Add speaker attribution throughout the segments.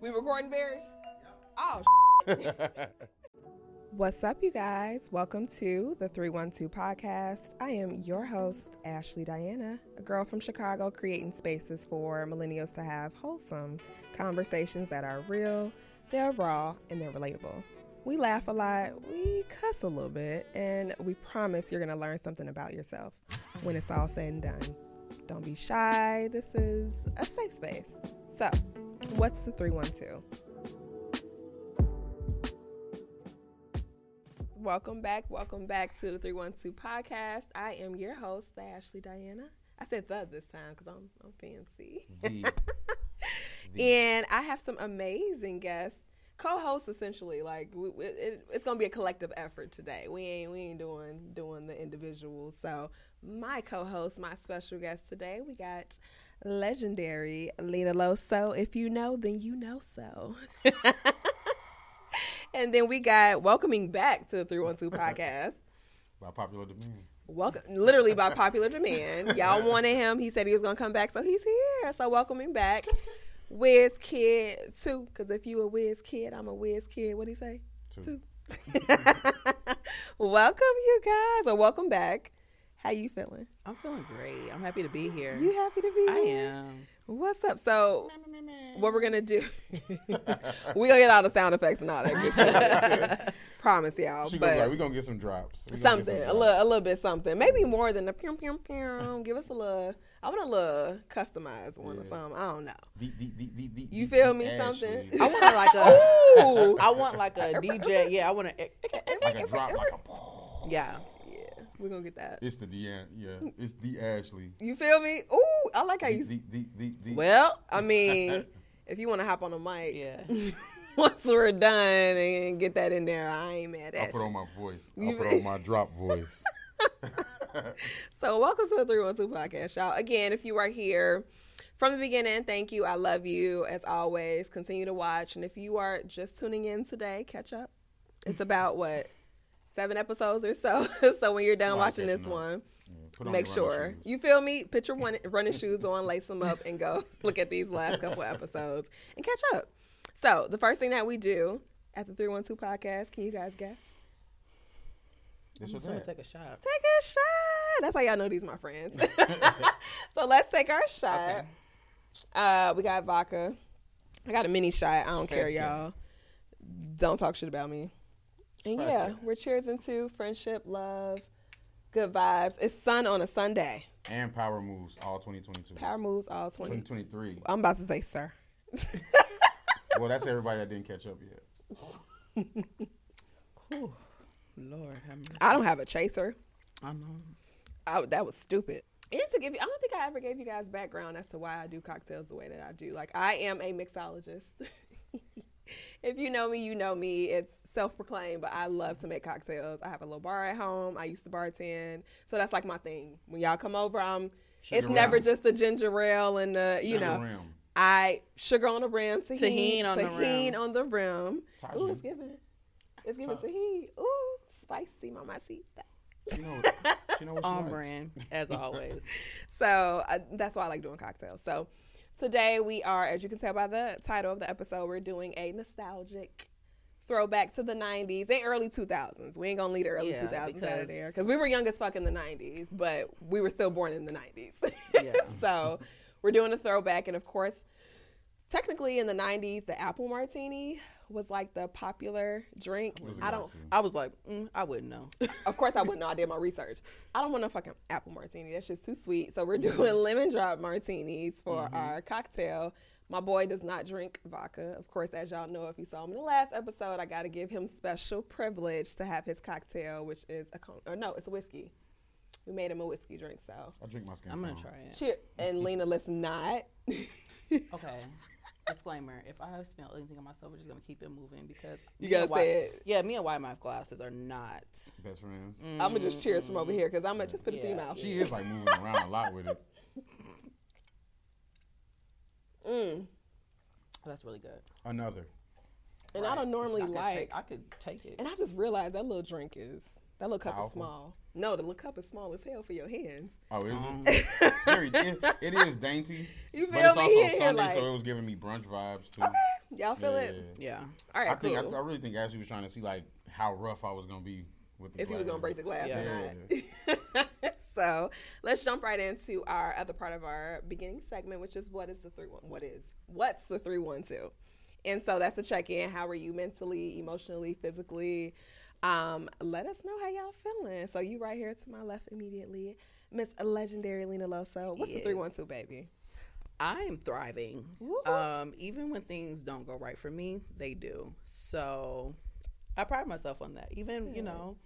Speaker 1: We recording, Barry? Oh, What's up, you guys? Welcome to the 312 Podcast. I am your host, Ashley Diana, a girl from Chicago creating spaces for millennials to have wholesome conversations that are real, they're raw, and they're relatable. We laugh a lot, we cuss a little bit, and we promise you're going to learn something about yourself when it's all said and done. Don't be shy, this is a safe space. So, what's the 312? Welcome back. Welcome back to the 312 podcast. I am your host, Ashley Diana. I said the this time because I'm, I'm fancy.
Speaker 2: The-
Speaker 1: And I have some amazing guests, co-hosts essentially. Like we, we- it, it's gonna be a collective effort today. We ain't we ain't doing doing the individuals. So my co-host, my special guest today, we got legendary Lena Loso. If you know, then you know so. and then we got welcoming back to the three one two podcast.
Speaker 2: by popular demand.
Speaker 1: Welcome, literally by popular demand. Y'all wanted him. He said he was gonna come back, so he's here. So welcome him back. Wiz Kid too, because if you a Wiz Kid, I'm a Wiz Kid. What do you say?
Speaker 2: Two.
Speaker 1: Two. welcome, you guys, or welcome back. How you feeling?
Speaker 3: I'm feeling great. I'm happy to be here.
Speaker 1: You happy to be
Speaker 3: I
Speaker 1: here?
Speaker 3: am.
Speaker 1: What's up? So, what we're gonna do? we gonna get all the sound effects and all that good shit. Promise y'all.
Speaker 2: She
Speaker 1: but
Speaker 2: goes like, we're gonna get some drops. We gonna get some
Speaker 1: something, a
Speaker 2: drops."
Speaker 1: little, a little bit something, maybe more than the pum pum pum. Give us a little. I want a little customized one or
Speaker 2: Yeah.
Speaker 1: something. I don't know.
Speaker 2: The- the- the- the- the-
Speaker 1: You
Speaker 2: the-
Speaker 1: feel
Speaker 2: the
Speaker 1: me?
Speaker 2: Ashley.
Speaker 1: Something.
Speaker 3: I want like a.
Speaker 1: Ooh,
Speaker 3: I want like a DJ. Yeah, I want to.
Speaker 2: like a drop, like a.
Speaker 3: Yeah.
Speaker 1: yeah, we're gonna get that.
Speaker 2: It's the Deanna, yeah. It's the Ashley.
Speaker 1: You feel me? Ooh, I like how
Speaker 2: The,
Speaker 1: you.
Speaker 2: the, the, the, the-
Speaker 3: Well.
Speaker 1: I mean, if you want to hop on the mic,
Speaker 3: Yeah.
Speaker 1: once we're done and get that in there, I ain't mad
Speaker 2: I
Speaker 1: at
Speaker 2: put
Speaker 1: you.
Speaker 2: on my voice. I
Speaker 1: You-
Speaker 2: put on my drop voice.
Speaker 1: So, welcome to the 312 podcast, y'all. Again, if you are here from the beginning, thank you. I love you as always. Continue to watch. And if you are just tuning in today, catch up. It's about what? Seven episodes or so. so, when you're done
Speaker 2: Wow,
Speaker 1: watching this
Speaker 2: catching up.
Speaker 1: one,
Speaker 2: Yeah, put on
Speaker 1: make
Speaker 2: your running
Speaker 1: sure
Speaker 2: shoes.
Speaker 1: you feel me put your one, running shoes on lace them up and go look at these last couple episodes and catch up so the first thing that we do at the 312 podcast can you guys guess
Speaker 2: This
Speaker 3: I'm
Speaker 2: was
Speaker 3: gonna
Speaker 2: that.
Speaker 3: take a shot.
Speaker 1: take a shot that's how y'all know these my friends so let's take our shot
Speaker 3: Okay.
Speaker 1: uh we got vodka i got a mini shot i don't care
Speaker 2: Vodka.
Speaker 1: y'all don't talk shit about me and
Speaker 2: Vodka.
Speaker 1: yeah we're cheers into friendship love good vibes it's sun on a sunday
Speaker 2: And Power Moves, all 2022.
Speaker 1: power moves all 20
Speaker 2: 2023.
Speaker 1: I'm about to say, sir.
Speaker 2: well, that's everybody that didn't catch up yet.
Speaker 3: Whew. Lord, have mercy.
Speaker 1: I don't have a chaser.
Speaker 3: I know.
Speaker 1: I, that was stupid. And to give you, I don't think I ever gave you guys background as to why I do cocktails the way that I do. Like I am a mixologist. if you know me, you know me. It's self-proclaimed, but I love to make cocktails. I have a little bar at home. I used to bartend, so that's like my thing. When y'all come over, I'm.
Speaker 2: Sugar
Speaker 1: it's never
Speaker 2: rim.
Speaker 1: just the ginger ale and the you
Speaker 2: Sugar
Speaker 1: know.
Speaker 2: rim.
Speaker 1: I sugar on the rim, tahini,
Speaker 3: Tahini on the
Speaker 1: tahini
Speaker 3: rim.
Speaker 1: on the rim.
Speaker 2: Tajin.
Speaker 1: Ooh, it's giving, it's giving
Speaker 2: Ta-
Speaker 1: tahini. Ooh, spicy, mamacita.
Speaker 2: She know, what- she know what she
Speaker 3: On
Speaker 2: likes.
Speaker 3: brand as always.
Speaker 1: So uh, that's why I like doing cocktails. So today we are, as you can tell by the title of the episode, we're doing a nostalgic throwback to the 90s and early 2000s. We ain't gonna leave the early
Speaker 3: Yeah,
Speaker 1: 2000s out of
Speaker 3: because-
Speaker 1: there because we were young as fuck in the 90s, but we were still born in the 90s.
Speaker 3: Yeah.
Speaker 1: so we're doing a throwback, and of course, technically in the 90s, the apple martini was like the popular drink.
Speaker 2: What is it
Speaker 1: I
Speaker 2: got
Speaker 1: don't
Speaker 2: to?
Speaker 3: I was like, mm, I wouldn't know.
Speaker 1: of course, I wouldn't know. I did my research. I don't want no fucking apple martini. That's just too sweet. So we're
Speaker 3: Mm-hmm.
Speaker 1: doing lemon drop martinis for our cocktail. My boy does not drink vodka. Of course, as y'all know, if you saw him in the last episode, I got to give him special privilege to have his cocktail, which is a con- or no, it's a whiskey. We made him a whiskey drink. So
Speaker 2: I drink my skin.
Speaker 3: I'm gonna
Speaker 2: tone.
Speaker 3: try it.
Speaker 1: cheer
Speaker 3: Mm-hmm.
Speaker 1: and Lena, let's not.
Speaker 3: Okay. Disclaimer: If I smell anything on myself, we're just gonna keep it moving because
Speaker 1: You
Speaker 3: me and
Speaker 1: gotta
Speaker 3: Wy-
Speaker 1: say it.
Speaker 3: Yeah, me and Y mouth glasses are not.
Speaker 2: Best friends.
Speaker 3: Mm.
Speaker 1: I'm gonna just cheers from over here because I'm gonna just put his
Speaker 3: Mm-hmm. Yeah.
Speaker 1: email.
Speaker 2: She is like moving around a lot with it.
Speaker 3: That's really good.
Speaker 2: Another.
Speaker 1: and I
Speaker 3: Right.
Speaker 1: don't normally
Speaker 3: I could
Speaker 1: like.
Speaker 3: take- I could take it.
Speaker 1: And I just realized that little drink is that little cup is
Speaker 2: Powerful.
Speaker 1: small. No, the little cup is small as hell for your hands.
Speaker 2: Oh, is it? Very, it, it is dainty.
Speaker 1: You
Speaker 2: but
Speaker 1: Um, feel
Speaker 2: it's
Speaker 1: me?
Speaker 2: also
Speaker 1: He in here
Speaker 2: Sunday,
Speaker 1: like-
Speaker 2: so it was giving me brunch vibes too.
Speaker 1: Y'all feel it?
Speaker 3: Yeah.
Speaker 1: All right,
Speaker 2: I think
Speaker 1: cool.
Speaker 2: I, I really think Ashley was trying to see like how rough I was gonna be with the
Speaker 1: if he was gonna break the glass
Speaker 2: Yeah.
Speaker 1: or not. so let's jump right into our other part of our beginning segment, which is what is the three one? What is what's the three one two? And so that's a check in. How are you mentally, emotionally, physically? Um, let us know how y'all feeling. So you right here to my left immediately, Miss Legendary Lena Loso. What's the
Speaker 3: Yes.
Speaker 1: three one two, baby?
Speaker 3: I'm thriving.
Speaker 1: Woo.
Speaker 3: Um, even when things don't go right for me, they do. So I pride myself on that. Even, you
Speaker 1: Good.
Speaker 3: know,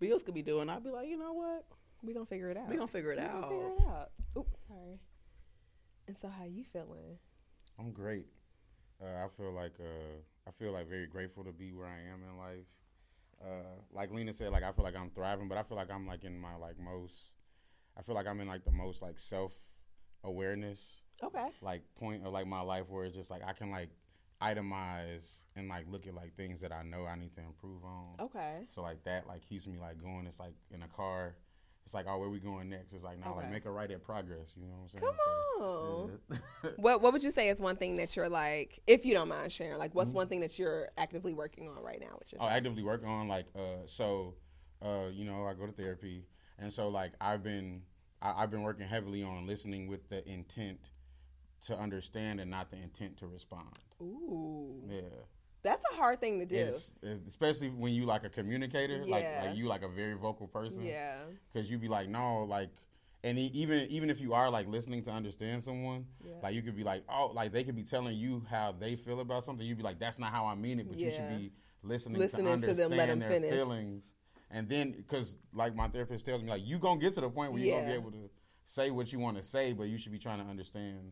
Speaker 3: bills could be doing, I'd be like, you know what?
Speaker 1: We gonna figure it out.
Speaker 3: we gonna figure it
Speaker 1: We
Speaker 3: out.
Speaker 1: Figure it out. Oops, sorry. And so how you feeling?
Speaker 2: I'm great. Uh, I feel like uh, I feel like very grateful to be where I am in life. Uh, like Lena said, like I feel like I'm thriving, but I feel like I'm like in my like most. I feel like I'm in like the most like self awareness
Speaker 1: Okay.
Speaker 2: like point of like my life where it's just like I can like itemize and like look at like things that I know I need to improve on.
Speaker 1: Okay.
Speaker 2: So like that like keeps me like going. It's like in a car. It's like oh where we going next? It's like now
Speaker 3: Okay.
Speaker 2: like make a right at progress. You know what I'm saying?
Speaker 1: Come
Speaker 2: So,
Speaker 1: on.
Speaker 2: yeah.
Speaker 1: What What would you say is one thing that you're like, if you don't mind sharing, like
Speaker 2: Mm-hmm.
Speaker 1: what's one thing that you're actively working on right now? Which is
Speaker 2: I'll actively work on like uh so uh you know I go to therapy and so like I've been I, I've been working heavily on listening with the intent to understand and not the intent to respond.
Speaker 1: ooh,
Speaker 2: Yeah.
Speaker 1: that's a hard thing to do.
Speaker 2: It's, it's- especially when you like a communicator, like
Speaker 1: Yeah.
Speaker 2: like you like a very vocal person.
Speaker 1: Yeah,
Speaker 2: Because you be like, no, like, and e- even even if you are like listening to understand someone,
Speaker 1: Yeah.
Speaker 2: like you could be like, oh, like they could be telling you how they feel about something. You'd be like, that's not how I mean it, but you
Speaker 1: Yeah.
Speaker 2: should be listening,
Speaker 1: Listening
Speaker 2: to
Speaker 1: to them,
Speaker 2: understand
Speaker 1: let them
Speaker 2: their
Speaker 1: finish.
Speaker 2: feelings. And then, because like my therapist tells me, like you gonna get to the point where you're gonna
Speaker 1: Yeah.
Speaker 2: be able to say what you want to say, but you should be trying to understand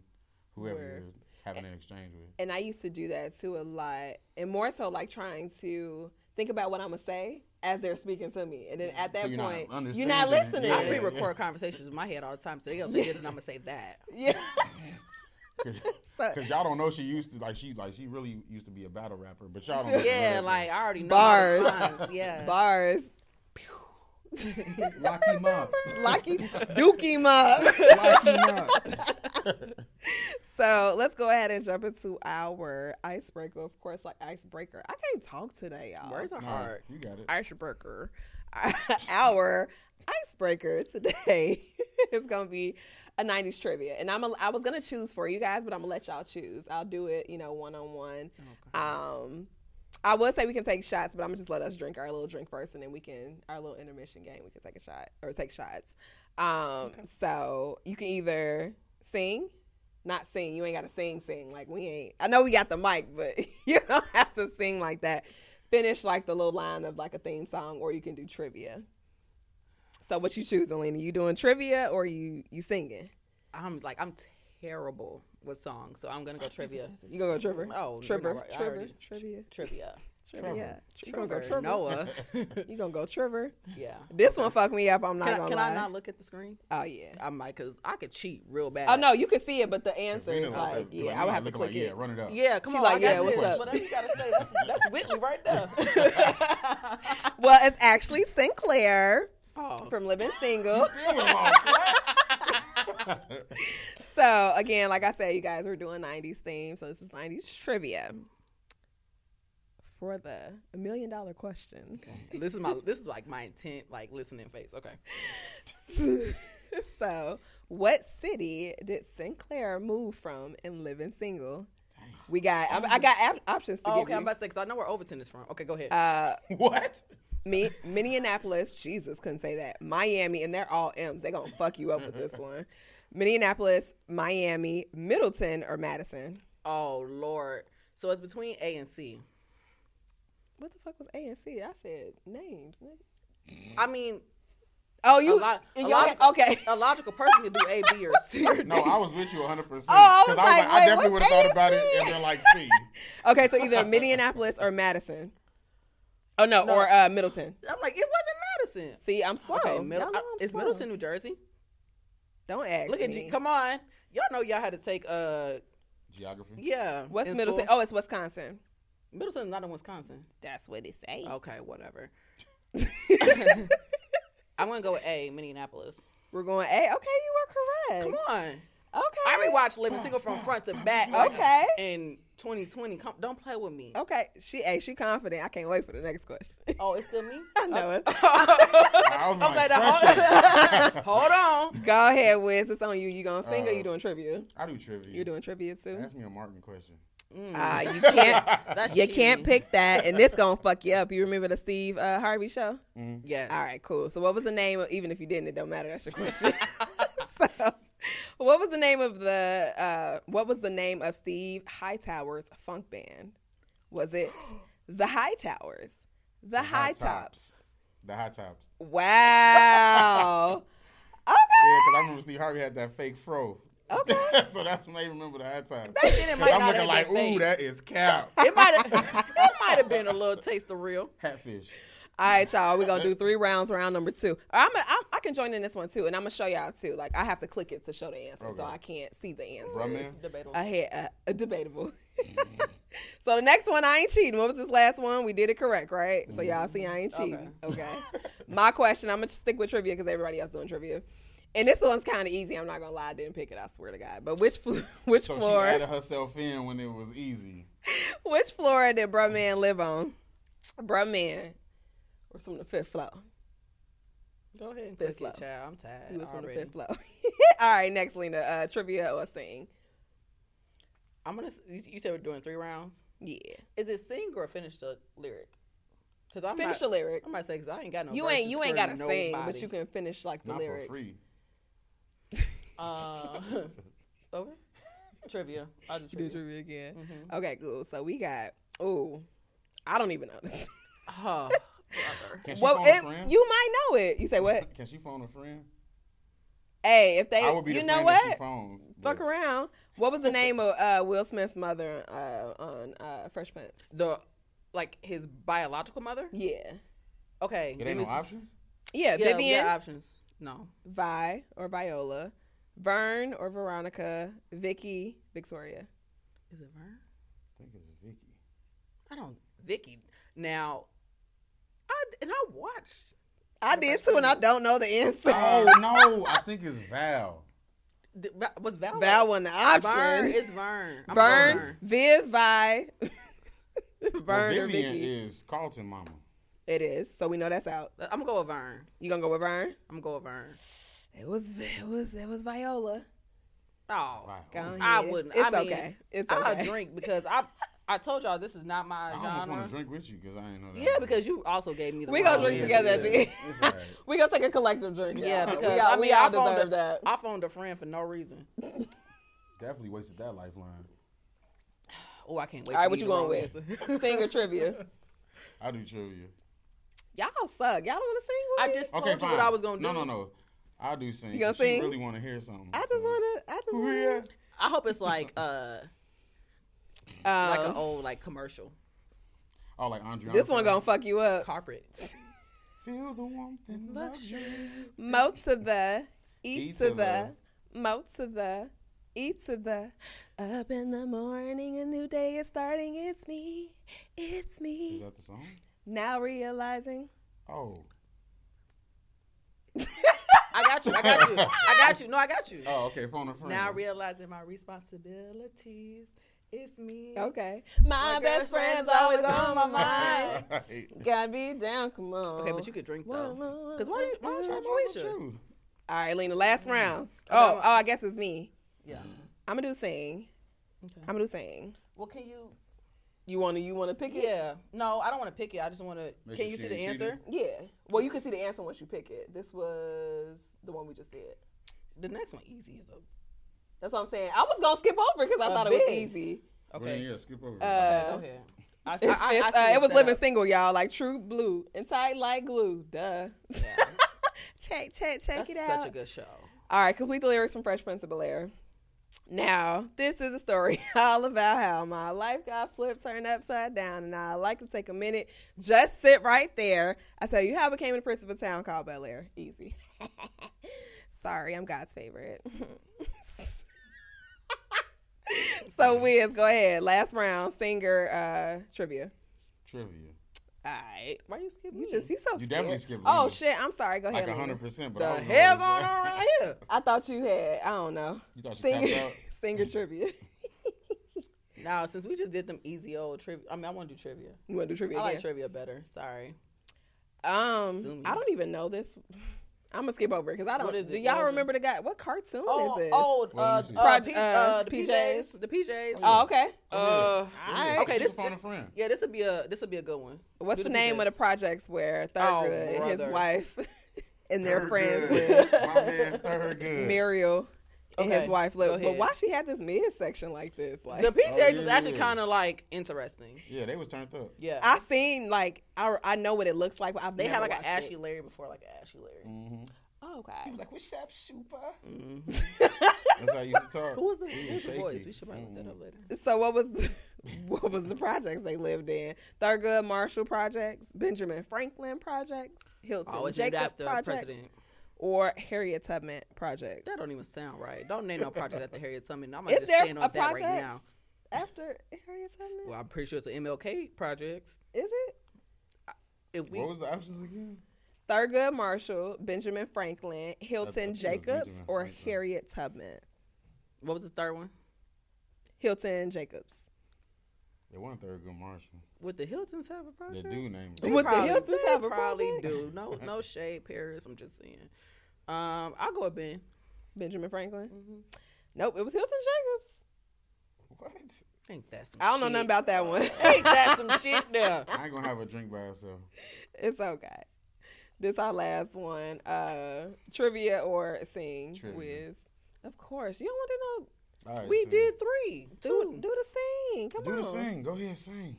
Speaker 2: whoever
Speaker 1: Word.
Speaker 2: you're having an exchange with.
Speaker 1: and I used to do that too a lot, and more so like trying to think about what I'm gonna say as they're speaking to me, and then at that
Speaker 2: So you're not
Speaker 1: point you're not
Speaker 2: understanding
Speaker 1: listening.
Speaker 2: it.
Speaker 3: I
Speaker 2: Yeah.
Speaker 3: pre-record conversations in my head all the time, so they gonna say this and I'm gonna say that.
Speaker 1: Yeah,
Speaker 2: Because y'all don't know she used to like she like she really used to be a battle rapper, but y'all don't. know she
Speaker 3: Yeah,
Speaker 2: was.
Speaker 3: like I already know.
Speaker 1: Bars.
Speaker 3: how to sign. Yeah.
Speaker 1: bars.
Speaker 2: lock him up,
Speaker 1: Lucky, duke him up.
Speaker 2: lock him up.
Speaker 1: So let's go ahead and jump into our icebreaker. Of course, like icebreaker. I can't talk today, y'all.
Speaker 3: Words are
Speaker 2: No,
Speaker 3: hard.
Speaker 2: you got it.
Speaker 1: icebreaker. our icebreaker today is gonna be a '90s trivia, and I'm a, I was gonna choose for you guys, but I'm gonna let y'all choose. I'll do it, you know, one on one. Um, I would say we can take shots, but I'm gonna just let us drink our little drink first, and then we can our little intermission game. We can take a shot or take shots. Um, so you can either sing, not sing. You ain't gotta sing, sing. Like we ain't. I know we got the mic, but you don't have to sing like that. Finish like the little line of like a theme song, or you can do trivia. So what you choose, Elena? You doing trivia or you you singing?
Speaker 3: I'm like I'm terrible with songs, so I'm gonna go trivia.
Speaker 1: You gonna go trivia?
Speaker 3: Oh, you're
Speaker 1: trivia,
Speaker 3: not right. I
Speaker 1: trivia,
Speaker 3: already-
Speaker 1: trivia,
Speaker 3: Trivia.
Speaker 1: trivia. You gonna go
Speaker 3: Trevor,
Speaker 1: trivia?
Speaker 3: Noah.
Speaker 1: You gonna go trivia?
Speaker 3: Yeah.
Speaker 1: This one fucked me up. I'm not
Speaker 3: Can, I,
Speaker 1: gonna
Speaker 3: can
Speaker 1: lie.
Speaker 3: I not look at the screen?
Speaker 1: Oh yeah.
Speaker 3: I'm like, cause I could cheat real bad.
Speaker 1: Oh no, you can see it, but the answer
Speaker 2: Lena
Speaker 1: is
Speaker 2: like
Speaker 1: like,
Speaker 2: that.
Speaker 1: yeah,
Speaker 2: Like,
Speaker 1: I would
Speaker 2: Lena
Speaker 1: have to
Speaker 2: look
Speaker 1: click
Speaker 2: like,
Speaker 1: it.
Speaker 2: yeah, run it up.
Speaker 3: Yeah, come
Speaker 1: She
Speaker 3: on.
Speaker 1: like,
Speaker 3: I got
Speaker 1: yeah, what's
Speaker 3: this.
Speaker 1: up?
Speaker 3: Whatever you gotta say, that's, that's Whitley right there.
Speaker 1: Well, it's actually Sinclair
Speaker 3: oh,
Speaker 1: from Living Single.
Speaker 2: Still would've lost.
Speaker 1: so again, like I said, you guys were doing '90s theme, so this is '90s trivia for the million dollar question.
Speaker 3: this is my this is like my intent, like listening face. Okay.
Speaker 1: so, what city did Sinclair move from in Living Single? We got. I, I got op- options to
Speaker 3: Oh,
Speaker 1: give
Speaker 3: okay,
Speaker 1: you.
Speaker 3: I'm about to say 'cause I know where Overton is from. Okay, go ahead.
Speaker 1: uh,
Speaker 2: what?
Speaker 1: Me, Minneapolis, Jesus couldn't say that. Miami, and they're all M's. They're gonna fuck you up with this one. Minneapolis, Miami, Middleton, or Madison.
Speaker 3: oh Lord. So it's between A and C.
Speaker 1: What the fuck was A and C? I said names. nigga.
Speaker 3: I mean,
Speaker 1: Oh, you.
Speaker 3: a, lo- a,
Speaker 1: y'all-
Speaker 3: logical,
Speaker 1: okay.
Speaker 3: a logical person could do A, B, or C. Or D.
Speaker 2: No, I was with you 100. percent
Speaker 1: Oh, I was like,
Speaker 2: I
Speaker 1: wait,
Speaker 2: definitely
Speaker 1: what
Speaker 2: would have thought
Speaker 1: they
Speaker 2: about it
Speaker 1: said?
Speaker 2: and been like, see,
Speaker 3: Oh.
Speaker 1: Okay, so either Minneapolis or Madison. Oh no,
Speaker 3: No.
Speaker 1: or uh, Middleton.
Speaker 3: I'm like, it wasn't Madison.
Speaker 1: See, I'm slow.
Speaker 3: Okay, middle,
Speaker 1: Y'all know
Speaker 3: I-
Speaker 1: I'm
Speaker 3: is
Speaker 1: slow.
Speaker 3: Middleton, New Jersey?
Speaker 1: Don't ask.
Speaker 3: Look at
Speaker 1: me.
Speaker 3: you. Come on. Y'all know y'all had to take uh
Speaker 2: geography.
Speaker 3: yeah.
Speaker 1: What's
Speaker 3: in
Speaker 1: Middleton?
Speaker 3: school.
Speaker 1: Oh, it's Wisconsin.
Speaker 3: Middleton's not in Wisconsin.
Speaker 1: That's what it say.
Speaker 3: Okay, whatever. I'm gonna go with A, Minneapolis.
Speaker 1: We're going A. Okay, you were correct.
Speaker 3: Come on.
Speaker 1: Okay.
Speaker 3: I rewatched Living Single from front to back. like,
Speaker 1: Okay.
Speaker 3: And 2020. Come, don't play with me.
Speaker 1: Okay, she hey, she confident. I can't wait for the next question.
Speaker 3: Oh, it's still me.
Speaker 1: I know it.
Speaker 2: I was like,
Speaker 1: "Oh,
Speaker 3: hold,
Speaker 2: pressure.
Speaker 3: hold on.
Speaker 1: Go ahead, Wiz. It's on you. You gonna sing or you
Speaker 2: Uh,
Speaker 1: doing trivia?
Speaker 2: I do trivia.
Speaker 1: You're doing trivia too.
Speaker 2: Ask me a Martin question.
Speaker 1: Ah, you can't.
Speaker 3: That's
Speaker 1: You can't
Speaker 3: cheating.
Speaker 1: pick that, and this gonna fuck you up. You remember the Steve uh, Harvey show?
Speaker 3: Yes.
Speaker 1: All right, cool. So, what was the name? Of, even if you didn't, it don't matter. That's your question. so, what was the name of the? Uh, what was the name of Steve Hightower's funk band? Was it the Hightowers? The, High Tops.
Speaker 2: The high tops.
Speaker 1: Wow.
Speaker 2: Yeah, because I remember Steve Harvey had that fake fro. Okay. so that's when they remember the high tops. Back
Speaker 3: then it might
Speaker 2: I'm
Speaker 3: not
Speaker 2: looking
Speaker 3: have
Speaker 2: like,
Speaker 3: been
Speaker 2: ooh,
Speaker 3: fake."
Speaker 2: that is cow.
Speaker 3: It might have. it might have been a little taste of real.
Speaker 2: Catfish.
Speaker 1: All right, y'all. We're gonna do three rounds. Round number two. I'm a, I'm, I can join in this one too, and I'm gonna show y'all too. Like I have to click it to show the answer,
Speaker 2: Okay.
Speaker 1: so I can't see the answer.
Speaker 2: Bruh, man.
Speaker 3: Debatable.
Speaker 1: ahead, uh, uh, debatable. so the next one, I ain't cheating. What was this last one? We did it correct, right? So y'all see, I ain't cheating. Okay. My question. I'm gonna stick with trivia because everybody else doing trivia, and this one's kind of easy. I'm not gonna lie, I didn't pick it. I swear to God. But which flo- which
Speaker 2: So she
Speaker 1: floor
Speaker 2: added herself in when it was easy.
Speaker 1: which floor did Bruh Man live on? Bruh Man, or from the fifth floor.
Speaker 3: Go ahead and
Speaker 1: Fifth
Speaker 3: click it,
Speaker 1: flow.
Speaker 3: child. I'm tired.
Speaker 1: He was from the
Speaker 3: Uh, already.
Speaker 1: fifth floor. All right, next, Lena. Uh, trivia or sing?
Speaker 3: I'm gonna. s- You you said we're doing three rounds.
Speaker 1: Yeah.
Speaker 3: Is it sing or finish the lyric? Because I'm
Speaker 1: Finish
Speaker 3: not,
Speaker 1: the lyric.
Speaker 3: I might say because I ain't got no.
Speaker 1: You ain't
Speaker 3: verses
Speaker 1: you ain't
Speaker 3: for
Speaker 1: gotta
Speaker 3: nobody.
Speaker 1: sing, but you can finish like the
Speaker 2: Not
Speaker 1: lyric.
Speaker 2: for free.
Speaker 3: Uh, okay. Trivia. I'll do trivia.
Speaker 1: trivia again. Okay, cool. So we got. Ooh, I don't even know this.
Speaker 3: Oh, brother.
Speaker 2: Can she
Speaker 1: Well,
Speaker 2: phone a
Speaker 1: it,
Speaker 2: friend?
Speaker 1: you might know it. You say what?
Speaker 2: Can she phone a friend?
Speaker 1: hey, if they,
Speaker 2: I would be
Speaker 1: you
Speaker 2: the
Speaker 1: know
Speaker 2: friend that she
Speaker 1: what?
Speaker 2: phones.
Speaker 1: Fuck
Speaker 2: but-
Speaker 1: around. What was the name of uh, Will Smith's mother uh, on uh, Fresh Prince?
Speaker 3: the like his biological mother.
Speaker 1: Yeah,
Speaker 3: Okay.
Speaker 2: It
Speaker 3: give
Speaker 2: ain't
Speaker 3: me
Speaker 2: no
Speaker 3: s-
Speaker 2: option?
Speaker 1: yeah.
Speaker 3: Yeah, we
Speaker 1: Vivian,
Speaker 3: got options. No.
Speaker 1: Vi, or Viola, Vern, or Veronica, Vicky, Victoria.
Speaker 3: Is it Vern?
Speaker 2: I think it's Vicky.
Speaker 3: I don't. Vicky. Now. I and I watched.
Speaker 1: I did too, and I don't know the answer.
Speaker 2: Oh, no. I think it's Val.
Speaker 3: th- Va- Was Val?
Speaker 1: That one, the
Speaker 3: Vern
Speaker 1: option.
Speaker 3: is Vern. I'm going
Speaker 1: Vern, Viv, Vi, Vern,
Speaker 2: Well,
Speaker 1: or
Speaker 2: Vivian
Speaker 1: Vicky.
Speaker 2: is Carlton mama.
Speaker 1: It is. So we know that's out.
Speaker 3: I'm gonna go with Vern.
Speaker 1: You gonna go with Vern?
Speaker 3: I'm gonna go with Vern.
Speaker 1: It was it was it was Viola.
Speaker 3: Oh,
Speaker 2: Wow.
Speaker 1: Go ahead.
Speaker 3: I wouldn't.
Speaker 1: It's
Speaker 3: I mean,
Speaker 1: okay. It's
Speaker 3: I'll
Speaker 1: okay.
Speaker 3: drink because I I told y'all this is not
Speaker 2: I
Speaker 3: my
Speaker 2: almost want
Speaker 3: genre.
Speaker 2: to drink with you because I ain't know that. Oh,
Speaker 3: Yeah, because you also gave me the.
Speaker 1: We gonna
Speaker 3: wrong
Speaker 1: drink
Speaker 3: answer.
Speaker 1: together at the
Speaker 2: yeah.
Speaker 1: end.
Speaker 2: It's all right.
Speaker 1: We gonna take a collective drink.
Speaker 3: Yeah,
Speaker 1: y'all.
Speaker 3: because
Speaker 1: we all,
Speaker 3: I mean,
Speaker 1: we all
Speaker 3: I phoned
Speaker 1: deserve
Speaker 3: a-
Speaker 1: that.
Speaker 3: I phoned a friend for no reason.
Speaker 2: Definitely wasted that lifeline.
Speaker 3: Oh, I can't wait.
Speaker 1: All right,
Speaker 3: to
Speaker 1: what
Speaker 3: eat
Speaker 1: you
Speaker 3: the
Speaker 1: going
Speaker 3: wrong
Speaker 1: with?
Speaker 3: answer.
Speaker 1: Sing or trivia?
Speaker 2: I do trivia.
Speaker 1: Y'all suck. Y'all don't want to sing? With
Speaker 3: I
Speaker 1: me?
Speaker 3: just told
Speaker 2: Okay,
Speaker 3: you
Speaker 2: fine.
Speaker 3: what I was gonna do.
Speaker 2: No, no, no. I do sing.
Speaker 1: You gonna
Speaker 2: She
Speaker 1: sing?
Speaker 2: really want to hear something.
Speaker 1: I just wanna. I just
Speaker 2: Ooh,
Speaker 1: wanna.
Speaker 2: yeah.
Speaker 3: I hope it's like uh like
Speaker 1: Um,
Speaker 3: an old like commercial
Speaker 2: Oh, like Andre.
Speaker 1: this one gonna
Speaker 2: Armstrong.
Speaker 1: fuck you up.
Speaker 3: carpet.
Speaker 2: feel the warmth and luxury.
Speaker 1: Mo to the, e,
Speaker 2: E
Speaker 1: to,
Speaker 2: to
Speaker 1: the, mo to the, e to the. Up in the morning, a new day is starting. It's me. It's
Speaker 2: Is
Speaker 1: me.
Speaker 2: that the song?
Speaker 1: Now realizing.
Speaker 2: Oh.
Speaker 3: I got you. I got you. I got you. No, I got you.
Speaker 2: Oh, okay. Phone a friend.
Speaker 3: now realizing my responsibilities, it's me.
Speaker 1: Okay. My,
Speaker 3: My
Speaker 1: best friend's
Speaker 3: girlfriend's always
Speaker 1: always on my
Speaker 3: on my
Speaker 1: mind.
Speaker 2: Right.
Speaker 1: Gotta be down, come on.
Speaker 3: Okay, but you could drink though.
Speaker 1: Because
Speaker 3: Cause why you why Mm. don't you
Speaker 2: What's
Speaker 3: have Moesha?
Speaker 2: true?
Speaker 1: All right, Lena, last round.
Speaker 3: Okay,
Speaker 1: Oh,
Speaker 3: well-
Speaker 1: oh, I guess it's me.
Speaker 3: Yeah.
Speaker 1: I'm gonna do sing.
Speaker 3: Okay.
Speaker 1: I'm gonna do sing.
Speaker 3: Well, can you?
Speaker 1: You wanna you wanna pick it?
Speaker 3: Yeah. No, I don't want to pick it. I just want to.
Speaker 2: Make
Speaker 3: Can
Speaker 2: sure
Speaker 3: you
Speaker 2: she
Speaker 3: see the
Speaker 2: ain't
Speaker 3: answer?
Speaker 1: Yeah. Well, you can see the answer once you pick it. This was the one we just did.
Speaker 3: The next one easy is a.
Speaker 1: That's what I'm saying. I was gonna skip over because I
Speaker 3: A
Speaker 1: thought it was
Speaker 3: big.
Speaker 1: easy.
Speaker 2: Okay.
Speaker 3: Okay.
Speaker 2: Yeah, skip over.
Speaker 1: Uh,
Speaker 3: Go ahead. I, I,
Speaker 1: It's-
Speaker 3: I,
Speaker 1: it's,
Speaker 3: I see
Speaker 1: uh,
Speaker 3: the
Speaker 1: it was living
Speaker 3: setup.
Speaker 1: single, y'all, like true blue and tight like glue. Duh.
Speaker 3: Yeah.
Speaker 1: check, check, check
Speaker 3: That's
Speaker 1: it
Speaker 3: such
Speaker 1: out.
Speaker 3: a good show.
Speaker 1: All right, complete the lyrics from Fresh Prince of Bel Air. Now, this is a story all about how my life got flipped, turned upside down, and I like to take a minute, just sit right there. I tell you how I became a prince of a town called Bel Air. Easy. Sorry, I'm God's favorite. so, Wiz, go ahead. Last round, singer uh, trivia.
Speaker 2: Trivia.
Speaker 1: All right.
Speaker 3: Why you skipping?
Speaker 1: You just you so
Speaker 2: You definitely
Speaker 1: scared.
Speaker 2: skipped
Speaker 1: Oh
Speaker 2: Lena.
Speaker 1: shit! I'm sorry. Go
Speaker 2: Like
Speaker 1: ahead. Lena.
Speaker 2: hundred percent. But
Speaker 3: the
Speaker 2: I was
Speaker 3: hell going
Speaker 2: gonna
Speaker 3: on
Speaker 2: say-
Speaker 3: right here?
Speaker 1: I thought you had. I don't know.
Speaker 2: You thought you
Speaker 1: Singer,
Speaker 2: tapped out?
Speaker 1: singer trivia.
Speaker 3: Now, since we just did them easy old trivia, I mean, I want to do trivia.
Speaker 1: You want to do trivia
Speaker 3: I like
Speaker 1: again?
Speaker 3: trivia better. Sorry.
Speaker 1: um,
Speaker 3: Sue
Speaker 1: I
Speaker 3: me.
Speaker 1: don't even know this. I'm gonna skip over it because I don't.
Speaker 3: What is
Speaker 1: Do
Speaker 3: it?
Speaker 1: y'all
Speaker 3: What is
Speaker 1: remember the guy? What cartoon
Speaker 3: Oh,
Speaker 1: is this?
Speaker 3: oh,
Speaker 2: Well, let
Speaker 3: uh,
Speaker 2: me see.
Speaker 3: uh,
Speaker 1: Proj-
Speaker 3: P-
Speaker 1: uh,
Speaker 3: uh, the
Speaker 1: PJs?
Speaker 3: PJs, the PJs.
Speaker 1: Oh, okay.
Speaker 3: Uh,
Speaker 1: Alright.
Speaker 3: Okay, this-
Speaker 2: phone a friend.
Speaker 3: yeah, this would be a this would be a good one.
Speaker 1: What's
Speaker 3: Do
Speaker 1: the name of the
Speaker 3: PJs.
Speaker 1: projects where Thurgood, and his
Speaker 3: brother.
Speaker 1: wife, and their
Speaker 2: Thurgood.
Speaker 1: friends
Speaker 3: live.
Speaker 2: My man Thurgood.
Speaker 1: Muriel and
Speaker 3: Okay,
Speaker 1: his wife
Speaker 3: go
Speaker 1: live? But
Speaker 3: ahead.
Speaker 1: why she had this midsection like this? Like
Speaker 3: The PJs
Speaker 2: Oh,
Speaker 3: is
Speaker 2: yeah,
Speaker 3: actually
Speaker 2: yeah.
Speaker 3: kind of like interesting.
Speaker 2: Yeah, they was turned up.
Speaker 3: Yeah,
Speaker 1: I seen like I, I know what it looks like, but I've
Speaker 3: they
Speaker 1: never
Speaker 3: had like an
Speaker 1: watched
Speaker 3: Ashy Larry before, like an Ashy Larry.
Speaker 2: Mm-hmm.
Speaker 1: Oh,
Speaker 2: He
Speaker 1: okay.
Speaker 2: was like, "What's up, super?"
Speaker 3: Mhm.
Speaker 2: Mm-hmm. That's how I used to talk.
Speaker 3: Who was the
Speaker 2: He
Speaker 3: who was the
Speaker 2: shaky.
Speaker 3: voice? We should probably look that
Speaker 2: Mm-mm.
Speaker 3: up later.
Speaker 1: So what was the, what was the projects they lived in? Thurgood Marshall projects, Benjamin Franklin projects, Hilton
Speaker 3: Always named
Speaker 1: Jacobs
Speaker 3: after a
Speaker 1: projects,
Speaker 3: president.
Speaker 1: or Harriet Tubman projects.
Speaker 3: That don't even sound right. Don't name no project after Harriet Tubman. I'm
Speaker 1: Is
Speaker 3: gonna just
Speaker 1: there
Speaker 3: stand
Speaker 1: a
Speaker 3: on that right
Speaker 1: project?
Speaker 3: now.
Speaker 1: After Harriet Tubman,
Speaker 3: Well, I'm pretty sure it's an MLK project.
Speaker 1: is it
Speaker 3: If we
Speaker 2: What was the options again?
Speaker 1: Thurgood Marshall, Benjamin Franklin, Hilton
Speaker 2: I thought it was
Speaker 1: Jacobs,
Speaker 2: Benjamin
Speaker 1: or
Speaker 2: Franklin.
Speaker 1: Harriet Tubman?
Speaker 3: what was the third one
Speaker 1: Hilton Jacobs.
Speaker 2: They weren't Thurgood Marshall.
Speaker 3: Would the Hiltons have a
Speaker 2: The
Speaker 3: project?
Speaker 2: dude named
Speaker 3: They
Speaker 1: Would the
Speaker 3: probably-
Speaker 1: Hiltons
Speaker 3: they
Speaker 1: have a
Speaker 3: probably
Speaker 1: project?
Speaker 3: do. No, no shade, Paris. I'm just saying. Um, I'll go with Ben.
Speaker 1: Benjamin Franklin.
Speaker 3: Mhm.
Speaker 1: Nope, it was Hilton Jacobs.
Speaker 2: What?
Speaker 3: Ain't that some?
Speaker 1: I don't know
Speaker 3: shit.
Speaker 1: nothing about that one.
Speaker 3: Ain't that some shit there?
Speaker 2: I ain't gonna have a drink by herself.
Speaker 1: It's okay. This our last one. Uh trivia or sing
Speaker 2: Trivia.
Speaker 1: whiz. Of course. You don't want
Speaker 2: All
Speaker 1: to know
Speaker 2: right,
Speaker 1: we
Speaker 2: so
Speaker 1: did three. Do
Speaker 3: Two.
Speaker 1: do the sing. Come
Speaker 2: Do
Speaker 1: on.
Speaker 2: the sing. Go ahead, sing.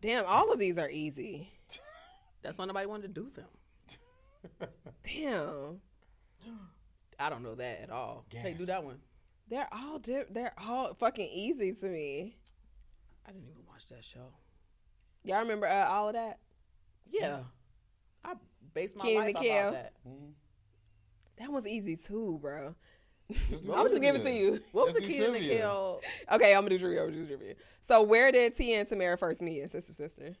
Speaker 1: Damn, all of these are easy.
Speaker 3: That's why nobody wanted to do them.
Speaker 1: Damn.
Speaker 3: I don't know that at all. Hey,
Speaker 2: Gasp.
Speaker 3: do that one.
Speaker 1: They're all di- they're all fucking easy to me.
Speaker 3: I didn't even watch that show.
Speaker 1: Y'all remember uh, all of that?
Speaker 3: Yeah, I based my
Speaker 1: Kenan
Speaker 3: life
Speaker 1: and
Speaker 3: off
Speaker 1: Kel.
Speaker 3: of that.
Speaker 2: Mhm.
Speaker 1: That was easy too, bro.
Speaker 2: Just do
Speaker 1: I'm just
Speaker 2: trivia.
Speaker 1: giving it to you.
Speaker 3: What was
Speaker 2: Let's
Speaker 3: the
Speaker 2: do
Speaker 3: Kenan and
Speaker 2: trivia.
Speaker 3: Kel?
Speaker 1: Okay, I'm gonna do trivia. I'm gonna do trivia. So, where did T and Tamara first meet in Sister Sister?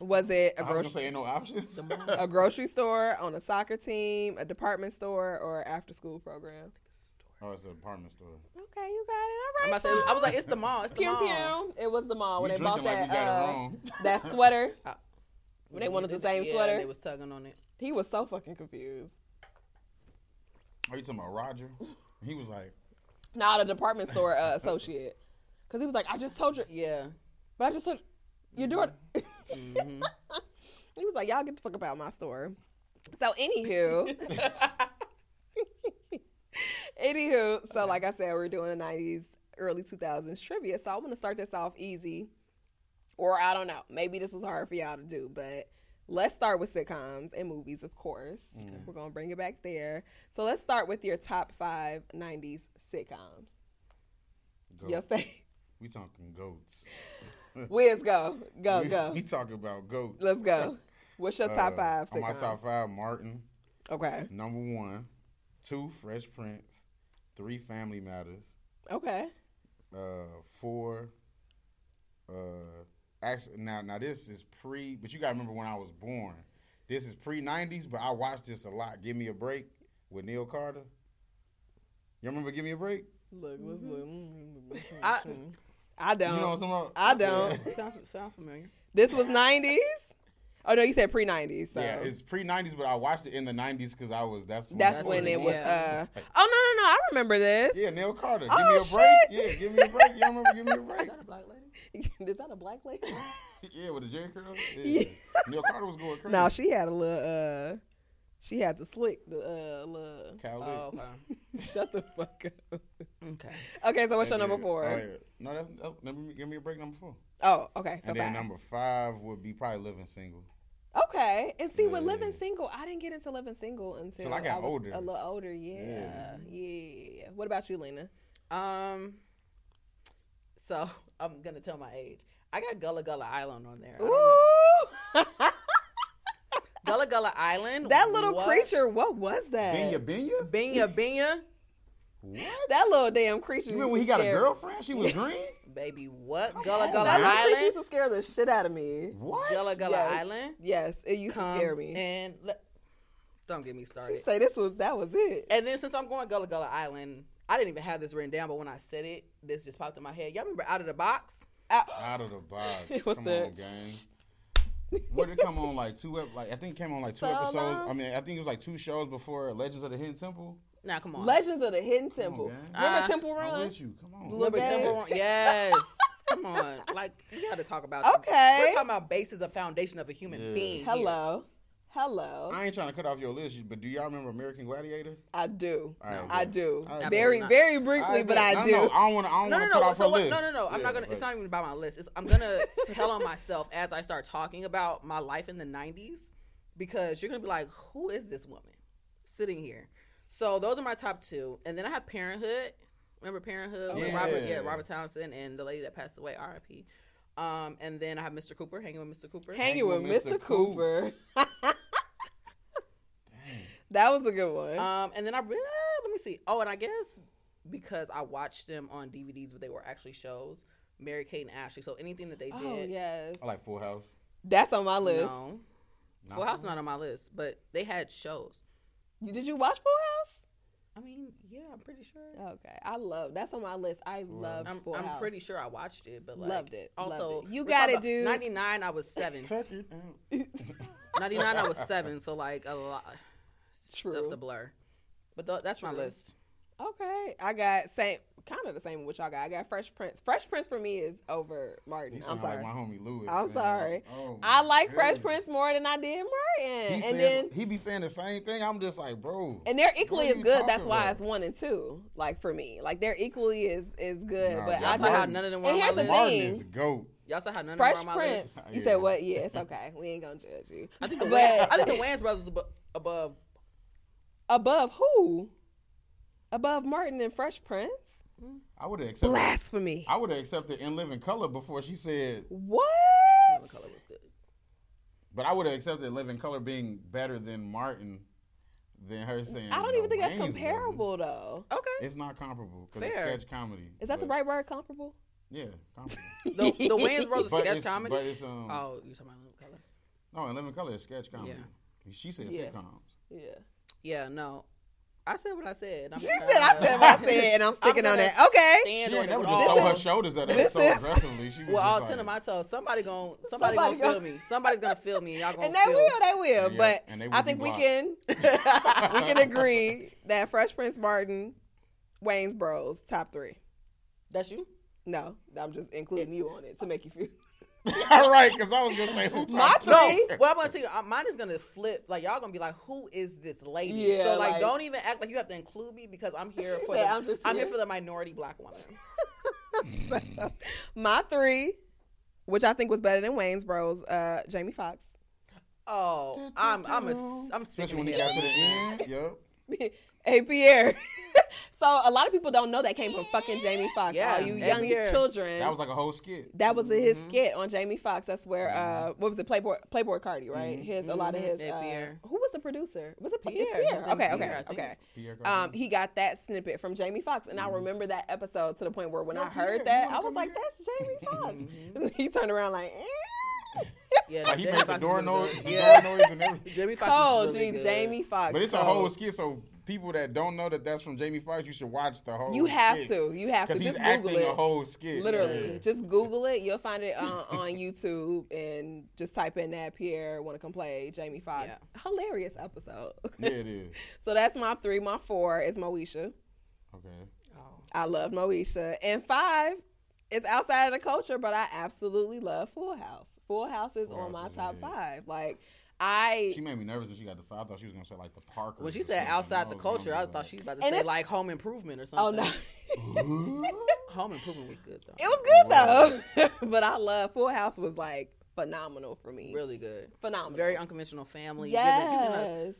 Speaker 1: Was it a
Speaker 2: I was
Speaker 1: grocery?
Speaker 2: gonna say ain't no options.
Speaker 1: a grocery store, on a soccer team, a department store, or after school program.
Speaker 2: oh, it's a department store.
Speaker 1: Okay, you got
Speaker 3: I'm
Speaker 1: it. All
Speaker 3: about
Speaker 1: right.
Speaker 3: to say, I was like, it's the mall. It's the
Speaker 1: Pew
Speaker 3: mall.
Speaker 1: pew. It was the mall when
Speaker 2: we
Speaker 1: Oh, they bought
Speaker 2: drinking like
Speaker 1: that
Speaker 2: we got
Speaker 1: uh,
Speaker 2: it wrong.
Speaker 1: that sweater.
Speaker 3: When
Speaker 1: They wanted the same
Speaker 3: yeah,
Speaker 1: sweater.
Speaker 3: They was tugging on it.
Speaker 1: He was so fucking confused.
Speaker 2: Are you talking about Roger? He was like,
Speaker 1: Not a department store uh, associate, because he was like, "I just told you,
Speaker 3: Yeah.
Speaker 1: but I just told you, your daughter." Mm-hmm.
Speaker 3: Mhm.
Speaker 1: he was like, "Y'all get the fuck about my store." So anywho. Anywho, so like I said, we're doing the 90s, early 2000s trivia. So I want to start this off easy. Or I don't know. Maybe this was hard for y'all to do, but let's start with sitcoms and movies, of course. We're going to bring it back there. So let's start with your top five 90s sitcoms.
Speaker 2: goat.
Speaker 1: Your favorite.
Speaker 2: we talking goats.
Speaker 1: Wiz, go. Go,
Speaker 2: we,
Speaker 1: go.
Speaker 2: We talking about goats.
Speaker 1: Let's go. What's your top
Speaker 2: Uh,
Speaker 1: five
Speaker 2: on
Speaker 1: sitcoms?
Speaker 2: My top five: Martin,
Speaker 1: Okay.
Speaker 2: number one, two, Fresh Prince, three, Family Matters,
Speaker 1: Okay.
Speaker 2: uh, four. Uh, actually, now now this is pre, but you gotta remember when I was born. This is pre '90s, but I watched this a lot. Give me a break with Neil Carter. You remember Give Me a Break?
Speaker 1: Look, let's look.
Speaker 3: I,
Speaker 1: I
Speaker 2: You
Speaker 1: don't.
Speaker 2: know what I'm talking about?
Speaker 1: I don't.
Speaker 3: sounds sounds familiar.
Speaker 1: This was 90s? Oh, no, you said pre 90s. So.
Speaker 2: Yeah, it's pre '90s, but I watched it in the '90s because I was that's when
Speaker 1: That's
Speaker 3: That's
Speaker 1: when
Speaker 3: what
Speaker 1: it
Speaker 3: it
Speaker 1: was.
Speaker 3: was.
Speaker 1: Uh, oh no, no, no! I remember this.
Speaker 2: Yeah, Neil Carter. Give
Speaker 1: Oh,
Speaker 2: me a break.
Speaker 1: shit.
Speaker 2: Yeah, give me a break. You remember? Give me a
Speaker 3: Is
Speaker 2: break.
Speaker 3: that a black lady?
Speaker 1: Is that a black lady?
Speaker 2: Yeah, with the Jerry curls. Yeah. Neil Carter was going crazy.
Speaker 1: no, she had a little. uh She had the slick. The uh, little.
Speaker 2: Cal Lick.
Speaker 3: Oh,
Speaker 1: Shut the fuck up.
Speaker 3: okay. okay.
Speaker 1: Okay, so what's your
Speaker 2: That
Speaker 1: number
Speaker 2: dude.
Speaker 1: four?
Speaker 2: Oh, yeah. No, that's oh, let me- give me a break. Number four.
Speaker 1: Oh, okay. So
Speaker 2: And then
Speaker 1: five.
Speaker 2: number five would be probably living single.
Speaker 1: Okay, and see with
Speaker 2: Yeah.
Speaker 1: living single, I didn't get into living single until
Speaker 2: Till I got
Speaker 1: was
Speaker 2: older.
Speaker 1: A little older, yeah,
Speaker 2: Yeah.
Speaker 1: yeah. yeah. What about you, Lena?
Speaker 3: Um, so I'm gonna tell my age. I got Gullah Gullah Island on there. I don't
Speaker 1: Ooh,
Speaker 3: know. Gullah Gullah Island.
Speaker 1: that little
Speaker 3: what?
Speaker 1: creature. What was that?
Speaker 2: Benya Benya?
Speaker 3: Binya Binya.
Speaker 2: What?
Speaker 1: That little damn creature.
Speaker 2: You
Speaker 1: used
Speaker 2: mean when
Speaker 1: to
Speaker 2: he got a
Speaker 1: scare-
Speaker 2: girlfriend? She was green.
Speaker 3: Baby, what?
Speaker 2: Come
Speaker 3: Gullah
Speaker 2: on,
Speaker 3: Gullah
Speaker 1: That little creature used
Speaker 3: Island.
Speaker 1: to scare the shit out of me.
Speaker 2: What?
Speaker 3: Gullah Gullah
Speaker 1: Yes.
Speaker 3: Island.
Speaker 1: Yes, it used
Speaker 3: Come
Speaker 1: to scare me.
Speaker 3: and let, don't get me
Speaker 1: She
Speaker 3: started.
Speaker 1: say this was that was it.
Speaker 3: And then since I'm going Gullah Gullah Island, I didn't even have this written down, but when I said it, this just popped in my head. Y'all remember Out of the Box? Out-
Speaker 2: Out of the box.
Speaker 1: It was
Speaker 2: come
Speaker 1: the-
Speaker 2: on, gang. What did it come on like two? Ep- like I think it came on like two
Speaker 1: So
Speaker 2: episodes.
Speaker 1: long.
Speaker 2: I mean, I think it was like two shows before Legends of the Hidden Temple.
Speaker 3: now come on.
Speaker 1: Legends of the Hidden Temple.
Speaker 2: gang.
Speaker 1: Remember
Speaker 3: Uh,
Speaker 1: Temple
Speaker 2: I'm
Speaker 1: Run?
Speaker 2: with you. Come on.
Speaker 1: Look
Speaker 3: Remember
Speaker 1: at-
Speaker 3: Timber Run- Yes. Come on. Like we gotta talk about
Speaker 1: Okay.
Speaker 3: We're talking about basis of foundation of a human
Speaker 2: Yeah.
Speaker 3: being. here.
Speaker 1: Hello. Hello.
Speaker 2: I ain't trying to cut off your list, but do y'all remember American Gladiator?
Speaker 1: I do.
Speaker 2: All right,
Speaker 1: I
Speaker 2: bet.
Speaker 1: do.
Speaker 2: All right,
Speaker 1: very,
Speaker 3: bet.
Speaker 1: very briefly, but
Speaker 2: bet.
Speaker 1: I
Speaker 2: No,
Speaker 1: do.
Speaker 2: No, I don't want to. I don't
Speaker 3: No, no,
Speaker 2: want to
Speaker 3: no,
Speaker 2: cut off
Speaker 3: so
Speaker 2: her
Speaker 3: what-
Speaker 2: list.
Speaker 3: no, no, no. I'm
Speaker 2: Yeah,
Speaker 3: not gonna. It's
Speaker 2: but-
Speaker 3: not even about my list. It's, I'm gonna tell on myself as I start talking about my life in the '90s because you're gonna be like, "Who is this woman sitting here?" So those are my top two, and then I have Parenthood. Remember Parenthood with Robert, yeah,
Speaker 2: Yeah.
Speaker 3: Robert Townsend and the lady that passed away, R.I.P. Um, and then I have Mr. Cooper, hanging with Mr. Cooper.
Speaker 1: Hanging with Mr. Cooper.
Speaker 2: Dang.
Speaker 1: that was a good one.
Speaker 3: Um, and then I re- uh, let me see. Oh, and I guess because I watched them on DVDs, but they were actually shows. Mary Kate and Ashley. So anything that they did,
Speaker 1: oh, yes.
Speaker 2: I like Full House.
Speaker 1: That's on my list.
Speaker 3: No, Full House not on my list, but they had shows.
Speaker 1: You- Did you watch Full
Speaker 3: I mean, yeah, I'm pretty sure.
Speaker 1: House? Okay. I love. That's on my list. I love
Speaker 3: I'm,
Speaker 1: Full
Speaker 3: I'm
Speaker 1: House.
Speaker 3: pretty sure I watched it, but like,
Speaker 1: Loved it, loved
Speaker 3: Also,
Speaker 1: it. You
Speaker 3: we're
Speaker 1: got
Speaker 3: talking
Speaker 1: it,
Speaker 3: about
Speaker 1: dude.
Speaker 3: 99, I was seven.
Speaker 2: Check it out.
Speaker 3: 99, I was seven. So like a lot.
Speaker 1: True.
Speaker 3: Stuff's a blur. But th- that's my
Speaker 1: True.
Speaker 3: list.
Speaker 1: Okay, I got same kind of the same with y'all got. I got Fresh Prince. Fresh Prince for me is over Martin.
Speaker 2: You
Speaker 1: I'm
Speaker 2: sound
Speaker 1: sorry.
Speaker 2: like my homie Lewis.
Speaker 1: I'm
Speaker 2: man.
Speaker 1: sorry.
Speaker 2: Oh,
Speaker 1: I
Speaker 2: my
Speaker 1: like Fresh
Speaker 2: goodness.
Speaker 1: Prince more than I did Martin,
Speaker 2: He
Speaker 1: and
Speaker 2: says-
Speaker 1: then
Speaker 2: he be saying the same thing. I'm just like, bro.
Speaker 1: and they're equally
Speaker 2: What
Speaker 1: as
Speaker 2: are you
Speaker 1: good.
Speaker 2: talking
Speaker 1: That's why
Speaker 2: about?
Speaker 1: it's one and two. Like for me, like they're equally as as good.
Speaker 2: Nah,
Speaker 1: but I
Speaker 2: y'all
Speaker 3: Y'all saw
Speaker 1: just
Speaker 3: how
Speaker 2: Martin-
Speaker 3: none of them were on
Speaker 1: and
Speaker 3: my
Speaker 1: here's the
Speaker 3: list.
Speaker 2: Martin
Speaker 1: thing.
Speaker 2: is goat.
Speaker 3: Y'all saw how none
Speaker 1: Fresh
Speaker 3: of them were on my
Speaker 1: Prince.
Speaker 3: list.
Speaker 1: You
Speaker 2: Yeah.
Speaker 1: said what? Yeah, it's okay. We ain't gonna judge you.
Speaker 3: I think the Wayans,
Speaker 1: But-
Speaker 3: I think the Wayans brothers was above.
Speaker 1: Above who? Above Martin and Fresh Prince?
Speaker 2: I would have accepted.
Speaker 1: Blasphemy.
Speaker 2: I would have accepted in living color before she said.
Speaker 1: What?
Speaker 3: The color was good.
Speaker 2: But I would have accepted living color being better than Martin, than her saying.
Speaker 1: I don't
Speaker 2: "No,
Speaker 1: even think that's
Speaker 2: Wayne's loving."
Speaker 1: comparable though.
Speaker 3: Okay.
Speaker 2: It's not comparable because it's
Speaker 3: Fair.
Speaker 2: sketch comedy.
Speaker 1: Is that the
Speaker 2: but-
Speaker 1: right word? Comparable?
Speaker 2: Yeah, comparable.
Speaker 3: The, the Wayans brothers
Speaker 2: but
Speaker 3: sketch
Speaker 2: it's,
Speaker 3: comedy.
Speaker 2: But it's um.
Speaker 3: oh, you talking about the color?
Speaker 2: No, in living color is sketch comedy. She said
Speaker 1: Yeah.
Speaker 2: sitcoms.
Speaker 1: Yeah.
Speaker 3: Yeah, no. I said what I said. I'm
Speaker 1: She
Speaker 3: gonna-
Speaker 1: said I said what I said, and I'm
Speaker 3: I'm
Speaker 1: sticking on
Speaker 3: gonna
Speaker 1: that. Okay.
Speaker 2: She
Speaker 3: stand on
Speaker 2: didn't
Speaker 3: it
Speaker 2: ever
Speaker 3: with
Speaker 2: just
Speaker 3: all-
Speaker 2: throw her shoulders at us so
Speaker 1: This is-
Speaker 2: aggressively. She was
Speaker 3: Well,
Speaker 2: just
Speaker 3: all
Speaker 2: like,
Speaker 3: ten of my toes. Somebody gonna
Speaker 1: Somebody
Speaker 3: somebody, gonna
Speaker 1: gonna-
Speaker 3: feel me. Somebody's gonna feel me. Y'all gonna
Speaker 1: And they
Speaker 3: feel.
Speaker 1: will, they will.
Speaker 2: Yeah,
Speaker 1: but
Speaker 2: and they will
Speaker 1: I
Speaker 2: be
Speaker 1: think we
Speaker 2: blocked.
Speaker 1: can we can agree that Fresh Prince Martin, Wayne's Bros, top three.
Speaker 3: That's you.
Speaker 1: No, I'm just including you on it to make you feel.
Speaker 2: All right, because I was gonna say who
Speaker 1: My
Speaker 2: talked
Speaker 1: No.
Speaker 2: about
Speaker 1: three.
Speaker 2: it?
Speaker 3: Well, I'm gonna tell you, uh, mine is gonna flip. Like y'all gonna be like, "Who is this lady?"
Speaker 1: Yeah,
Speaker 3: so like,
Speaker 1: like-
Speaker 3: don't even act like you have to include me because I'm here
Speaker 1: She
Speaker 3: for
Speaker 1: said,
Speaker 3: the,
Speaker 1: "I'm
Speaker 3: I'm,
Speaker 1: just
Speaker 3: here
Speaker 1: here."
Speaker 3: for the minority black woman.
Speaker 1: My three, which I think was better than Wayne's Bros, uh, Jamie Foxx.
Speaker 3: Oh, I'm I'm a I'm sick
Speaker 2: Especially
Speaker 3: of
Speaker 2: when he
Speaker 3: it.
Speaker 2: got to the end. Yep.
Speaker 1: hey Pierre. so a lot of people don't know that came from fucking Jamie Foxx.
Speaker 3: Yeah,
Speaker 1: all you
Speaker 3: hey,
Speaker 1: young
Speaker 3: Pierre. Mm-hmm.
Speaker 1: children.
Speaker 2: That was like a whole skit.
Speaker 1: That was his skit on Jamie Foxx. That's where uh, what was it? Playboy Playboy Cardi, right? His a lot of
Speaker 3: Mhm.
Speaker 1: his.
Speaker 3: Mm-hmm. Hey,
Speaker 1: Uh,
Speaker 3: Pierre.
Speaker 1: who was the producer? Was it P- it's
Speaker 3: Pierre.
Speaker 1: Pierre?
Speaker 3: His name's
Speaker 1: Okay,
Speaker 3: Pierre, I
Speaker 1: okay,
Speaker 3: think. Mm-hmm.
Speaker 1: okay.
Speaker 2: Pierre
Speaker 1: Um,
Speaker 2: Cardin.
Speaker 1: he got that snippet from Jamie Foxx, and I remember that episode to the point where when
Speaker 2: Yo,
Speaker 1: I heard
Speaker 2: Pierre,
Speaker 1: that,
Speaker 2: you
Speaker 1: I
Speaker 2: wanna
Speaker 1: was
Speaker 2: come
Speaker 1: like,
Speaker 2: here?
Speaker 1: "That's Jamie
Speaker 3: Mm-hmm.
Speaker 1: Foxx." he turned around like, eh.
Speaker 3: Yeah,
Speaker 2: like he
Speaker 3: Jamie
Speaker 2: made
Speaker 3: Foxx
Speaker 2: the
Speaker 3: is
Speaker 2: door
Speaker 3: really
Speaker 2: noise,
Speaker 3: good.
Speaker 2: the
Speaker 1: Yeah.
Speaker 2: door noise and everything.
Speaker 3: Jamie Foxx.
Speaker 1: "Oh,
Speaker 3: is really
Speaker 1: gee,
Speaker 3: good.
Speaker 1: Jamie Foxx."
Speaker 2: But it's a
Speaker 1: So
Speaker 2: whole skit, so people that don't know that that's from Jamie Foxx, you should watch the whole.
Speaker 1: You have
Speaker 2: skit.
Speaker 1: to. You have to.
Speaker 2: oh, Cause he's
Speaker 1: Just
Speaker 2: acting
Speaker 1: Google it.
Speaker 2: a whole skit.
Speaker 1: Literally,
Speaker 2: Yeah.
Speaker 1: just Google it. You'll find it on, on YouTube and just type in that Pierre want to come play Jamie Foxx.
Speaker 3: Yeah.
Speaker 1: Hilarious episode.
Speaker 2: Yeah, it is.
Speaker 1: so that's my three. My four is Moesha.
Speaker 2: Okay.
Speaker 3: Oh.
Speaker 1: I love Moesha. And five is outside of the culture, but I absolutely love Full House. Full House is
Speaker 2: Full
Speaker 1: on
Speaker 2: House
Speaker 1: my
Speaker 2: is
Speaker 1: top
Speaker 2: it.
Speaker 1: five. Like I
Speaker 2: She made me nervous when she got the five. I thought she was gonna say like the Parker.
Speaker 3: When she said outside the culture, I thought she was about to
Speaker 1: And
Speaker 3: say
Speaker 1: it's-
Speaker 3: like home improvement or something.
Speaker 1: oh no.
Speaker 3: Home improvement was good though.
Speaker 1: It was good though. but I love Full House was like phenomenal for me.
Speaker 3: really good.
Speaker 1: Phenomenal.
Speaker 3: Very unconventional family.
Speaker 1: yes.
Speaker 3: Giving, giving us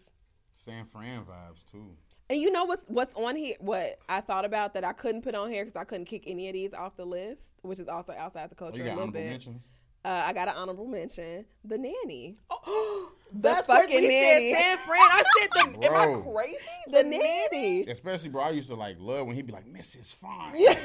Speaker 2: San Fran vibes too.
Speaker 1: And you know what's what's on here? What I thought about that I couldn't put on here because I couldn't kick any of these off the list, which is also outside the
Speaker 2: Oh,
Speaker 1: culture
Speaker 2: you
Speaker 1: a
Speaker 2: got
Speaker 1: little
Speaker 2: honorable
Speaker 1: bit.
Speaker 2: mentions.
Speaker 1: Uh, I got an honorable mention: the nanny,
Speaker 3: Oh,
Speaker 1: the
Speaker 3: That's crazy.
Speaker 1: fucking
Speaker 3: He
Speaker 1: nanny,
Speaker 3: Said San Fran. I said the. Am I
Speaker 2: Bro.
Speaker 3: crazy?
Speaker 1: the nanny.
Speaker 2: Especially, bro, I used to like love when he'd be like, "Mrs. Fine."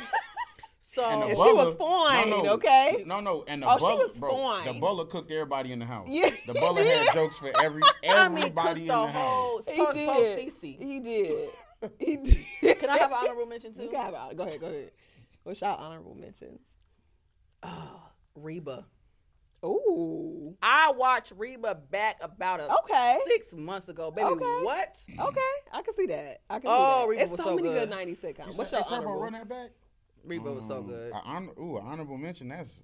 Speaker 3: So
Speaker 1: And Oh, she was fine,
Speaker 2: no, no,
Speaker 1: okay?
Speaker 2: No, no, and the
Speaker 1: Oh, she
Speaker 2: butler,
Speaker 1: was
Speaker 2: bro,
Speaker 1: fine.
Speaker 2: the butler cooked everybody in the house.
Speaker 1: Yeah,
Speaker 2: the
Speaker 1: he
Speaker 2: butler
Speaker 1: did.
Speaker 2: had jokes for every
Speaker 3: I mean, cooked
Speaker 2: everybody in
Speaker 3: the
Speaker 2: the house.
Speaker 3: whole.
Speaker 1: he
Speaker 3: po-
Speaker 1: did.
Speaker 3: post Cece.
Speaker 1: He did.
Speaker 3: Can I have an honorable mention too?
Speaker 1: You can have it. Go ahead. Go ahead. What's your honorable mention?
Speaker 3: Oh, Reba.
Speaker 1: Ooh.
Speaker 3: I watched Reba back about a
Speaker 1: Okay.
Speaker 3: six months ago, baby.
Speaker 1: Okay.
Speaker 3: What?
Speaker 1: Okay, I can see that. I can
Speaker 3: Oh,
Speaker 1: see
Speaker 3: Reba
Speaker 1: that. It's
Speaker 3: was
Speaker 1: so,
Speaker 3: so
Speaker 1: many
Speaker 3: good.
Speaker 1: good '90s sitcoms. What's your
Speaker 2: said, hey, Turbo,
Speaker 1: honorable?
Speaker 2: run that back?
Speaker 3: Reba was so
Speaker 2: Um,
Speaker 3: good.
Speaker 2: a honor- ooh, a honorable mention. That's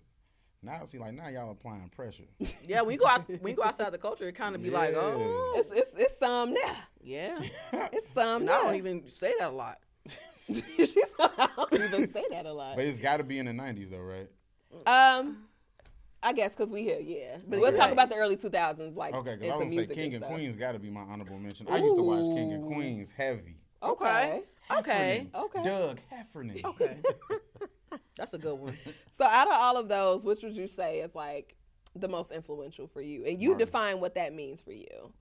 Speaker 2: now. See, like now y'all applying pressure.
Speaker 3: Yeah, when you go out, when you go outside the culture, it kind of be like,
Speaker 2: Yeah.
Speaker 3: oh,
Speaker 1: It's, it's it's some now.
Speaker 3: yeah.
Speaker 1: It's some
Speaker 3: And
Speaker 1: now.
Speaker 3: I don't even say that a lot.
Speaker 1: She's, I don't even say that a lot.
Speaker 2: but it's got to be in the '90s though, right?
Speaker 1: Um, I guess because we here, yeah. But we'll
Speaker 2: Okay.
Speaker 1: talk about the early 2000s, like
Speaker 2: Okay, because
Speaker 1: into
Speaker 2: I would say
Speaker 1: music
Speaker 2: King and
Speaker 1: stuff.
Speaker 2: Queens got to be my honorable mention. I used to watch King and
Speaker 1: Ooh.
Speaker 2: Queens heavy.
Speaker 1: Okay.
Speaker 3: Okay.
Speaker 2: Heffernan,
Speaker 1: Okay.
Speaker 2: Doug Heffernan.
Speaker 3: Okay. That's a good one.
Speaker 1: So out of all of those, which would you say is like the most influential for you? And you
Speaker 2: Martin.
Speaker 1: define what that means for you.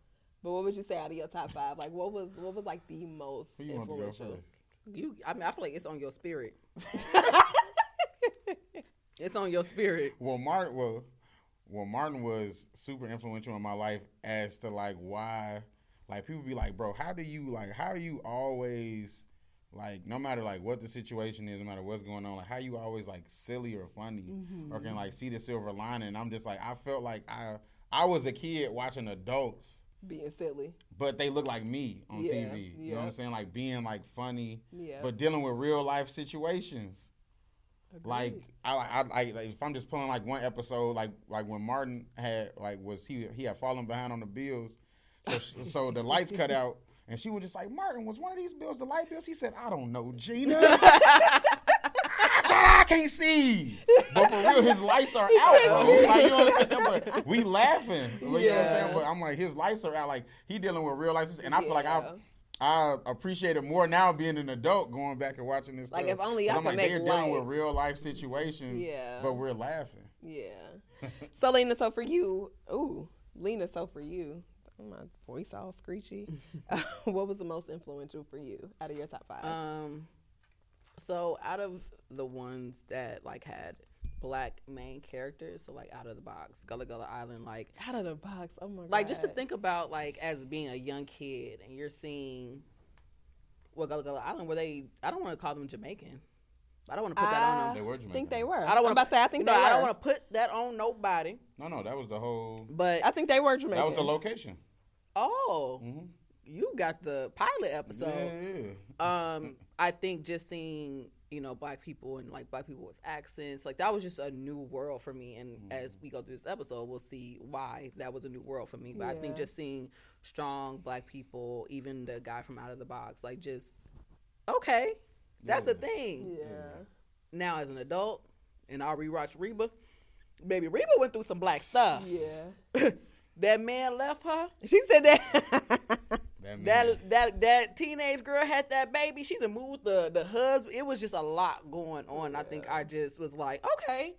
Speaker 1: But what would you say out of your top five? Like, what was what was like the most
Speaker 2: Who you want to go first?
Speaker 1: influential?
Speaker 3: You, I mean, I feel like it's on your spirit. it's on your spirit.
Speaker 2: Well, Martin. Well, well, Martin was super influential in my life as to like why, like people be like, bro, how do you like? How are you always like, no matter like what the situation is, no matter what's going on, like how you always like silly or funny or
Speaker 1: Mm-hmm.
Speaker 2: can like see the silver lining? And I'm just like, I felt like I I was a kid watching adults.
Speaker 1: Being silly.
Speaker 2: but they look like me on
Speaker 1: Yeah,
Speaker 2: TV. You know what
Speaker 1: yeah.
Speaker 2: I'm saying? Like being like funny,
Speaker 1: Yeah.
Speaker 2: but dealing with real life situations. Like
Speaker 1: Agreed.
Speaker 2: I, I, I like, if I'm just pulling like one episode, like like when Martin had like was he he had fallen behind on the bills, so sh- so the lights cut out. And she was just like, Martin, was one of these bills the light bills? He said, I don't know, Gina. I can't see. But for real, his lights are out, bro. Like, you know what I'm saying? But we laughing. Like, You know what I'm
Speaker 1: Yeah.
Speaker 2: saying? But I'm like, his lights are out. Like, he dealing with real life. And I feel like I
Speaker 1: Yeah.
Speaker 2: I appreciate it more now being an adult going back and watching this
Speaker 1: Like,
Speaker 2: stuff.
Speaker 1: if only
Speaker 2: 'Cause
Speaker 1: I
Speaker 2: I'm
Speaker 1: could
Speaker 2: like,
Speaker 1: make
Speaker 2: they're
Speaker 1: light.
Speaker 2: dealing with real life situations.
Speaker 1: Yeah.
Speaker 2: But we're laughing.
Speaker 1: Yeah. so Lena, so for you, ooh, Lena, so for you, my voice all screechy. what was the most influential for you out of your top five?
Speaker 3: Um, so out of the ones that like had black main characters, so like out of the box, Gullah Gullah Island, like
Speaker 1: out of the box, oh my god!
Speaker 3: like just to think about like as being a young kid and you're seeing well Gullah Gullah Island where they I don't want to call them Jamaican. I don't want to put that on
Speaker 1: I
Speaker 2: They
Speaker 3: them.
Speaker 2: were
Speaker 1: think
Speaker 2: Jamaican.
Speaker 1: they were.
Speaker 3: I don't
Speaker 1: Ah. I'm
Speaker 3: want
Speaker 1: about to say I think
Speaker 3: no,
Speaker 1: they
Speaker 3: I don't
Speaker 1: were.
Speaker 3: want to put that on nobody.
Speaker 2: No, no, that was the whole.
Speaker 3: But
Speaker 1: I Mm-hmm. think they were Jamaican.
Speaker 2: That was the location.
Speaker 3: oh, you got the pilot episode.
Speaker 2: yeah, yeah.
Speaker 3: um i think just seeing you know black people and like black people with accents like that was just a new world for me and as we go through this episode we'll see why that was a new world for me but i think
Speaker 1: Yeah.
Speaker 3: just seeing strong black people even the guy from out of the box like just okay that's a
Speaker 2: Yeah.
Speaker 3: thing
Speaker 1: Yeah.
Speaker 3: now as an adult and i'll rewatch reba baby reba went through some black stuff
Speaker 1: Yeah.
Speaker 3: that man left her
Speaker 1: She said that.
Speaker 2: That, man-
Speaker 3: That that that teenage girl had that baby. She done moved the the husband. It was just a lot going on. I think I just was like, okay,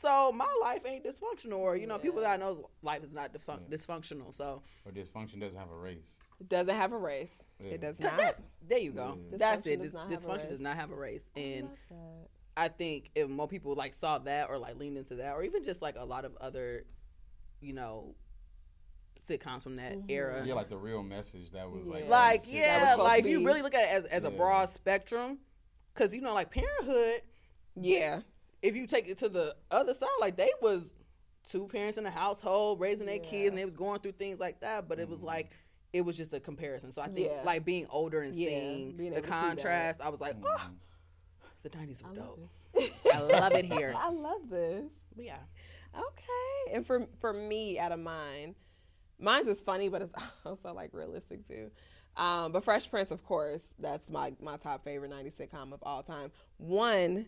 Speaker 3: so my life ain't dysfunctional, or you know, people that I know's life is not defun- dysfunctional. So
Speaker 2: or dysfunction doesn't have a race.
Speaker 1: doesn't have a race.
Speaker 2: Yeah.
Speaker 1: It does
Speaker 3: 'cause
Speaker 1: not.
Speaker 3: that's, there you go.
Speaker 1: Yeah.
Speaker 3: That's
Speaker 1: Dysfunction
Speaker 3: it.
Speaker 1: does
Speaker 3: Dys-
Speaker 1: not have a
Speaker 3: dysfunction
Speaker 1: race. Oh,
Speaker 3: does not have a race, and
Speaker 1: Love that.
Speaker 3: I think if more people like saw that or like leaned into that, or even just like a lot of other, you know, sitcoms from
Speaker 1: Mm-hmm.
Speaker 3: that era,
Speaker 2: Yeah, like the real message that was like.
Speaker 1: Yeah.
Speaker 3: like
Speaker 2: honestly-
Speaker 1: was
Speaker 3: yeah,
Speaker 1: supposed
Speaker 3: like
Speaker 1: to
Speaker 3: if you
Speaker 1: be-
Speaker 3: really look at it as as a
Speaker 2: Yeah.
Speaker 3: broad spectrum, because you know, like Parenthood,
Speaker 1: Yeah.
Speaker 3: if you take it to the other side, like they was two parents in the household raising their
Speaker 1: Yeah.
Speaker 3: kids, and they was going through things like that. But it was like it was just a comparison. So I think
Speaker 1: Yeah.
Speaker 3: like being older and
Speaker 1: Yeah,
Speaker 3: seeing
Speaker 1: being able to
Speaker 3: the
Speaker 1: see that.
Speaker 3: contrast, I was like, oh,
Speaker 2: Mhm.
Speaker 3: the nineties were
Speaker 1: I love
Speaker 3: dope. I love it here.
Speaker 1: I love this.
Speaker 3: But yeah,
Speaker 1: Okay. And for for me, out of mine, mine's is funny, but it's also like realistic too. Um, but Fresh Prince, of course, that's my my top favorite '90s sitcom of all time. One,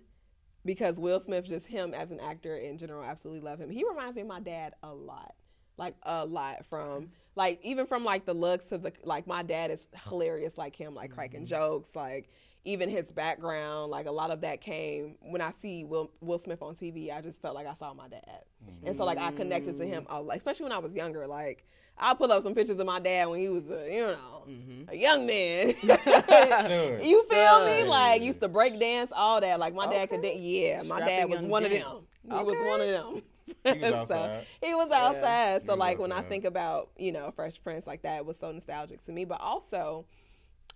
Speaker 1: because Will Smith, just him as an actor in general, I absolutely love him. He reminds me of my dad a lot, like a lot. From like even from like the looks to the like my dad is hilarious like him, like cracking jokes, like even his background, like a lot of that came when I see Will Will Smith on TV. I just felt like I saw my dad, and so like I connected to him a lot, especially when I was younger. Like I pull up some pictures of my dad when he was a you know a young man.
Speaker 2: Stud.
Speaker 1: You feel me?
Speaker 2: Stud.
Speaker 1: Like used to break dance, all that. Like my dad could dance. Yeah, my
Speaker 3: Strapping
Speaker 1: dad was
Speaker 3: young
Speaker 1: one of
Speaker 3: gent.
Speaker 1: them. He was one of them.
Speaker 2: He was outside.
Speaker 1: so, he was outside.
Speaker 2: He
Speaker 1: So
Speaker 2: was
Speaker 1: like when I
Speaker 2: outside.
Speaker 1: think about you know Fresh Prince, like that was so nostalgic to me. But also,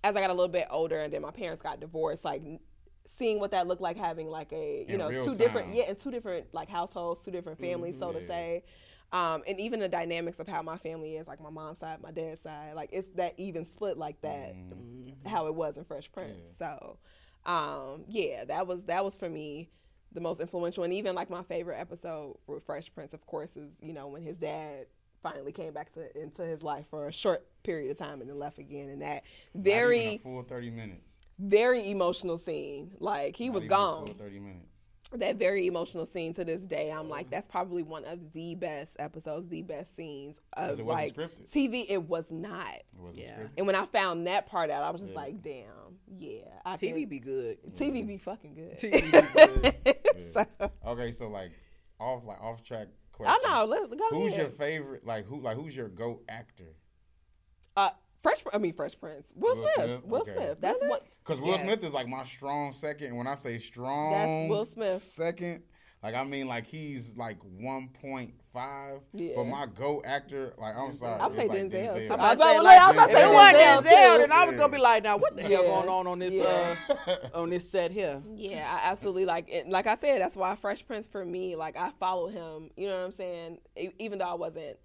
Speaker 1: as I got a little bit older and then my parents got divorced, like n- seeing what that looked like having like a you
Speaker 2: In
Speaker 1: know
Speaker 2: real
Speaker 1: two different
Speaker 2: time.
Speaker 1: yeah and two different like households, two different families, so to
Speaker 2: Mm-hmm, Yeah.
Speaker 1: say. Um, and even the dynamics of how my family is, like my mom's side, my dad's side, like it's that even split like that,
Speaker 2: Mm-hmm.
Speaker 1: how it was in Fresh Prince. So, um, yeah, that was that was for me the most influential, and even like my favorite episode with Fresh Prince, of course, is you know when his dad finally came back to, into his life for a short period of time and then left again, and that
Speaker 2: Not even
Speaker 1: very
Speaker 2: a full thirty minutes.
Speaker 1: very emotional scene. Like he
Speaker 2: Not
Speaker 1: was
Speaker 2: even a
Speaker 1: gone.
Speaker 2: Full thirty minutes.
Speaker 1: That very emotional scene to this day. I'm like, that's probably one of the best episodes, the best scenes of
Speaker 2: it
Speaker 1: like
Speaker 2: wasn't scripted.
Speaker 1: TV. It was not.
Speaker 2: It wasn't
Speaker 3: Yeah.
Speaker 2: scripted.
Speaker 1: And when I found that part out, I was just
Speaker 2: Yeah.
Speaker 1: like, damn, yeah. I
Speaker 3: TV
Speaker 1: could-
Speaker 3: be good.
Speaker 1: TV be fucking good.
Speaker 3: TV be good.
Speaker 2: Yeah. Okay, so like off like off track question.
Speaker 1: I know. Let's go
Speaker 2: Who's your
Speaker 1: ahead.
Speaker 2: favorite? Like who? Like who's your go actor?
Speaker 1: uh, Fresh? I mean, Fresh Prince. Will
Speaker 2: Will
Speaker 1: Smith.
Speaker 2: Smith?
Speaker 1: Will
Speaker 2: Okay.
Speaker 1: Smith. That's what.
Speaker 2: Because Will
Speaker 1: Yes.
Speaker 2: Smith is like my strong second. And when I say strong,
Speaker 1: That's Will Smith.
Speaker 2: Second, like I mean like he's like one point five.
Speaker 1: Yeah.
Speaker 2: But my go actor, like I'm sorry,
Speaker 1: I'm
Speaker 2: it's
Speaker 1: say
Speaker 2: like
Speaker 1: Denzel, too.
Speaker 3: I'm
Speaker 1: I
Speaker 3: about
Speaker 1: was
Speaker 3: to say,
Speaker 1: about-
Speaker 3: like,
Speaker 1: I'm about
Speaker 2: to
Speaker 3: if
Speaker 2: say
Speaker 3: it wasn't
Speaker 2: Denzel,
Speaker 3: Denzel,
Speaker 1: too.
Speaker 3: then I was gonna be like, now what the hell
Speaker 1: Yeah.
Speaker 3: going on on this
Speaker 1: Yeah.
Speaker 2: Denzel.
Speaker 3: uh, on this set here?
Speaker 1: Yeah, I absolutely like it. Like I said, that's why Fresh Prince for me, like I followed him, you know what I'm saying? E- Even though I wasn't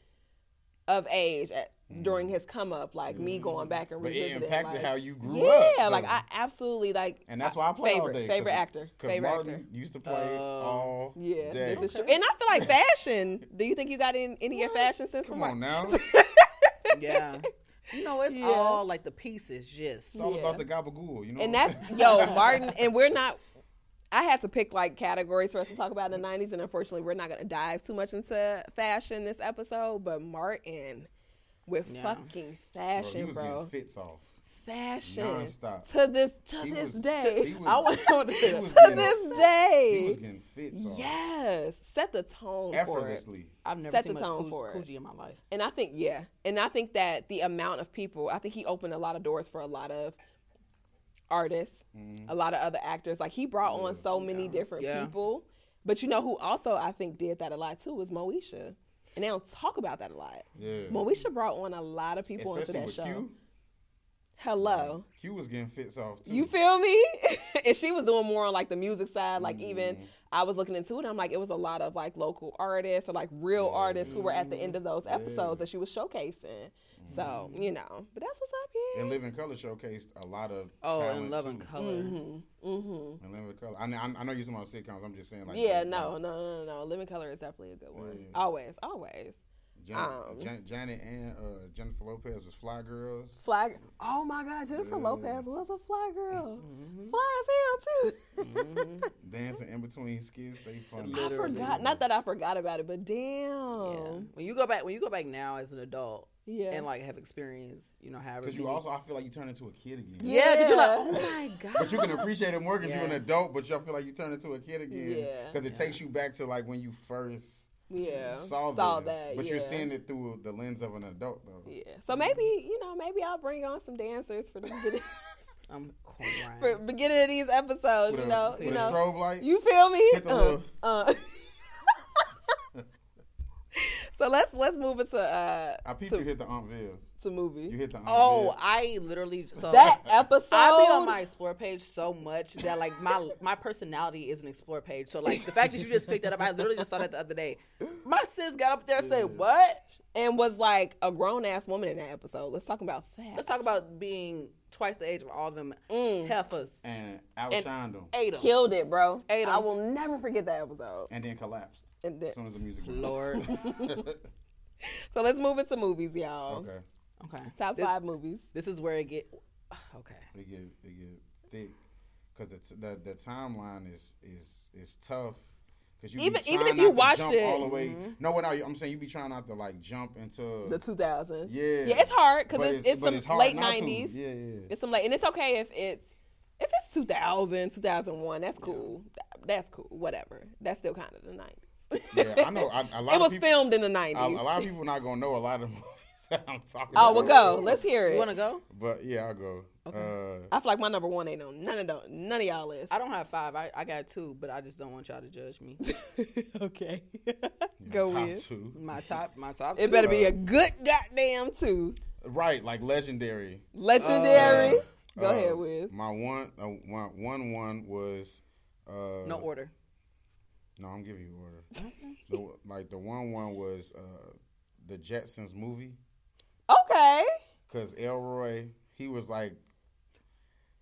Speaker 1: of age at, during his come up, like me going back and
Speaker 2: Mm. But it
Speaker 1: revisiting.
Speaker 2: impacted
Speaker 1: like,
Speaker 2: how you grew
Speaker 1: yeah,
Speaker 2: up.
Speaker 1: like
Speaker 2: though.
Speaker 1: I absolutely like.
Speaker 2: And that's why I play
Speaker 1: favorite,
Speaker 2: all day.
Speaker 1: Favorite actor.
Speaker 2: Because
Speaker 1: Favorite
Speaker 2: Martin
Speaker 1: actor.
Speaker 2: used to play
Speaker 3: Uh,
Speaker 2: all
Speaker 1: Yeah,
Speaker 2: day.
Speaker 1: this is true. And I feel like fashion. Do you think you got in any of your fashion sense from
Speaker 2: Come
Speaker 1: Martin?
Speaker 2: on now.
Speaker 3: Yeah, you know, it's
Speaker 1: Yeah.
Speaker 3: all like the pieces, just
Speaker 2: It's all
Speaker 1: Yeah.
Speaker 2: about the gabagool, you know.
Speaker 1: And that's yo, Martin, and we're not. I had to pick like categories for us to talk about in the '90s, and unfortunately, we're not going to dive too much into fashion this episode. But Martin with
Speaker 3: Yeah.
Speaker 1: fucking
Speaker 2: bro, he
Speaker 1: fashion,
Speaker 2: was
Speaker 1: bro,
Speaker 2: getting fits off.
Speaker 1: fashion
Speaker 2: nonstop.
Speaker 1: to this to
Speaker 2: He
Speaker 1: this
Speaker 2: was-
Speaker 1: day,
Speaker 2: he
Speaker 1: I
Speaker 2: was-
Speaker 1: want
Speaker 3: I want to say
Speaker 2: he
Speaker 3: that.
Speaker 2: was
Speaker 1: to
Speaker 2: getting-
Speaker 1: this
Speaker 2: He was
Speaker 1: day.
Speaker 2: getting fits off.
Speaker 1: Yes, set the tone for it.
Speaker 2: Effortlessly.
Speaker 3: I've never
Speaker 1: Set
Speaker 3: seen
Speaker 1: the
Speaker 3: much
Speaker 1: tone
Speaker 3: coo-
Speaker 1: for it.
Speaker 3: coochie in my life.
Speaker 1: And I think yeah, and I think that the amount of people, I think he opened a lot of doors for a lot of artists,
Speaker 2: Mm-hmm.
Speaker 1: a lot of other actors. Like he brought on so many different
Speaker 3: Yeah.
Speaker 1: people. But you know who also I think did that a lot too was Moesha, and they don't talk about that a lot.
Speaker 2: Yeah.
Speaker 1: Moesha brought on a lot of people
Speaker 2: Especially
Speaker 1: onto that
Speaker 2: with
Speaker 1: show.
Speaker 2: Q.
Speaker 1: Hello.
Speaker 2: Q was getting fits off too.
Speaker 1: You feel me? and she was doing more on like the music side. Like
Speaker 3: Mm.
Speaker 1: even I was looking into it. I'm like, it was a lot of like local artists or like real artists who were at the end of those episodes that she was showcasing. So
Speaker 3: Mm.
Speaker 1: you know, but that's what's up here.
Speaker 2: and Living Color showcased a lot of
Speaker 3: Oh,
Speaker 2: talent
Speaker 3: and love and
Speaker 2: too.
Speaker 3: color.
Speaker 1: Mm-hmm.
Speaker 2: And Living Color. I know, I know you're talking about sitcoms. I'm just saying like uh,
Speaker 1: yeah,
Speaker 2: like,
Speaker 1: no, no, no, no, no. Living Color is definitely a good one.
Speaker 2: Yeah.
Speaker 1: Always, always.
Speaker 2: Jan-
Speaker 1: Um,
Speaker 2: Jan- Janet and uh, Jennifer Lopez was Fly Girls.
Speaker 1: Flag. Oh my God, Jennifer
Speaker 2: Yeah.
Speaker 1: Lopez was a fly girl.
Speaker 3: Mm-hmm.
Speaker 1: Fly as hell too.
Speaker 2: Dancing in between skits, they funny.
Speaker 1: I
Speaker 3: Literally.
Speaker 1: forgot. Not that I forgot about it, but
Speaker 3: Yeah.
Speaker 1: damn.
Speaker 3: When you go back, when you go back now as an adult,
Speaker 1: Oh. Yeah.
Speaker 3: and like have experience, you know, however.
Speaker 2: Because you
Speaker 3: many-
Speaker 2: also, I feel like you turn into a kid again.
Speaker 3: yeah, 'cause you're
Speaker 1: Yeah.
Speaker 3: like, oh my god.
Speaker 2: But you can appreciate it more because you're an
Speaker 3: Yeah.
Speaker 2: adult, but y'all feel like you turn into a kid again.
Speaker 1: Yeah.
Speaker 2: Because it takes you back to like when you first
Speaker 1: Yeah.
Speaker 2: saw,
Speaker 1: Saw
Speaker 2: this.
Speaker 1: that,
Speaker 2: But you're
Speaker 1: yeah.
Speaker 2: seeing it through the lens of an adult though.
Speaker 1: Yeah. So maybe you know, maybe I'll bring on some dancers for the beginning,
Speaker 3: I'm
Speaker 1: for
Speaker 3: crying.
Speaker 1: beginning of these episodes. You
Speaker 2: With a-
Speaker 1: know,
Speaker 2: with
Speaker 1: you
Speaker 2: a
Speaker 1: know,
Speaker 2: strobe light.
Speaker 1: you feel me?
Speaker 2: Hit the
Speaker 1: Uh,
Speaker 2: little-
Speaker 1: uh. so let's let's move into uh
Speaker 2: I peeped
Speaker 1: to,
Speaker 2: you hit the Aunt Viv.
Speaker 1: to
Speaker 2: You
Speaker 1: movie.
Speaker 2: hit the Aunt
Speaker 3: Oh,
Speaker 2: Viv.
Speaker 3: I literally so
Speaker 1: That episode.
Speaker 3: I be on my explore page so much that like my my personality is an explore page. So like the fact that you just picked that up, I literally just saw that the other day. My sis got up there and said, "What?
Speaker 1: and was like a grown ass woman in that episode. Let's talk about that.
Speaker 3: Let's talk about being twice the age of all them
Speaker 1: Mm.
Speaker 3: heifers."
Speaker 2: and outshined them.
Speaker 3: Ate 'em.
Speaker 1: killed it, bro.
Speaker 3: Ate 'em.
Speaker 1: I will never forget that episode.
Speaker 2: And then collapsed.
Speaker 1: And then-
Speaker 2: as soon as the music went.
Speaker 3: Lord.
Speaker 1: So let's move into movies, y'all.
Speaker 2: okay.
Speaker 3: Okay.
Speaker 1: Top
Speaker 3: This-
Speaker 1: five movies.
Speaker 3: This is where it get okay.
Speaker 2: They get they get thick. Cause the, t- the the timeline is is is tough. Cause you be
Speaker 1: Even- even
Speaker 2: trying
Speaker 1: if you
Speaker 2: not to
Speaker 1: watched
Speaker 2: jump
Speaker 1: it. Mm-hmm.
Speaker 2: all the way. No, what I, I'm saying you be trying not to like jump into
Speaker 1: The 2000s.
Speaker 2: Yeah.
Speaker 1: Yeah, it's hard because
Speaker 2: But
Speaker 1: it's, it's
Speaker 2: but
Speaker 1: some
Speaker 2: hard
Speaker 1: late
Speaker 2: not to.
Speaker 1: 90s.
Speaker 2: Yeah, yeah.
Speaker 1: It's some late, and it's okay if it's if it's 2000, 2001. That's cool. Th- That's cool. Whatever. That's still kind of the 90s.
Speaker 2: yeah, I know. I, a lot
Speaker 1: it
Speaker 2: of
Speaker 1: was
Speaker 2: people,
Speaker 1: filmed in the
Speaker 2: A, a
Speaker 1: 90s.
Speaker 2: lot of people not gonna know a lot of movies that I'm talking
Speaker 1: oh,
Speaker 2: about.
Speaker 1: well, go. Let's hear it.
Speaker 3: You want to go?
Speaker 2: But yeah, I'll go. Uh,
Speaker 1: I feel like my number one ain't on none of the, none of y'all list.
Speaker 3: I don't have five. I, I got two, but I just don't want y'all to judge me.
Speaker 1: okay. go
Speaker 2: top
Speaker 1: with.
Speaker 2: two. Uh,
Speaker 3: My top, my top.
Speaker 1: It
Speaker 3: two.
Speaker 1: better be a good goddamn two.
Speaker 2: Right, like legendary.
Speaker 1: Legendary.
Speaker 2: Uh,
Speaker 1: Go
Speaker 2: Uh,
Speaker 1: ahead, Wiz.
Speaker 2: My one, uh, my one one was. Uh,
Speaker 3: No order.
Speaker 2: No, I'm giving you order. the, like the one one was uh, the Jetsons movie
Speaker 1: Okay.
Speaker 2: because Elroy he was like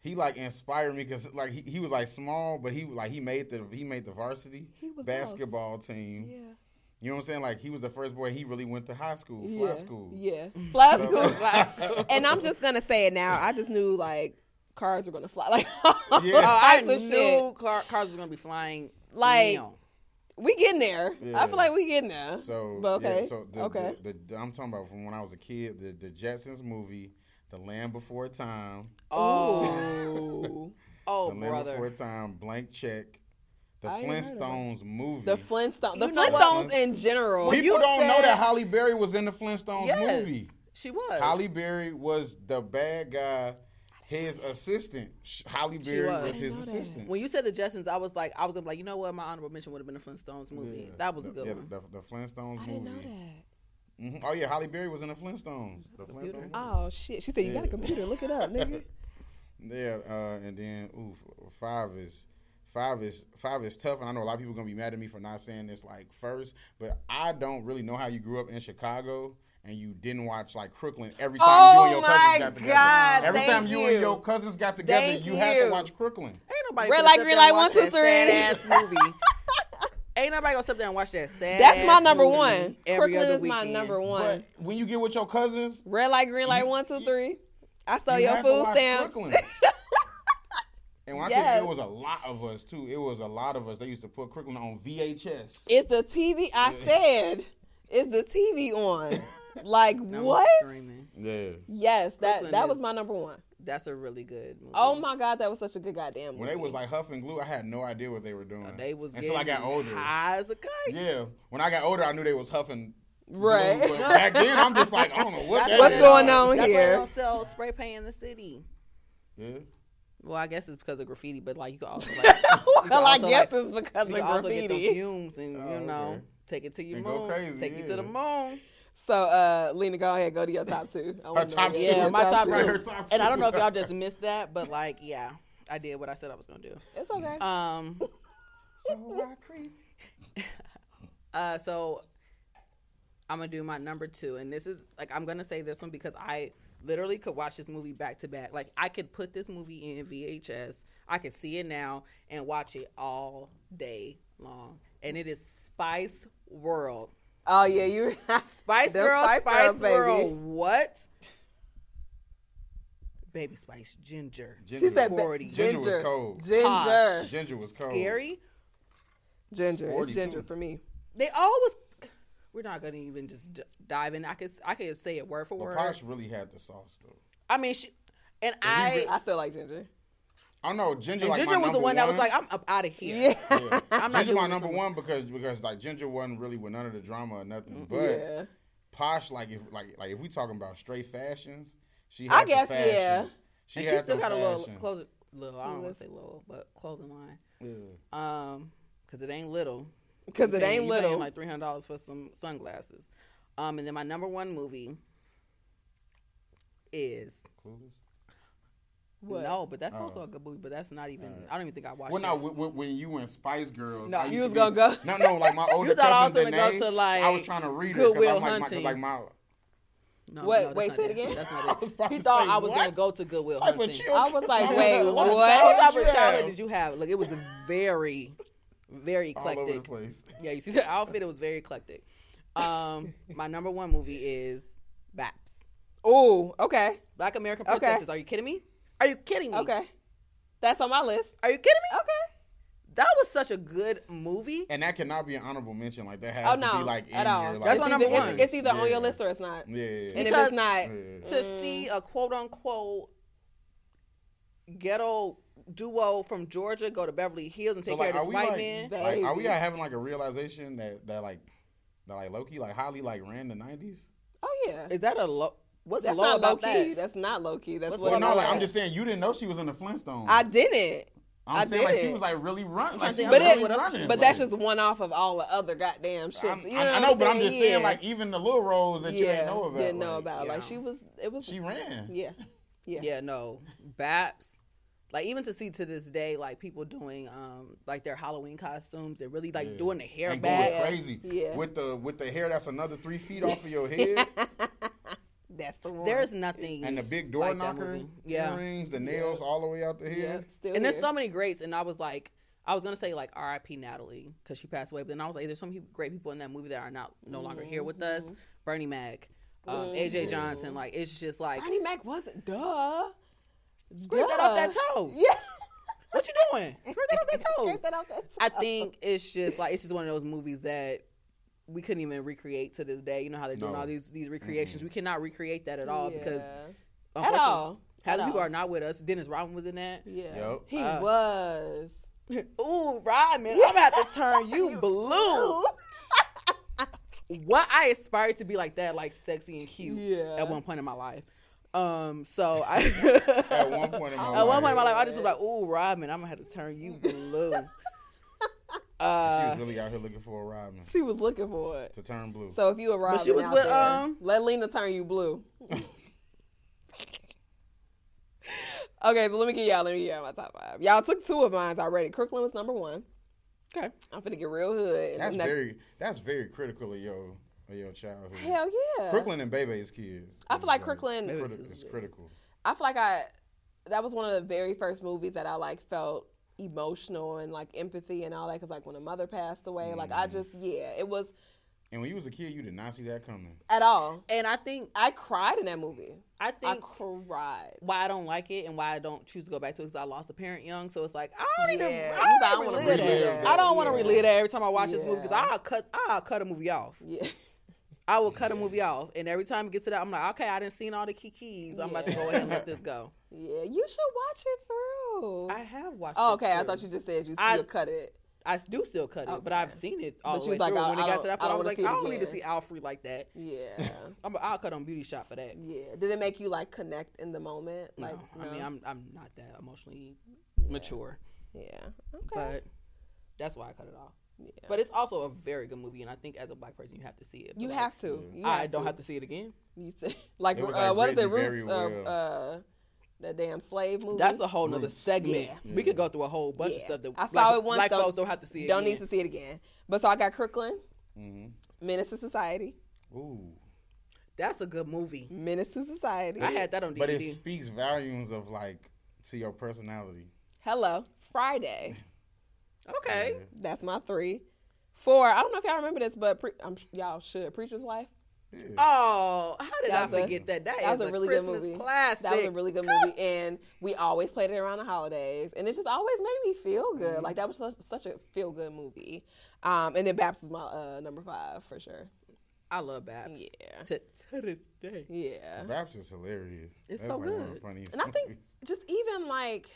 Speaker 2: he like inspired me because like he, he was like small but he like he made the he made the varsity
Speaker 1: He was
Speaker 2: basketball team.
Speaker 1: Yeah.
Speaker 2: You know what I'm saying? Like he was the first boy. He really went to high school, fly
Speaker 1: yeah.
Speaker 2: school.
Speaker 1: Yeah. Fly
Speaker 2: So-
Speaker 1: school. fly
Speaker 3: Oh,
Speaker 1: school. And I'm just gonna say it now. I just knew like cars were gonna fly. Like
Speaker 2: Yeah.
Speaker 3: Oh,
Speaker 2: All
Speaker 3: I
Speaker 1: types of
Speaker 3: knew car- cars was gonna be flying.
Speaker 1: Like-
Speaker 3: down.
Speaker 1: we getting there. I
Speaker 2: Yeah.
Speaker 1: feel like we getting there.
Speaker 2: So
Speaker 1: But okay.
Speaker 2: yeah, so the,
Speaker 1: okay.
Speaker 2: The, the, I'm talking about from when I was a kid. The the Jetsons movie, The Land Before Time,
Speaker 3: oh,
Speaker 1: Ooh.
Speaker 3: oh,
Speaker 2: The Land Before
Speaker 3: brother.
Speaker 2: Time, Blank Check, The
Speaker 1: I ain't heard of that.
Speaker 2: Flintstones movie.
Speaker 1: the Flintstones. The
Speaker 3: You know what?
Speaker 1: Flintstones in general.
Speaker 2: People
Speaker 3: you
Speaker 2: don't know
Speaker 3: said-
Speaker 2: that Holly Berry was in the Flintstones
Speaker 3: Yes,
Speaker 2: movie.
Speaker 3: she was.
Speaker 2: Holly Berry was the bad guy, his assistant. Sh- Holly Berry
Speaker 3: was.
Speaker 2: was,
Speaker 3: I
Speaker 2: his
Speaker 1: know that.
Speaker 2: assistant.
Speaker 3: When you said the Jetsons, I was like, I was gonna be like, you know what? My honorable mention would have been the Flintstones movie.
Speaker 2: Yeah.
Speaker 3: That was a
Speaker 2: The-
Speaker 3: good
Speaker 2: yeah,
Speaker 3: one.
Speaker 2: The, the Flintstones
Speaker 1: I
Speaker 2: movie.
Speaker 1: didn't know that.
Speaker 2: Mhm. Oh yeah, Holly Berry was in the Flintstones. The Flintstones. movie.
Speaker 1: Oh shit! She said you got a
Speaker 2: Yeah.
Speaker 1: computer. Look it up, nigga.
Speaker 2: Yeah, uh, and then ooh, f- five is five is five is tough, and I know a lot of people gonna be mad at me for not saying this like first, but I don't really know how you grew up in Chicago and you didn't watch like Crooklyn every time you and
Speaker 1: Oh
Speaker 2: your
Speaker 1: my
Speaker 2: cousins got together.
Speaker 1: God,
Speaker 2: every
Speaker 1: thank
Speaker 2: time you, and
Speaker 1: you.
Speaker 2: your cousins got together,
Speaker 1: Thank
Speaker 2: you, had to
Speaker 1: you.
Speaker 2: watch Crooklyn.
Speaker 3: Ain't nobody
Speaker 1: Red
Speaker 3: gonna
Speaker 1: light,
Speaker 3: sit
Speaker 1: green
Speaker 3: there and
Speaker 1: light,
Speaker 3: watch
Speaker 1: one, two,
Speaker 3: that sad ass movie. Ain't nobody gonna sit there and watch that sad.
Speaker 1: That's my
Speaker 3: ass
Speaker 1: number
Speaker 3: movie
Speaker 1: one.
Speaker 3: every
Speaker 1: Crooklyn
Speaker 3: other
Speaker 1: is my
Speaker 3: weekend.
Speaker 1: number one.
Speaker 2: But when you get with your cousins,
Speaker 1: Red light, green light, one, two, three. I saw Oh,
Speaker 2: you
Speaker 1: your
Speaker 2: had to
Speaker 1: food
Speaker 2: watch
Speaker 1: stamps.
Speaker 2: Crooklyn. And when I
Speaker 1: Yes.
Speaker 2: tell you, it was a lot of us too. It was a lot of us. They used to put Crooklyn on VHS.
Speaker 1: It's the TV. I said, it's the TV on. Like
Speaker 3: I was
Speaker 1: what?
Speaker 3: screaming.
Speaker 2: Yeah.
Speaker 1: Yes, that
Speaker 3: Crooklyn
Speaker 1: that was
Speaker 3: is-
Speaker 1: my number one.
Speaker 3: That's a really good movie.
Speaker 1: Oh my god, that was such a good goddamn.
Speaker 2: When they
Speaker 1: movie.
Speaker 2: was like huff and glue, I had no idea what they were doing.
Speaker 3: They was
Speaker 2: Uh, until I got
Speaker 3: getting
Speaker 2: older.
Speaker 3: High as a kite.
Speaker 2: Yeah, when I got older, I knew they was huffing.
Speaker 1: Right.
Speaker 2: Glue, but back then, I'm just like, I don't know what.
Speaker 3: That's
Speaker 2: that
Speaker 3: why
Speaker 1: What's
Speaker 3: they
Speaker 2: is.
Speaker 1: going
Speaker 3: don't-
Speaker 1: on
Speaker 3: that's why
Speaker 1: here?
Speaker 3: they don't sell spray paint in the city.
Speaker 2: Yeah.
Speaker 3: Well, I guess it's because of graffiti, but like you could also like, you could
Speaker 1: well, I
Speaker 3: also,
Speaker 1: guess
Speaker 3: like,
Speaker 1: it's because
Speaker 3: you could
Speaker 1: of
Speaker 3: also get the
Speaker 1: graffiti.
Speaker 3: fumes and
Speaker 2: Oh,
Speaker 3: you know
Speaker 2: okay.
Speaker 3: take it to your
Speaker 2: And go
Speaker 3: moon,
Speaker 2: crazy,
Speaker 3: take you to the
Speaker 2: yeah.
Speaker 3: moon.
Speaker 1: So, uh, Lena, go ahead, go to your top two. I wanna know
Speaker 2: top
Speaker 1: your
Speaker 2: two.
Speaker 3: Yeah, my
Speaker 2: Top
Speaker 3: top
Speaker 2: two.
Speaker 3: two.
Speaker 2: Her top
Speaker 3: And I don't
Speaker 2: two.
Speaker 3: know if y'all just missed that, but like, yeah, I did what I said I was gonna do.
Speaker 1: It's okay.
Speaker 2: Uh,
Speaker 3: Um,
Speaker 2: So I creep.
Speaker 3: uh, so I'm gonna do my number two, and this is like I'm gonna say this one because I literally could watch this movie back to back. Like I could put this movie in VHS, I could see it now and watch it all day long, and it is Spice World.
Speaker 1: oh yeah, you.
Speaker 3: Spice
Speaker 1: The
Speaker 3: Girl,
Speaker 1: Spice
Speaker 3: Spice,
Speaker 1: Girls, baby.
Speaker 3: Girl, what? Baby Spice, Ginger.
Speaker 2: Ginger
Speaker 1: she said
Speaker 2: was-
Speaker 1: ba-
Speaker 3: Sporty.
Speaker 1: ginger.
Speaker 2: Ginger was cold.
Speaker 1: Ginger.
Speaker 3: Posh.
Speaker 2: Ginger was cold.
Speaker 3: Scary.
Speaker 1: Ginger.
Speaker 2: Sporty,
Speaker 1: it's ginger
Speaker 2: too.
Speaker 1: for me.
Speaker 3: They always. We're not gonna even just d- dive in. I could I could say it word for
Speaker 2: But
Speaker 3: word.
Speaker 2: Posh really had the sauce though.
Speaker 3: I mean, she, and
Speaker 2: he
Speaker 3: I.
Speaker 2: really-
Speaker 1: I still like ginger.
Speaker 2: I don't know. Ginger.
Speaker 3: and
Speaker 2: like
Speaker 3: Ginger
Speaker 2: my
Speaker 3: was the
Speaker 2: number
Speaker 3: one that was like, I'm up out of here.
Speaker 1: Yeah.
Speaker 2: Yeah.
Speaker 3: I'm not
Speaker 2: Ginger
Speaker 3: doing
Speaker 2: my
Speaker 3: this
Speaker 2: number
Speaker 3: on-
Speaker 2: one because because like Ginger wasn't really with none of the drama or
Speaker 3: Mm,
Speaker 2: nothing. But
Speaker 1: Yeah.
Speaker 2: Posh, like if like like if we talking about straight fashions, she
Speaker 1: I
Speaker 2: had
Speaker 1: guess,
Speaker 2: the
Speaker 1: yeah.
Speaker 2: fashions. She
Speaker 3: and
Speaker 2: had
Speaker 3: she still
Speaker 2: the
Speaker 3: got a little
Speaker 2: fashions.
Speaker 3: clothing. Little. I don't want to say little, but clothing line.
Speaker 2: Yeah.
Speaker 3: Um, because it ain't little.
Speaker 1: Because it
Speaker 3: paying-
Speaker 1: ain't
Speaker 3: you paying
Speaker 1: little.
Speaker 3: like three hundred dollars for some sunglasses. Um, and then my number one movie is
Speaker 2: Clueless.
Speaker 1: What?
Speaker 3: no, but that's
Speaker 2: Oh. Uh.
Speaker 3: also a good movie. But that's not even. I don't even think I watched.
Speaker 2: Well,
Speaker 3: it.
Speaker 2: no, when, when- when you went Spice Girls,
Speaker 3: No,
Speaker 2: I used
Speaker 1: you
Speaker 2: to
Speaker 1: was gonna
Speaker 2: be- No, no, like my older
Speaker 3: thought I was
Speaker 2: cousin
Speaker 3: gonna go
Speaker 2: Danae,
Speaker 3: to, like,
Speaker 2: I was trying to read her
Speaker 3: Goodwill
Speaker 2: I'm like my, 'cause,
Speaker 3: Hunting.
Speaker 2: like my
Speaker 3: no,
Speaker 1: Wait,
Speaker 3: no, that's
Speaker 1: wait,
Speaker 3: not
Speaker 1: say it
Speaker 3: that.
Speaker 1: again?
Speaker 3: That's
Speaker 2: I
Speaker 3: not
Speaker 2: was
Speaker 3: it.
Speaker 2: about
Speaker 3: He
Speaker 2: to
Speaker 3: thought
Speaker 2: say,
Speaker 3: I was gonna
Speaker 2: what?
Speaker 3: go to Goodwill
Speaker 2: type
Speaker 3: Hunting.
Speaker 2: of chill.
Speaker 1: I was like,
Speaker 2: type of-
Speaker 1: wait,
Speaker 2: type
Speaker 1: what?
Speaker 2: of
Speaker 3: What type
Speaker 2: you
Speaker 3: of childhood
Speaker 2: have?
Speaker 3: did you have? Like it was very, very
Speaker 2: all over the
Speaker 3: eclectic.
Speaker 2: place.
Speaker 3: Yeah, you see the outfit. It was very eclectic. Um, my number one movie is Baps.
Speaker 1: Ooh. Okay.
Speaker 3: Black American
Speaker 1: Okay.
Speaker 3: Princesses. Are you kidding me? Are you kidding me?
Speaker 1: Okay. That's on my list.
Speaker 3: Are you kidding me?
Speaker 1: Okay.
Speaker 3: That was such a good movie.
Speaker 2: And that cannot be an honorable mention. Like that has
Speaker 1: Oh
Speaker 2: to
Speaker 1: no.
Speaker 2: be like in
Speaker 1: at all.
Speaker 2: Your, like,
Speaker 3: That's
Speaker 1: it's
Speaker 3: my
Speaker 1: either,
Speaker 3: number
Speaker 1: it's-
Speaker 3: one.
Speaker 1: It's, either on
Speaker 2: Yeah.
Speaker 1: your list or it's not.
Speaker 2: Yeah,
Speaker 1: And
Speaker 2: yeah, yeah.
Speaker 1: if
Speaker 3: Because-
Speaker 1: it's not,
Speaker 2: Yeah.
Speaker 3: to see
Speaker 2: Mm.
Speaker 3: a quote unquote ghetto duo from Georgia go to Beverly Hills and take
Speaker 2: So like,
Speaker 3: care of
Speaker 2: are
Speaker 3: this
Speaker 2: we
Speaker 3: white
Speaker 2: like,
Speaker 3: man.
Speaker 2: like, are we
Speaker 1: Baby.
Speaker 2: uh, having like a realization that that like that like Loki, like Holly, like ran the nineties?
Speaker 1: oh yeah.
Speaker 3: Is that a low? What's
Speaker 1: That's
Speaker 3: low
Speaker 1: not low
Speaker 3: about
Speaker 1: key.
Speaker 3: that?
Speaker 1: That's not low key. That's
Speaker 3: What's
Speaker 1: what
Speaker 2: Well,
Speaker 1: I'm
Speaker 2: no, like
Speaker 1: saying.
Speaker 2: I'm just saying, you didn't know she was in the Flintstones.
Speaker 1: I didn't. I
Speaker 2: I'm saying like
Speaker 1: didn't.
Speaker 2: she was like really running, like she
Speaker 3: think
Speaker 2: was
Speaker 1: about
Speaker 2: really
Speaker 3: what else she
Speaker 2: running.
Speaker 3: was
Speaker 1: But
Speaker 2: like-
Speaker 1: that's just one off of all the other goddamn shit.
Speaker 2: I'm- I'm- I know, but I'm just saying, like even the little roles that you
Speaker 1: yeah,
Speaker 2: didn't know about,
Speaker 1: didn't know
Speaker 2: like,
Speaker 1: about. Like
Speaker 3: yeah.
Speaker 1: she was, it was,
Speaker 2: She ran.
Speaker 1: yeah. Yeah.
Speaker 3: yeah, no, Baps. Like even to see to this day, like people doing um like their Halloween costumes and really like
Speaker 2: Yeah.
Speaker 3: doing the hair
Speaker 2: and
Speaker 3: back.
Speaker 2: going crazy
Speaker 1: Yeah.
Speaker 2: with the with the hair that's another three feet off of your head
Speaker 1: That's the one.
Speaker 3: There's nothing.
Speaker 2: and the big door
Speaker 3: Like that
Speaker 2: knocker
Speaker 3: movie. Yeah.
Speaker 2: earrings, the nails all the way out the
Speaker 1: yeah,
Speaker 2: head.
Speaker 1: still
Speaker 3: and there's
Speaker 1: here.
Speaker 3: so many greats. And I was like, I was gonna say like R.I.P. Natalie because she passed away, but then I was like, there's so many great people in that movie that are not no longer here with us.
Speaker 1: Mm-hmm.
Speaker 3: Bernie Mac, um, A.J. Johnson. Like it's just like
Speaker 1: Bernie Mac wasn't duh.
Speaker 3: scrape that off that toes.
Speaker 1: Yeah.
Speaker 3: What you doing? Scrape that off that toes.
Speaker 1: Scrape that off that
Speaker 3: I think it's just like it's just one of those movies that we couldn't even recreate to this day. You know how they're doing
Speaker 2: No.
Speaker 3: all these these recreations. We cannot recreate that at all because
Speaker 1: Yeah.
Speaker 3: unfortunately,
Speaker 1: all.
Speaker 3: half
Speaker 1: At
Speaker 3: the people
Speaker 1: all.
Speaker 3: are not with us. Dennis Rodman was in that.
Speaker 1: Yeah.
Speaker 2: Yup.
Speaker 1: He
Speaker 3: Uh,
Speaker 1: was.
Speaker 3: Ooh, Rodman, I'm gonna have to turn you blue. What I aspired to be like that, like sexy and cute,
Speaker 1: Yeah.
Speaker 3: at one point in my life. Um, so I
Speaker 2: At one point in my
Speaker 3: At one point in my
Speaker 2: life,
Speaker 3: life, I just was like, "Ooh, Rodman, I'm gonna have to turn you blue."
Speaker 2: she
Speaker 3: Uh,
Speaker 2: was really out here looking for a Robin
Speaker 1: She was looking for it.
Speaker 2: to turn blue.
Speaker 1: So if you a Robin
Speaker 3: she was
Speaker 1: out
Speaker 3: with,
Speaker 1: there,
Speaker 3: um,
Speaker 1: let Lena turn you blue. okay, so let me get y'all. Let me get y'all my top five. Y'all took two of mine already. Kirkland was number one.
Speaker 3: okay,
Speaker 1: I'm finna get real hood. in the
Speaker 2: that's
Speaker 1: next-
Speaker 2: very that's very critical of your of your childhood.
Speaker 1: Hell yeah.
Speaker 2: Kirkland and Bebe's kids.
Speaker 1: I feel like
Speaker 2: is,
Speaker 1: Kirkland-
Speaker 2: criti-
Speaker 3: Bebe's is
Speaker 2: is
Speaker 3: good.
Speaker 2: critical.
Speaker 1: I feel like I that was one of the very first movies that I like felt emotional and like empathy and all that because like when a mother passed away, like I just yeah, it was
Speaker 2: And when you was a kid, you did not see that coming.
Speaker 1: at all.
Speaker 3: and I think
Speaker 1: I cried in that movie.
Speaker 3: I
Speaker 1: I
Speaker 3: think
Speaker 1: cried.
Speaker 3: why I don't like it and why I don't choose to go back to it because I lost a parent young. So it's like I don't
Speaker 1: Yeah,
Speaker 3: even
Speaker 1: you
Speaker 3: I
Speaker 1: don't
Speaker 3: don't, even
Speaker 1: wanna
Speaker 3: relive
Speaker 2: relive
Speaker 3: that.
Speaker 2: that.
Speaker 3: I don't want to
Speaker 2: Yeah.
Speaker 3: relive that every time I watch this movie because
Speaker 1: Yeah.
Speaker 3: I'll cut I'll cut a movie off.
Speaker 1: Yeah.
Speaker 3: I will cut a movie off, and every time it gets to that, I'm like, okay, I didn't seen all the kikis. I'm about to go ahead and let this go.
Speaker 1: Yeah, you should watch it through.
Speaker 3: I have watched.
Speaker 1: oh,
Speaker 3: it
Speaker 1: okay. I
Speaker 3: through.
Speaker 1: thought you just said you
Speaker 3: I-
Speaker 1: still cut it.
Speaker 3: I do still cut it, but
Speaker 1: Okay.
Speaker 3: I've seen it all
Speaker 1: But
Speaker 3: the
Speaker 1: you
Speaker 3: way
Speaker 1: was like,
Speaker 3: through.
Speaker 1: I-
Speaker 3: when it
Speaker 1: I
Speaker 3: got
Speaker 1: don't-
Speaker 3: to that
Speaker 1: I
Speaker 3: point, I,
Speaker 1: don't
Speaker 3: was
Speaker 1: wanna
Speaker 3: like,
Speaker 1: see it
Speaker 3: I don't need to
Speaker 1: again.
Speaker 3: see Alfred like that.
Speaker 1: Yeah.
Speaker 3: I'm, I'll cut on Beauty Shop for that.
Speaker 1: yeah. Did it make you like connect in the moment? Like,
Speaker 3: no, I mean,
Speaker 1: no?
Speaker 3: I'm I'm not that emotionally mature,
Speaker 1: yeah. Okay.
Speaker 3: but that's why I cut it off.
Speaker 1: yeah.
Speaker 3: But it's also a very good movie, and I think as a black person, you have to see it.
Speaker 1: you
Speaker 3: But,
Speaker 1: have
Speaker 3: like, mm,
Speaker 1: to. You
Speaker 3: I
Speaker 1: have
Speaker 3: don't
Speaker 1: to.
Speaker 3: have to see it again.
Speaker 1: You said like,
Speaker 2: It was
Speaker 1: uh,
Speaker 2: like
Speaker 1: what is it?
Speaker 2: written very
Speaker 1: Roots
Speaker 2: well.
Speaker 1: uh, uh, the damn slave movie.
Speaker 3: That's a whole nother
Speaker 2: Mm.
Speaker 3: segment.
Speaker 1: Yeah.
Speaker 3: We could go through a whole bunch of
Speaker 1: Yeah.
Speaker 3: stuff that
Speaker 1: I saw
Speaker 3: black,
Speaker 1: it once,
Speaker 3: black
Speaker 1: don't-
Speaker 3: folks don't have to see. It
Speaker 1: don't
Speaker 3: again.
Speaker 1: need to see it again. But so I got Kirkland,
Speaker 2: hmm
Speaker 1: Menace to Society,
Speaker 2: Ooh,
Speaker 3: That's a good movie.
Speaker 1: Menace to Society.
Speaker 3: I had that on DVD.
Speaker 2: but it speaks volumes of like to your personality.
Speaker 1: Hello Friday.
Speaker 3: okay,
Speaker 1: That's my three. Four. I don't know if y'all remember this, but pre- I'm, y'all should. Preacher's Wife.
Speaker 2: Yeah.
Speaker 3: Oh, how did
Speaker 1: That
Speaker 3: I
Speaker 1: was a-
Speaker 3: forget that? That,
Speaker 1: that
Speaker 3: is
Speaker 1: was a really
Speaker 3: Christmas
Speaker 1: good movie.
Speaker 3: Classic.
Speaker 1: That was a really good movie, and we always played it around the holidays, and it just always made me feel good.
Speaker 3: Mm-hmm.
Speaker 1: Like that was such, such a feel good movie. Um, and then Babs is my uh, number five for sure.
Speaker 3: I love Babs.
Speaker 1: Yeah.
Speaker 3: To, to this day.
Speaker 1: Yeah,
Speaker 2: Raps is hilarious.
Speaker 3: It's
Speaker 2: That's
Speaker 3: so
Speaker 2: like One of the
Speaker 3: good.
Speaker 2: funniest
Speaker 1: and I think
Speaker 2: movies.
Speaker 1: just even like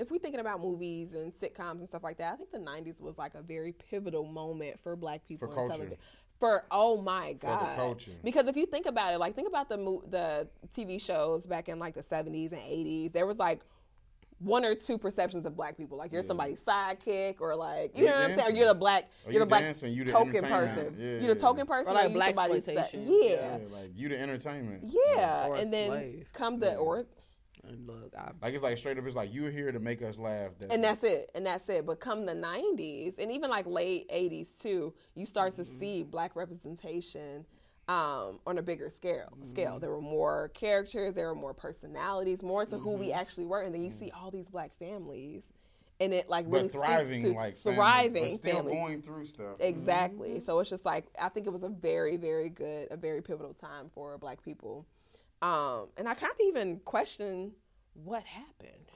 Speaker 1: if we're thinking about movies and sitcoms and stuff like that, I think the '90s was like a very pivotal moment for Black people
Speaker 2: For
Speaker 1: in
Speaker 2: culture.
Speaker 1: television. For oh my
Speaker 2: the
Speaker 1: god,
Speaker 2: culture.
Speaker 1: because if you think about it, like think about the mo- the TV shows back in like the '70s and '80s, there was like one or two perceptions of Black people, like you're somebody's sidekick or like you
Speaker 2: You're
Speaker 1: know what I'm saying,
Speaker 2: dancing.
Speaker 1: or you're the black, you're
Speaker 2: Or Oh, you
Speaker 1: the black
Speaker 2: dancing, you the
Speaker 1: token
Speaker 2: entertainment.
Speaker 1: person,
Speaker 2: Yeah.
Speaker 1: you're the token person,
Speaker 3: like
Speaker 1: you
Speaker 3: black
Speaker 1: somebody's side-
Speaker 3: exploitation.
Speaker 1: yeah.
Speaker 2: yeah, like you the entertainment.
Speaker 1: Yeah,
Speaker 3: Or a
Speaker 1: and then
Speaker 3: slave.
Speaker 1: come the or
Speaker 3: And look, I,
Speaker 2: Like it's like straight up. It's like you're here to make us laugh. That's
Speaker 1: and
Speaker 2: it.
Speaker 1: that's it, and that's it. But come the '90s and even like late '80s too, you start
Speaker 2: Mm-hmm.
Speaker 1: to see black representation um, on a bigger scale.
Speaker 2: Mm-hmm.
Speaker 1: Scale. There were more characters, there were more personalities, more to who
Speaker 2: Mm-hmm.
Speaker 1: we actually were, and then you see all these black families, and it like really
Speaker 2: but
Speaker 1: speaks
Speaker 2: thriving,
Speaker 1: to
Speaker 2: like families,
Speaker 1: thriving
Speaker 2: but still
Speaker 1: families.
Speaker 2: going through stuff.
Speaker 1: Exactly. So it's just like I think it was a very, very good, a very pivotal time for Black people, um, and I kind of even question what happened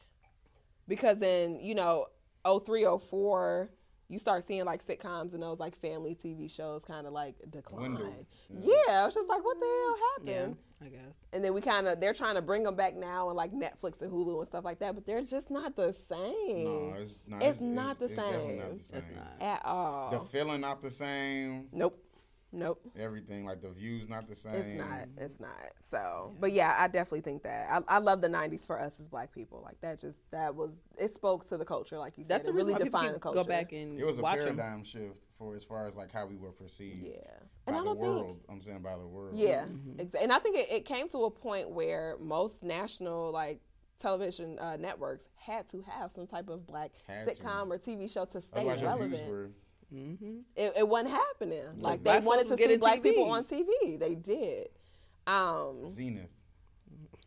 Speaker 1: because then you know, oh three, oh four, you start seeing like sitcoms and those like family TV shows kind of like decline.
Speaker 2: Dwindle.
Speaker 1: Yeah. I was just like, what the hell
Speaker 3: yeah,
Speaker 1: happened?
Speaker 3: I guess.
Speaker 1: And then we kind of they're trying to bring them back now and like Netflix and Hulu and stuff like that, but they're just not the same
Speaker 2: No, it's, no,
Speaker 1: It's not the
Speaker 2: it's definitely
Speaker 1: same.
Speaker 2: not the same.
Speaker 3: It's not.
Speaker 1: at all.
Speaker 2: The feeling not the same.
Speaker 1: nope. Nope.
Speaker 2: Everything like the views not the same.
Speaker 1: It's not. It's not. So, but yeah, I definitely think that. I, I love the '90s for us as Black people. Like that, just that was it spoke to the culture, like you
Speaker 3: That's
Speaker 1: said. it
Speaker 3: the
Speaker 1: really
Speaker 3: reason why
Speaker 1: defined
Speaker 3: people
Speaker 1: the
Speaker 3: keep-
Speaker 1: culture.
Speaker 3: go back and
Speaker 2: It was a
Speaker 3: watch
Speaker 2: paradigm
Speaker 3: them.
Speaker 2: shift for as far as like how we were perceived.
Speaker 1: Yeah,
Speaker 2: By
Speaker 1: and I
Speaker 2: the
Speaker 1: don't
Speaker 2: world.
Speaker 1: think.
Speaker 2: I'm saying by the world.
Speaker 1: Yeah, exa- and I think it, it came to a point where most national like television uh, networks had to have some type of black
Speaker 2: Had to.
Speaker 1: sitcom or TV show to stay
Speaker 2: Otherwise, your views
Speaker 1: relevant.
Speaker 2: were.
Speaker 1: It, it wasn't happening. Like they
Speaker 3: black folks
Speaker 1: wanted
Speaker 3: was
Speaker 1: to see
Speaker 3: getting
Speaker 1: black people on
Speaker 3: TVs.
Speaker 1: TV. They did. Um,
Speaker 2: Zenith.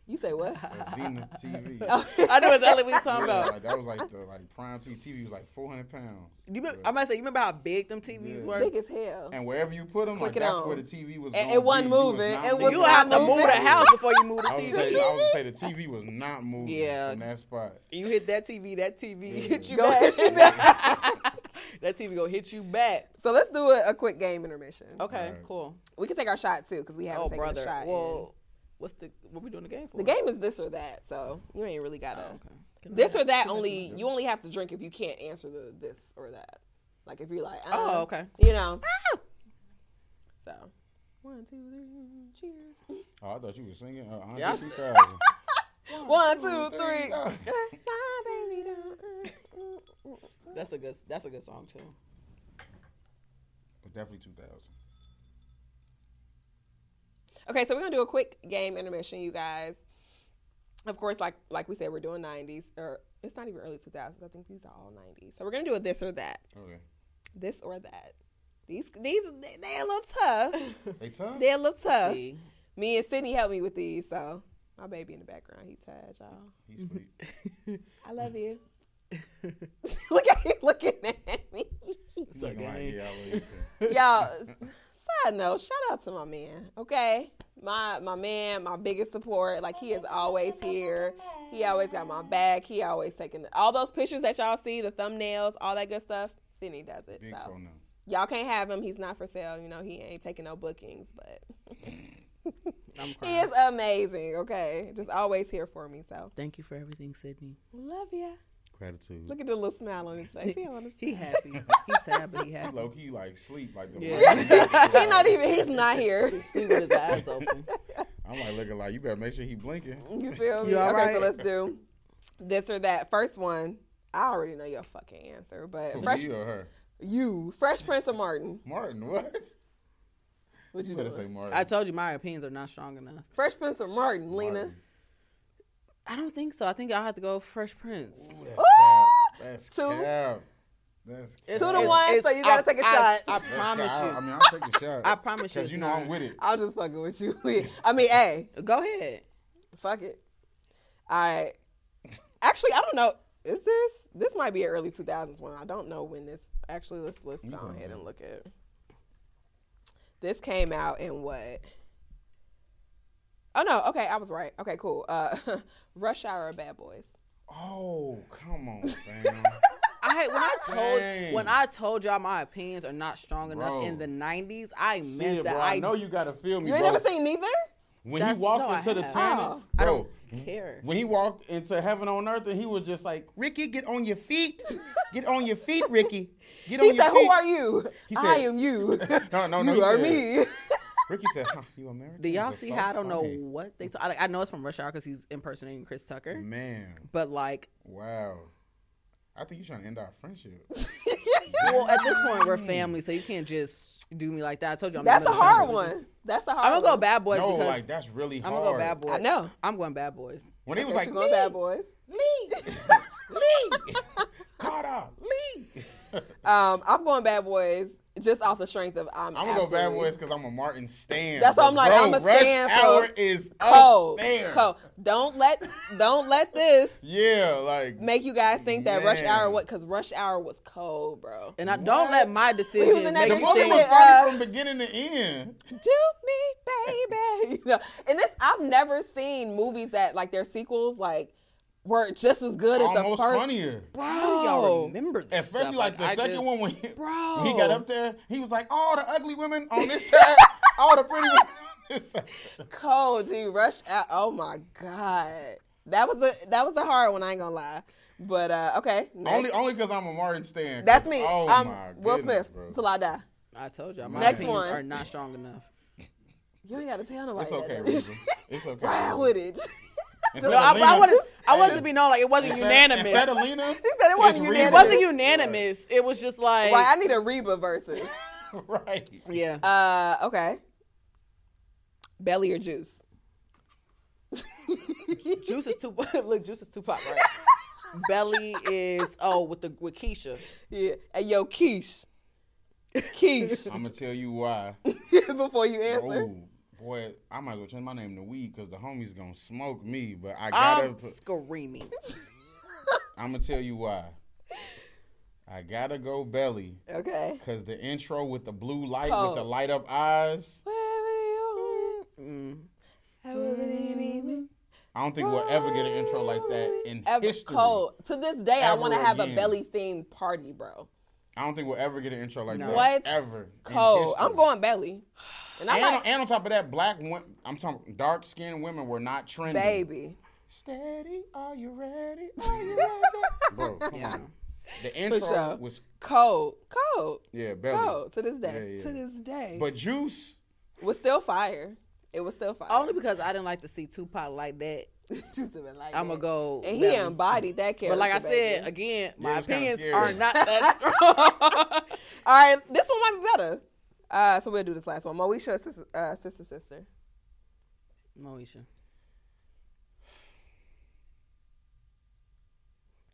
Speaker 1: you say what?
Speaker 2: Or Zenith TV.
Speaker 3: I know exactly what he's
Speaker 2: Yeah,
Speaker 3: talking about.
Speaker 2: like, that was like the like prime TV. TV was like 400 pounds.
Speaker 3: You remember,
Speaker 2: Yeah.
Speaker 3: I might say, you remember how big them TVs
Speaker 2: Yeah.
Speaker 3: were?
Speaker 1: Big as hell.
Speaker 2: and wherever you put them, like
Speaker 1: Click it
Speaker 2: that's
Speaker 1: on.
Speaker 2: where the TV was.
Speaker 1: It- it
Speaker 2: gonna
Speaker 1: wasn't
Speaker 2: be. You
Speaker 1: moving.
Speaker 2: not
Speaker 1: It
Speaker 2: moving.
Speaker 1: was
Speaker 3: you would have to
Speaker 1: not
Speaker 3: move the
Speaker 1: moving.
Speaker 3: house before you move the
Speaker 2: I would, say,
Speaker 3: TV.
Speaker 2: I would say the TV was not moving
Speaker 3: Yeah.
Speaker 2: from that spot.
Speaker 3: You hit that TV, that TV hit you
Speaker 1: Go
Speaker 3: back.
Speaker 1: hit you
Speaker 3: that TV gonna hit you back.
Speaker 1: So let's do a, a quick game intermission.
Speaker 3: Okay,
Speaker 2: Right.
Speaker 3: cool.
Speaker 1: We can take our shot too because we haven't
Speaker 3: Oh,
Speaker 1: taken
Speaker 3: brother.
Speaker 1: a shot. in.
Speaker 3: Well, what's the what we doing the game for?
Speaker 1: the game is this or that, so you ain't really
Speaker 3: Oh,
Speaker 1: gotta.
Speaker 3: okay. Can I-
Speaker 1: This or that only you only have to drink if you can't answer the this or that. Like if you're like, uh,
Speaker 3: Oh, okay.
Speaker 1: you know. So one, two, three, cheers.
Speaker 2: Oh, I thought you were singing. Uh,
Speaker 3: Yeah.
Speaker 2: Andre 2000.
Speaker 1: One, two, three.
Speaker 2: Uh,
Speaker 1: My baby don't. mm, mm, mm.
Speaker 3: That's a good. That's a good song too.
Speaker 2: But definitely 2000.
Speaker 1: Okay, so we're gonna do a quick game intermission, you guys. Of course, like like we said, we're doing '90s, or it's not even early 2000s. I think these are all '90s. So we're gonna do a this or that,
Speaker 2: Okay.
Speaker 1: this or that. These these they, they a little tough.
Speaker 2: They tough?
Speaker 1: They a little tough.
Speaker 3: See,
Speaker 1: Me and Sydney helped me with these, so my baby in the background, he tired, y'all.
Speaker 2: He sleep.
Speaker 1: I love you. Look at him looking at me,
Speaker 2: He looking like,
Speaker 3: okay.
Speaker 2: yeah, I love you too.
Speaker 1: y'all. Side note, shout out to my man. Okay, my my man, my biggest support. Like he is always here. He always got my back. He always taking all those pictures that y'all see, the thumbnails, all that good stuff. Sydney does it.
Speaker 2: Big
Speaker 1: So
Speaker 2: phone now.
Speaker 1: y'all can't have him. He's not for sale. You know he ain't taking no bookings, but
Speaker 3: I'm
Speaker 1: he
Speaker 3: crying.
Speaker 1: is amazing. Okay, just always here for me. So
Speaker 3: Thank you for everything, Sydney.
Speaker 1: love ya.
Speaker 2: Gratitude.
Speaker 1: Look at the little smile on his face. He, don't wanna
Speaker 3: He
Speaker 1: smile.
Speaker 3: happy. He tired, but he happy.
Speaker 2: Low key, like sleep, like the.
Speaker 3: Yeah.
Speaker 1: he not even. He's not here.
Speaker 3: Sleep with his eyes open.
Speaker 2: I'm like looking like you better make sure he blinking.
Speaker 1: You feel me?
Speaker 3: You all
Speaker 1: okay, so
Speaker 3: right?
Speaker 1: let's do this or that. First one, I already know your fucking answer, but
Speaker 2: Who,
Speaker 1: fresh
Speaker 2: me or her?
Speaker 1: you, Fresh Prince of Martin.
Speaker 2: Martin, what?
Speaker 1: What
Speaker 2: You
Speaker 1: you
Speaker 2: better
Speaker 1: doing?
Speaker 2: say Martin.
Speaker 3: I told you my opinions are not strong enough.
Speaker 1: Fresh Prince of Martin, Lena.
Speaker 2: Martin.
Speaker 3: I don't think so. I think I'll have to go Fresh Prince.
Speaker 2: Ooh, That's cap. That's
Speaker 1: Two.
Speaker 2: cap. That's
Speaker 3: It's-
Speaker 1: Two to
Speaker 2: cap.
Speaker 3: it's-
Speaker 1: one, so you gotta
Speaker 3: I-
Speaker 1: take a
Speaker 3: I-
Speaker 1: shot.
Speaker 3: I,
Speaker 2: That's
Speaker 3: promise
Speaker 2: cap. I- I
Speaker 3: you.
Speaker 2: mean, I'll take a shot.
Speaker 3: I promise you
Speaker 2: Cause you
Speaker 3: it's
Speaker 2: know I'm
Speaker 3: not.
Speaker 2: with it.
Speaker 1: I'll just fucking with you. I mean, hey,
Speaker 3: Go ahead.
Speaker 1: fuck it. All right. Actually, I don't know. Is this this might be an early two thousands one? I don't know when this. Actually, let's let's
Speaker 2: You
Speaker 1: go
Speaker 2: don't
Speaker 1: ahead
Speaker 2: know.
Speaker 1: and look at. This came out in what? Oh no. Okay, I was right. Okay, cool. Uh, Rush Hour, or Bad Boys.
Speaker 2: Oh, come on, fam.
Speaker 3: I when I told
Speaker 2: Dang.
Speaker 3: when I told y'all my opinions are not strong enough
Speaker 2: Bro.
Speaker 3: in the '90s, I meant
Speaker 2: Shit,
Speaker 3: that
Speaker 2: bro,
Speaker 3: I,
Speaker 2: I know you gotta feel me.
Speaker 1: You ain't
Speaker 2: bro.
Speaker 1: never seen neither.
Speaker 2: When
Speaker 3: That's-
Speaker 2: he walked
Speaker 3: no, I
Speaker 2: into the
Speaker 3: have.
Speaker 2: tanning,
Speaker 1: Oh.
Speaker 2: bro,
Speaker 3: I don't care.
Speaker 2: When he walked into heaven on earth, and he was just like, "Ricky, get on your feet, get on your feet, Ricky, get on
Speaker 1: He
Speaker 2: your
Speaker 1: said,
Speaker 2: feet."
Speaker 1: "Who are you?
Speaker 2: He
Speaker 1: I
Speaker 2: said-
Speaker 1: am you.
Speaker 2: No, no, no,
Speaker 1: you
Speaker 2: he
Speaker 1: are
Speaker 2: said-
Speaker 1: me."
Speaker 2: Ricky said, huh, "You American?"
Speaker 3: Do y'all see how I don't know what they? T- I, like, I know it's from Rush Hour because he's impersonating Chris Tucker,
Speaker 2: Man,
Speaker 3: but like,
Speaker 2: wow. I think you're trying to end our friendship.
Speaker 3: well, at this point we're family, so you can't just do me like that. I told you I'm
Speaker 1: That's a
Speaker 3: not gonna
Speaker 1: hard
Speaker 3: do it.
Speaker 1: one. That's a hard.
Speaker 3: I'm gonna go
Speaker 1: one.
Speaker 3: Bad Boys.
Speaker 2: no,
Speaker 3: because
Speaker 2: like that's really
Speaker 3: I'm
Speaker 2: hard.
Speaker 3: gonna go Bad Boys.
Speaker 1: I know.
Speaker 3: I'm going Bad Boys.
Speaker 2: When he was
Speaker 1: That
Speaker 2: like,
Speaker 1: you
Speaker 2: "Me,
Speaker 1: going Bad Boys.
Speaker 2: Lee, Lee, Carter, Lee,"
Speaker 1: Um, I'm going Bad Boys just off the strength of I'm.
Speaker 2: I'm gonna go Bad
Speaker 1: absolutely-
Speaker 2: Boys because I'm a Martin Stan.
Speaker 1: That's what I'm like,
Speaker 2: Bro,
Speaker 1: I'm a
Speaker 2: rush
Speaker 1: Stan for
Speaker 2: hour is
Speaker 1: Cole,
Speaker 2: up there.
Speaker 1: Cole, don't let don't let this
Speaker 2: Yeah, like
Speaker 1: make you guys think that Rush
Speaker 2: Man.
Speaker 1: Hour what because Rush Hour was cold, bro.
Speaker 3: And I don't let
Speaker 2: What?
Speaker 3: my
Speaker 1: We was
Speaker 3: decision
Speaker 1: in
Speaker 3: make
Speaker 1: that
Speaker 2: the
Speaker 3: you
Speaker 1: movie
Speaker 2: movie
Speaker 1: think-
Speaker 2: was
Speaker 3: think.
Speaker 1: uh,
Speaker 2: funny from beginning to end.
Speaker 1: Do me, baby. You know, and this I've never seen movies that like their sequels like were just as good as the
Speaker 2: Almost
Speaker 1: first.
Speaker 2: funnier.
Speaker 3: How do
Speaker 1: Bro.
Speaker 3: y'all remember this?
Speaker 2: Especially
Speaker 3: stuff?
Speaker 2: like, the
Speaker 3: I
Speaker 2: second
Speaker 3: just-
Speaker 2: one when he,
Speaker 1: Bro.
Speaker 2: when he got up there, he was like, "All the ugly women on this side, all the pretty women." on this side."
Speaker 1: Cold, G Rush Hour. Oh my god, that was a that was a hard one. I ain't gonna lie, but uh okay. next.
Speaker 2: only, only because I'm a Martin Stan. 'cause-
Speaker 1: That's me.
Speaker 2: Oh
Speaker 1: I'm
Speaker 2: my
Speaker 1: Will
Speaker 2: goodness,
Speaker 1: Smith
Speaker 2: bro.
Speaker 1: till I die.
Speaker 3: I told y'all my
Speaker 2: Next
Speaker 3: opinions
Speaker 1: one.
Speaker 3: are not strong enough.
Speaker 1: You ain't got to tell nobody.
Speaker 2: It's okay,
Speaker 1: that.
Speaker 2: Reason. It's okay.
Speaker 1: Why
Speaker 2: Reason.
Speaker 1: would it?
Speaker 2: Instead
Speaker 3: No,
Speaker 2: of
Speaker 3: I, I
Speaker 2: Lena-
Speaker 3: want to. I
Speaker 2: Hey,
Speaker 3: want it to be known like it wasn't
Speaker 2: instead-
Speaker 3: unanimous.
Speaker 2: Instead of Lena,
Speaker 1: She said it wasn't
Speaker 2: It's
Speaker 1: unanimous.
Speaker 3: it wasn't unanimous. It was just like
Speaker 1: Why I need a Reba versus.
Speaker 2: right?
Speaker 3: yeah.
Speaker 1: Uh, okay. Belly or juice?
Speaker 3: Juice is Tupac. Look, Juice is Tupac, right? Belly is oh with the with Keisha.
Speaker 1: Yeah. Hey, yo, Keish. Keish.
Speaker 2: I'm gonna tell you why.
Speaker 1: Before you answer.
Speaker 2: Oh boy, I might go change my name to Weed because the homies gonna smoke me. But
Speaker 1: Um,
Speaker 2: I gotta.
Speaker 3: I'm
Speaker 2: put-
Speaker 3: screaming.
Speaker 2: I'm gonna tell you why. I gotta go belly
Speaker 1: Okay.
Speaker 2: because the intro with the blue light
Speaker 1: Oh.
Speaker 2: with the light up eyes.
Speaker 3: Mm.
Speaker 2: I don't think we'll ever get an intro like that in
Speaker 1: Ever
Speaker 2: history.
Speaker 1: cold. To this day, I
Speaker 2: Ever
Speaker 1: want to have a
Speaker 2: again.
Speaker 1: belly themed party, bro.
Speaker 2: I don't think we'll ever get an intro like
Speaker 3: No.
Speaker 2: that.
Speaker 1: What?
Speaker 2: Ever. in
Speaker 1: Cold.
Speaker 2: history.
Speaker 1: I'm going belly. And I'm
Speaker 2: And,
Speaker 1: like,
Speaker 2: and on top of that, black wo- I'm talking dark skinned women were not trending.
Speaker 1: baby.
Speaker 2: Steady, are you ready? Are you ready? Bro, come
Speaker 3: Yeah.
Speaker 2: on. The intro
Speaker 1: sure.
Speaker 2: was
Speaker 1: Cold. Cold.
Speaker 2: yeah, belly.
Speaker 1: Cold. To this day.
Speaker 2: Yeah, yeah.
Speaker 1: To this day.
Speaker 2: But juice,
Speaker 1: was still fire. It was still fire.
Speaker 3: Only because I didn't like to see Tupac like that. I'm gonna go.
Speaker 1: And he
Speaker 3: Belly.
Speaker 1: embodied that character.
Speaker 3: But like I
Speaker 1: baby.
Speaker 3: said again, my
Speaker 2: it was kinda
Speaker 3: opinions
Speaker 2: scary.
Speaker 3: are not that strong.
Speaker 1: All right, this one might be better. Uh, so we'll do this last one. Moesha or sister, uh, sister, sister.
Speaker 3: Moesha.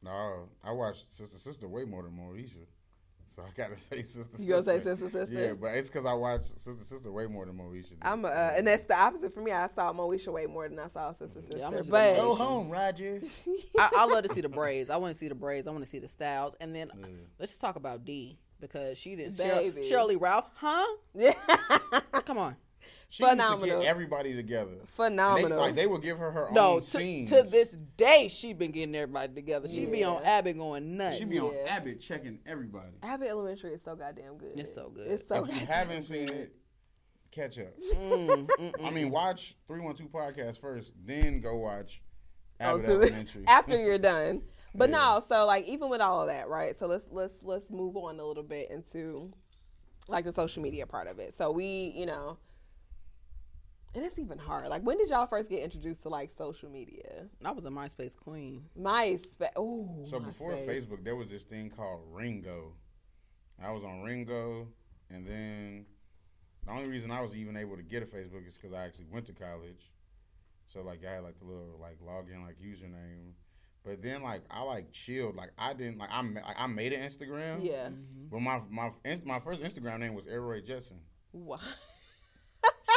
Speaker 2: no, I watched Sister Sister way more than Moesha. So I gotta say Sister
Speaker 1: You gonna say Sister Sister?
Speaker 2: Yeah, but it's cause I watched Sister Sister way more than Moesha. did.
Speaker 1: I'm uh, and that's the opposite for me. I saw Moesha way more than I saw sister, sister.
Speaker 3: Yeah, I'm gonna do
Speaker 1: but
Speaker 3: Moesha.
Speaker 2: Go home, Roger.
Speaker 3: I, I love to see the braids. I want to see the braids. I want to see the styles. And then let's just talk about D because she didn't. Cheryl,
Speaker 1: Baby.
Speaker 3: Shirley Ralph, huh?
Speaker 1: yeah,
Speaker 3: Come on.
Speaker 2: She used to
Speaker 1: Phenomenal.
Speaker 2: get everybody together.
Speaker 1: Phenomenal.
Speaker 2: They, like they would give her her
Speaker 3: No,
Speaker 2: own
Speaker 3: to,
Speaker 2: scenes.
Speaker 3: to this day she been getting everybody together. She be on
Speaker 1: Yeah.
Speaker 3: Abbott going nuts.
Speaker 2: she be on
Speaker 1: Yeah.
Speaker 2: Abbott checking everybody.
Speaker 1: Abbott Elementary is so goddamn good.
Speaker 3: It's so good.
Speaker 1: It's so
Speaker 2: if you
Speaker 1: good.
Speaker 2: haven't seen it, catch up.
Speaker 1: Mm,
Speaker 2: I mean, watch 312 Podcast first, then go watch Abbott
Speaker 1: Oh, to-
Speaker 2: Elementary.
Speaker 1: after you're done. But
Speaker 2: Yeah.
Speaker 1: no, so like even with all of that, right? So let's let's let's move on a little bit into like the social media part of it. So we, you know, and it's even hard. Like when did y'all first get introduced to like social media?
Speaker 3: I was a MySpace queen.
Speaker 1: MySpace. Ooh.
Speaker 2: so before
Speaker 1: MySpace.
Speaker 2: Facebook, there was this thing called Ringo. I was on Ringo, and then the only reason I was even able to get a Facebook is because I actually went to college. So like I had like the little like login like username, but then like I like chilled like I didn't like I ma- like, I made an Instagram.
Speaker 1: Yeah.
Speaker 2: But my my inst- my first Instagram name was Elroy Jetson.
Speaker 1: Why?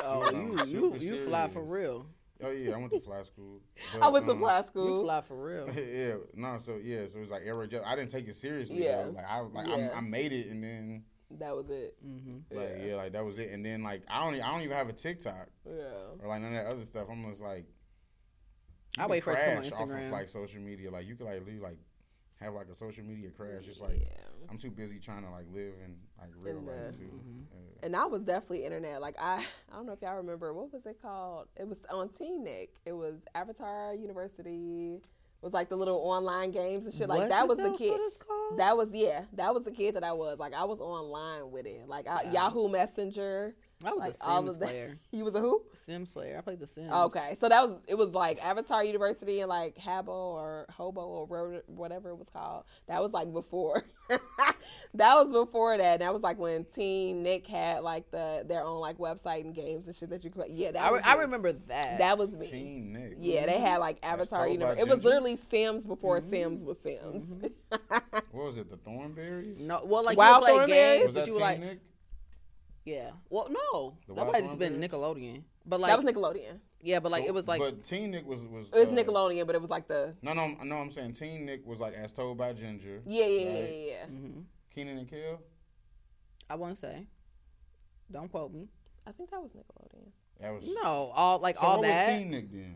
Speaker 3: Oh, you
Speaker 2: Super
Speaker 3: you, you fly
Speaker 2: serious.
Speaker 3: for real.
Speaker 2: Oh yeah, I went to fly school. But,
Speaker 1: I went to
Speaker 2: um,
Speaker 1: fly
Speaker 3: You
Speaker 1: school.
Speaker 3: fly for real.
Speaker 2: yeah, no, so yeah, so it was like Elroy Jetson. I didn't take it seriously.
Speaker 1: Yeah.
Speaker 2: though. like I like
Speaker 1: Yeah.
Speaker 2: I, I made it, and then
Speaker 1: That was it.
Speaker 3: hmm
Speaker 2: like yeah. like that was it. And then like I don't e- I don't even have a TikTok
Speaker 1: Yeah.
Speaker 2: or like none of that other stuff. I'm just like you
Speaker 3: I
Speaker 2: can
Speaker 3: wait for it to come on
Speaker 2: crash off
Speaker 3: Instagram.
Speaker 2: of like social media. Like you could like literally like have like a social media crash. Just like
Speaker 1: Yeah.
Speaker 2: I'm too busy trying to like live in like real
Speaker 1: In
Speaker 2: life
Speaker 1: the-
Speaker 2: too. Yeah.
Speaker 3: Mm-hmm.
Speaker 1: And I was definitely internet. Like I, I don't know if y'all remember what was it called? It was on Teen Nick. E It was Avatar University. It was like the little online games and shit. Like
Speaker 3: Was
Speaker 1: that
Speaker 3: it
Speaker 1: was the
Speaker 3: though?
Speaker 1: kid.
Speaker 3: What it's called?
Speaker 1: That was yeah. That was the kid that I was. Like I was online with it. Like I, Yahoo Messenger.
Speaker 3: I was a
Speaker 1: like
Speaker 3: Sims
Speaker 1: that.
Speaker 3: player.
Speaker 1: You was a who?
Speaker 3: Sims player. I played the Sims.
Speaker 1: Okay, so that was it was like Avatar University and like Habo or Hobo or Ro- whatever it was called. That was like before. that was before that. And that was like when Teen Nick had like the their own like website and games and shit that you could. Yeah, that
Speaker 3: I,
Speaker 1: was
Speaker 3: re- I
Speaker 1: me.
Speaker 3: remember that.
Speaker 1: That was me.
Speaker 2: Team Nick.
Speaker 1: Yeah, they had like Avatar
Speaker 2: told by
Speaker 1: University. It was
Speaker 2: Ginger.
Speaker 1: literally Sims before
Speaker 3: Mm-hmm.
Speaker 1: Sims was Sims.
Speaker 2: What was it? The Thornberries.
Speaker 3: no, well, like
Speaker 1: Wild
Speaker 3: you would play
Speaker 1: Thornberries?
Speaker 3: games
Speaker 2: Was
Speaker 3: that,
Speaker 2: that
Speaker 3: you were
Speaker 2: Team
Speaker 3: like,
Speaker 2: Nick?
Speaker 3: yeah. Well, no,
Speaker 2: The
Speaker 3: that
Speaker 2: Wild
Speaker 3: might have just been
Speaker 2: Thornberries?
Speaker 3: Nickelodeon. But like,
Speaker 1: that was Nickelodeon.
Speaker 3: yeah, but like it was like
Speaker 2: But Teen Nick was was.
Speaker 1: It was
Speaker 2: uh,
Speaker 1: Nickelodeon, but it was like the
Speaker 2: No, no, no. I'm saying Teen Nick was like as told by Ginger.
Speaker 1: yeah, yeah, yeah,
Speaker 2: Right.
Speaker 1: yeah. yeah.
Speaker 3: Mhm.
Speaker 2: Keenan and Kel.
Speaker 3: I want to say, don't quote me.
Speaker 1: I think that was Nickelodeon.
Speaker 2: That was
Speaker 3: No, all like
Speaker 2: So
Speaker 3: all
Speaker 2: what
Speaker 3: that.
Speaker 2: was Teen Nick then?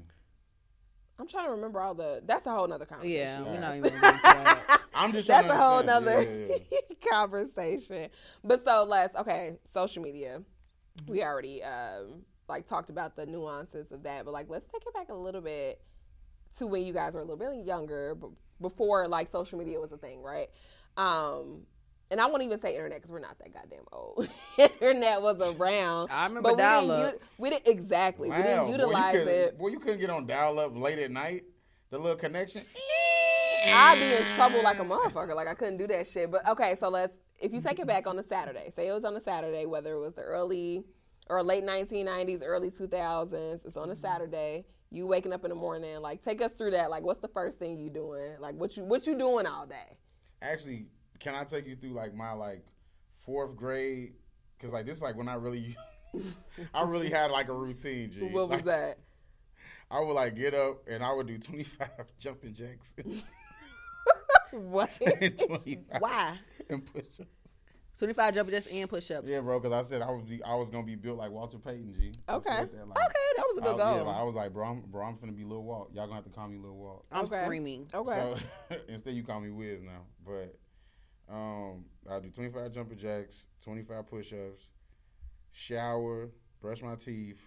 Speaker 1: I'm trying to remember all the. That's a whole nother conversation.
Speaker 3: Yeah, we're
Speaker 2: Right.
Speaker 3: not even. Gonna get into that.
Speaker 2: I'm just.
Speaker 1: That's a
Speaker 2: trying to
Speaker 1: whole nother
Speaker 2: understand. Yeah, yeah, yeah.
Speaker 1: conversation. But so let's okay, social media. We already um like talked about the nuances of that, but like let's take it back a little bit to when you guys were a little bit younger, b- before like social media was a thing, right? Um, and I won't even say internet because we're not that goddamn old. internet was around.
Speaker 3: I remember
Speaker 1: but we
Speaker 3: dial
Speaker 1: didn't,
Speaker 3: up.
Speaker 1: u- we didn't exactly. we
Speaker 2: Wow,
Speaker 1: didn't
Speaker 2: boy, you
Speaker 1: utilize
Speaker 2: couldn't-
Speaker 1: it.
Speaker 2: Boy, you couldn't get on dial up late at night. The little connection.
Speaker 1: I'd be in trouble like a motherfucker. Like I couldn't do that shit. But okay, so let's if you take it back on the Saturday, say it was on a Saturday, whether it was the early or late 1990s, early 2000s, it's on a Saturday. You waking up in the morning, like take us through that. Like, what's the first thing you doing? Like, what you what you doing all day?
Speaker 2: Actually, can I take you through like my like fourth grade? Cause like this is like when I really, I really had like a routine. G.
Speaker 1: What was
Speaker 2: Like,
Speaker 1: that?
Speaker 2: I would like get up and I would do twenty five jumping jacks
Speaker 1: What?
Speaker 2: and twenty five
Speaker 1: Why?
Speaker 2: and push ups.
Speaker 3: 25 jump jacks and push ups.
Speaker 2: Yeah, bro. Cause I said I was I was gonna be built like Walter Payton. G. I
Speaker 1: Okay.
Speaker 2: said that, like,
Speaker 1: okay, that was a
Speaker 2: I,
Speaker 1: good
Speaker 2: was-
Speaker 1: goal.
Speaker 2: yeah, like, I was like, bro, I'm, bro, I'm finna be Lil Walt. Y'all gonna have to call me Lil Walt.
Speaker 3: I'm
Speaker 1: Okay.
Speaker 3: screaming.
Speaker 1: okay.
Speaker 2: So instead, you call me Wiz now. But um, I do 25 jumper jacks, 25 push ups, shower, brush my teeth.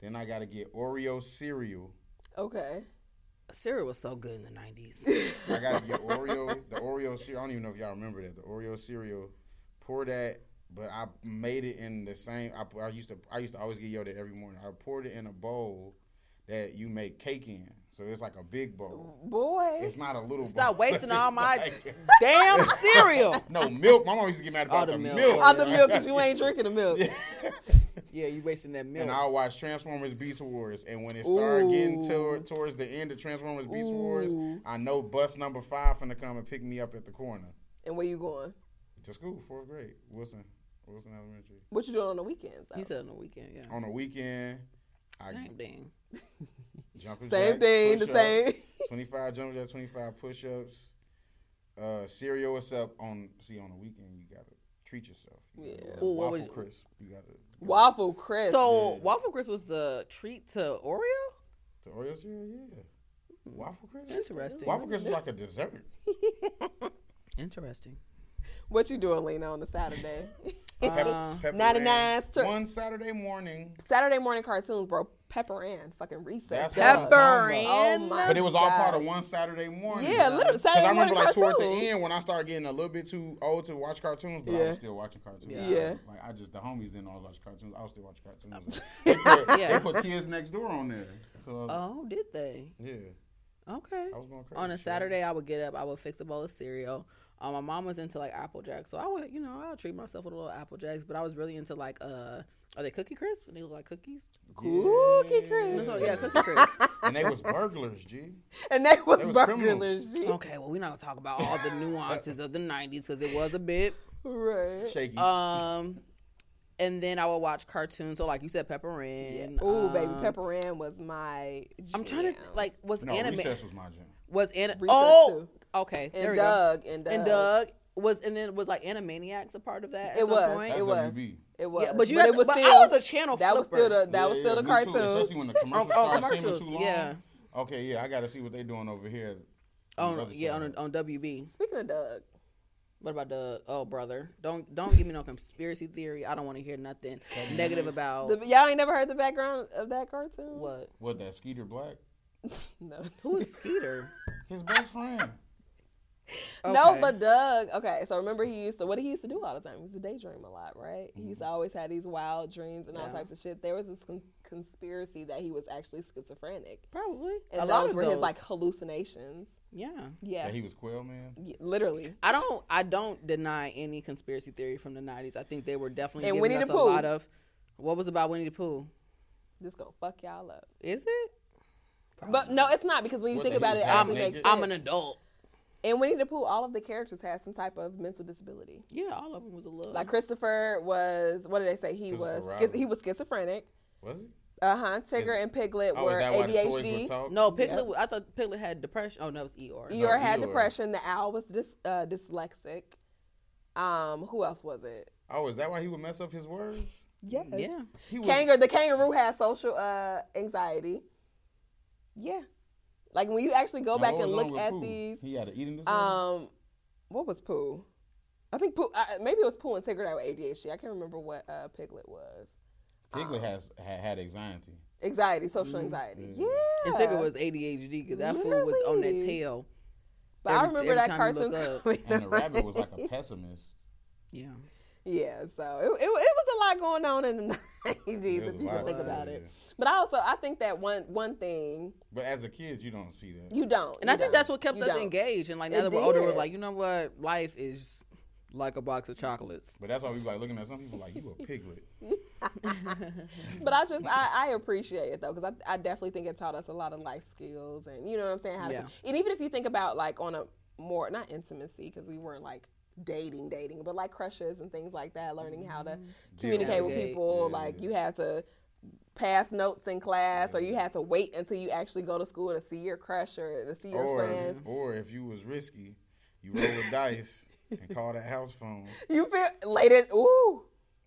Speaker 2: Then I got to get Oreo cereal.
Speaker 1: okay.
Speaker 3: Cereal was so good in the 90s.
Speaker 2: I got to get Oreo, the Oreo cereal. I don't even know if y'all remember that. The Oreo cereal. Pour that, but I made it in the same. I, I used to I used to always get yelled at every morning. I poured it in a bowl that you make cake in. So it's like a big bowl.
Speaker 1: Boy.
Speaker 2: It's not a little
Speaker 3: Stop
Speaker 2: bowl.
Speaker 3: wasting all my-
Speaker 2: Like-
Speaker 3: Damn cereal.
Speaker 2: No milk. My mom used to get mad
Speaker 3: All
Speaker 2: about
Speaker 3: the
Speaker 2: the,
Speaker 3: milk.
Speaker 2: milk.
Speaker 1: All the milk 'cause you ain't drinking the milk.
Speaker 3: Yeah, you wasting that milk.
Speaker 2: And I watched Transformers Beast Wars, and when it started getting to, towards the end of Transformers Beast Wars,
Speaker 1: Ooh.
Speaker 2: I know bus number five finna come and pick me up at the corner
Speaker 1: And where you going?
Speaker 2: to school, fourth grade, Wilson, Wilson Elementary.
Speaker 1: What you doing on the weekends? though?
Speaker 3: you said on the weekend, yeah.
Speaker 2: On the weekend, I
Speaker 3: Same thing.
Speaker 2: jumping
Speaker 1: same thing, the same.
Speaker 2: Twenty five jumping jacks, twenty five push ups. Uh, cereal is up on. See, on the weekend you gotta treat yourself. You gotta
Speaker 1: Yeah.
Speaker 2: go
Speaker 3: Ooh, what
Speaker 2: waffle
Speaker 3: was-
Speaker 2: crisp. You gotta go
Speaker 1: Waffle crisp.
Speaker 3: So
Speaker 2: Yeah.
Speaker 3: waffle crisp was the treat to Oreo.
Speaker 2: to Oreo cereal. Yeah,
Speaker 1: Hmm.
Speaker 2: waffle crisp.
Speaker 3: Interesting.
Speaker 2: Waffle crisp is like a dessert.
Speaker 3: Interesting.
Speaker 1: What you doing, Lena, on the Saturday?
Speaker 2: Pep-
Speaker 3: Uh,
Speaker 2: Pepper
Speaker 1: 99
Speaker 2: Ann.
Speaker 1: tur-
Speaker 2: One Saturday morning.
Speaker 1: Saturday morning cartoons, bro. Pepper Ann, fucking recess.
Speaker 2: That's
Speaker 1: dog.
Speaker 2: what I'm
Speaker 3: Pepper
Speaker 2: talking
Speaker 3: Ann.
Speaker 2: about.
Speaker 1: Oh my
Speaker 2: But it was all part of
Speaker 1: God.
Speaker 2: one Saturday morning.
Speaker 1: Yeah, literally. Saturday
Speaker 2: Because I remember,
Speaker 1: morning
Speaker 2: like, toward the
Speaker 1: cartoons.
Speaker 2: end when I started getting a little bit too old to watch cartoons, but I
Speaker 1: Yeah.
Speaker 2: was still watching cartoons.
Speaker 3: Yeah.
Speaker 1: Yeah. Oh.
Speaker 2: Like, I just, the homies didn't all watch cartoons. I was still watching cartoons. they, put,
Speaker 3: Yeah.
Speaker 2: they put kids next door on there. So,
Speaker 3: Oh, did they?
Speaker 2: yeah.
Speaker 3: Okay.
Speaker 2: I was going crazy.
Speaker 3: On a
Speaker 2: so-
Speaker 3: Saturday, I would get up. I would fix a bowl of cereal. Um, my mom was into like apple jacks, so I would, you know, I'll treat myself with a little apple jacks. But I was really into like, uh, are they cookie crisp? And they look like cookies.
Speaker 1: Cookie
Speaker 2: Yeah.
Speaker 1: crisp.
Speaker 3: So, yeah, cookie crisp.
Speaker 2: And they was burglars, G.
Speaker 1: And they was,
Speaker 2: They was
Speaker 1: burglars. G.
Speaker 3: okay, well, we're not gonna talk about all the nuances of the '90s because it was a bit.
Speaker 1: Right.
Speaker 2: Shaky.
Speaker 3: Um, and then I would watch cartoons. So, like you said, Pepper Ann.
Speaker 1: Ooh, baby,
Speaker 3: um,
Speaker 1: Pepper Ann was my. Jam.
Speaker 3: I'm trying to like was
Speaker 2: no,
Speaker 3: anime
Speaker 2: recess was my jam.
Speaker 3: was an
Speaker 1: Recess,
Speaker 3: oh
Speaker 1: too.
Speaker 3: okay
Speaker 1: And
Speaker 3: there
Speaker 1: uh,
Speaker 3: we
Speaker 1: Doug, and
Speaker 3: go
Speaker 1: Doug
Speaker 3: and Doug was and then was like Animaniacs a part of that at
Speaker 1: It
Speaker 3: some
Speaker 1: was.
Speaker 3: point?
Speaker 2: That's
Speaker 1: It was.
Speaker 2: WB.
Speaker 1: It was.
Speaker 3: Yeah, but you had
Speaker 1: it
Speaker 3: to-
Speaker 1: was
Speaker 3: but I
Speaker 1: still,
Speaker 3: was a channel
Speaker 1: That was still
Speaker 3: flipper.
Speaker 1: the that was
Speaker 2: Yeah,
Speaker 1: still the
Speaker 2: yeah, me too,
Speaker 1: cartoon.
Speaker 2: especially when the commercials
Speaker 3: Oh, oh,
Speaker 2: started seeming
Speaker 3: commercials,
Speaker 2: too long.
Speaker 3: yeah.
Speaker 2: Okay, yeah, I got to see what they doing over here. on the
Speaker 3: on
Speaker 2: other
Speaker 3: yeah
Speaker 2: side.
Speaker 3: on, on WB.
Speaker 1: Speaking of Doug,
Speaker 3: What about the oh brother? Don't don't give me no conspiracy theory. I don't want to hear nothing negative about
Speaker 1: the, y'all ain't never heard the background of that cartoon.
Speaker 3: what
Speaker 2: What that Skeeter Black?
Speaker 1: No.
Speaker 3: who is Skeeter.
Speaker 2: His best friend.
Speaker 1: No,
Speaker 3: Okay.
Speaker 1: but Doug. Okay, so remember he used to what he used to do all the time. He used to daydream a lot, right? He used to always had these wild dreams and all
Speaker 3: Mm-hmm. Yeah.
Speaker 1: types of shit. There was this con- conspiracy that he was actually schizophrenic,
Speaker 3: Probably
Speaker 1: and
Speaker 3: a
Speaker 1: those
Speaker 3: lot of
Speaker 1: were
Speaker 3: those.
Speaker 1: his like hallucinations.
Speaker 3: yeah.
Speaker 1: Yeah,
Speaker 2: That he was Quail Man.
Speaker 1: y- literally.
Speaker 3: I don't I don't deny any conspiracy theory from the nineties. I think they were definitely
Speaker 1: And
Speaker 3: giving
Speaker 1: Winnie
Speaker 3: us
Speaker 1: the
Speaker 3: a
Speaker 1: Pooh.
Speaker 3: lot of what was about Winnie the Pooh.
Speaker 1: This gonna fuck y'all up.
Speaker 3: Is it?
Speaker 1: But no, it's not because when you
Speaker 2: What
Speaker 1: think
Speaker 2: the-
Speaker 1: about
Speaker 2: he
Speaker 1: it, it
Speaker 2: was
Speaker 1: actually
Speaker 2: half
Speaker 1: makes
Speaker 2: naked?
Speaker 1: sense.
Speaker 3: I'm an adult.
Speaker 1: and Winnie the Pooh, all of the characters had some type of mental disability.
Speaker 3: Yeah, all of them was a little.
Speaker 1: Like Christopher was, what did they say? He was
Speaker 2: Christopher
Speaker 1: schiz-
Speaker 2: Robin.
Speaker 1: he was schizophrenic.
Speaker 2: Was he?
Speaker 1: Uh huh. Tigger and Piglet
Speaker 2: Oh,
Speaker 1: were
Speaker 2: is that why the toys
Speaker 1: ADHD.
Speaker 2: were talk?
Speaker 3: no, Piglet. I thought Piglet had depression. Oh, no, it was ER.
Speaker 1: Eeyore had
Speaker 2: Eeyore.
Speaker 1: depression. The owl was dys, uh, dyslexic. Um, who else was it?
Speaker 2: Oh, is that why he would mess up his words?
Speaker 1: Yes.
Speaker 3: Yeah.
Speaker 2: He was.
Speaker 1: Kangaroo. The kangaroo had social uh, anxiety. Yeah. Like when you actually go
Speaker 2: Now,
Speaker 1: back
Speaker 2: what
Speaker 1: and
Speaker 2: Oh, was wrong
Speaker 1: look
Speaker 2: with
Speaker 1: at
Speaker 2: Pooh?
Speaker 1: these,
Speaker 2: He had an eating disorder.
Speaker 1: um, what was Pooh? I think Pooh. Uh, maybe it was Pooh and Tigger that were ADHD. I can't remember what uh, Piglet was.
Speaker 2: Piglet has had, had anxiety.
Speaker 1: Anxiety, social anxiety. Yeah.
Speaker 3: Mm-hmm. And Tigger was ADHD because that fool was on that
Speaker 1: Literally.
Speaker 3: tail.
Speaker 1: But I
Speaker 3: every-
Speaker 1: remember
Speaker 3: every
Speaker 1: that
Speaker 3: time you
Speaker 1: cartoon.
Speaker 3: look up.
Speaker 1: coming
Speaker 2: And the
Speaker 1: on.
Speaker 2: rabbit was like a pessimist.
Speaker 3: Yeah.
Speaker 1: Yeah, so it, it, it was a lot going on in the 90s
Speaker 2: It was
Speaker 1: if
Speaker 2: a
Speaker 1: you
Speaker 2: lot
Speaker 1: can think
Speaker 2: of
Speaker 1: about
Speaker 2: things,
Speaker 1: it.
Speaker 2: yeah.
Speaker 1: But also, I think that one one thing
Speaker 2: But as a kid, you don't see that.
Speaker 1: you don't,
Speaker 3: And I
Speaker 1: you
Speaker 3: think
Speaker 1: don't.
Speaker 3: that's what kept
Speaker 1: You
Speaker 3: us
Speaker 1: don't.
Speaker 3: engaged. And like now
Speaker 1: It
Speaker 3: that we're older, we're
Speaker 1: did.
Speaker 3: like, you know what? Life is like a box of chocolates.
Speaker 2: But that's why we like looking at some people like you a piglet.
Speaker 1: But I just I, I appreciate it though because I, I definitely think it taught us a lot of life skills and you know what I'm saying. How
Speaker 3: Yeah.
Speaker 1: to, and even if you think about like on a more not intimacy because we weren't like dating dating, but like crushes and things like that, learning how
Speaker 2: Mm-hmm.
Speaker 1: to communicate with
Speaker 3: Navigate,
Speaker 1: people.
Speaker 2: yeah.
Speaker 1: Like you had to pass notes in class, or you had to wait until you actually go to school to see your crush or to see your
Speaker 2: Or
Speaker 1: friends.
Speaker 2: or if you was risky, you roll the dice and call that house phone.
Speaker 1: You feel late at ooh.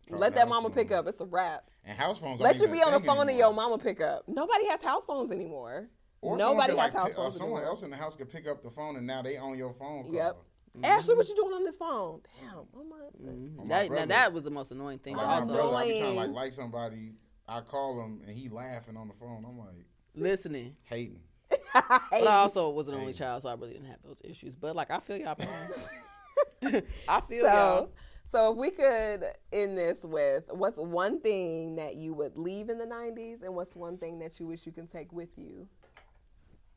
Speaker 2: Call
Speaker 1: Let
Speaker 2: the
Speaker 1: that
Speaker 2: house
Speaker 1: mama
Speaker 2: phone.
Speaker 1: pick up. It's a wrap.
Speaker 2: And house phones.
Speaker 1: Let you
Speaker 2: aren't even
Speaker 1: be
Speaker 2: a
Speaker 1: on the
Speaker 2: thing
Speaker 1: phone and
Speaker 2: anymore.
Speaker 1: your mama pick up. Nobody has house phones anymore.
Speaker 2: Or someone
Speaker 1: Nobody
Speaker 2: could,
Speaker 1: has
Speaker 2: like,
Speaker 1: house
Speaker 2: pick- or
Speaker 1: phones
Speaker 2: Someone
Speaker 1: anymore.
Speaker 2: else in the house could pick up the phone and now they own your phone call.
Speaker 1: Yep.
Speaker 3: Mm-hmm.
Speaker 1: Ashley, what you doing on this phone? Damn, oh my.
Speaker 2: Or my
Speaker 3: That, now
Speaker 2: brother-
Speaker 3: that was the most annoying thing.
Speaker 2: Like
Speaker 1: Oh,
Speaker 2: my
Speaker 3: also,
Speaker 2: brother, I be trying to like
Speaker 1: annoying.
Speaker 2: like somebody. I call him and he laughing on the phone. I'm like
Speaker 3: listening.
Speaker 2: hating.
Speaker 3: But I also was an only
Speaker 2: Hey.
Speaker 3: child, so I really didn't have those issues. But like, I feel y'all parents. I feel
Speaker 1: So,
Speaker 3: y'all.
Speaker 1: so if we could end this with what's one thing that you would leave in the '90s, and what's one thing that you wish you can take with you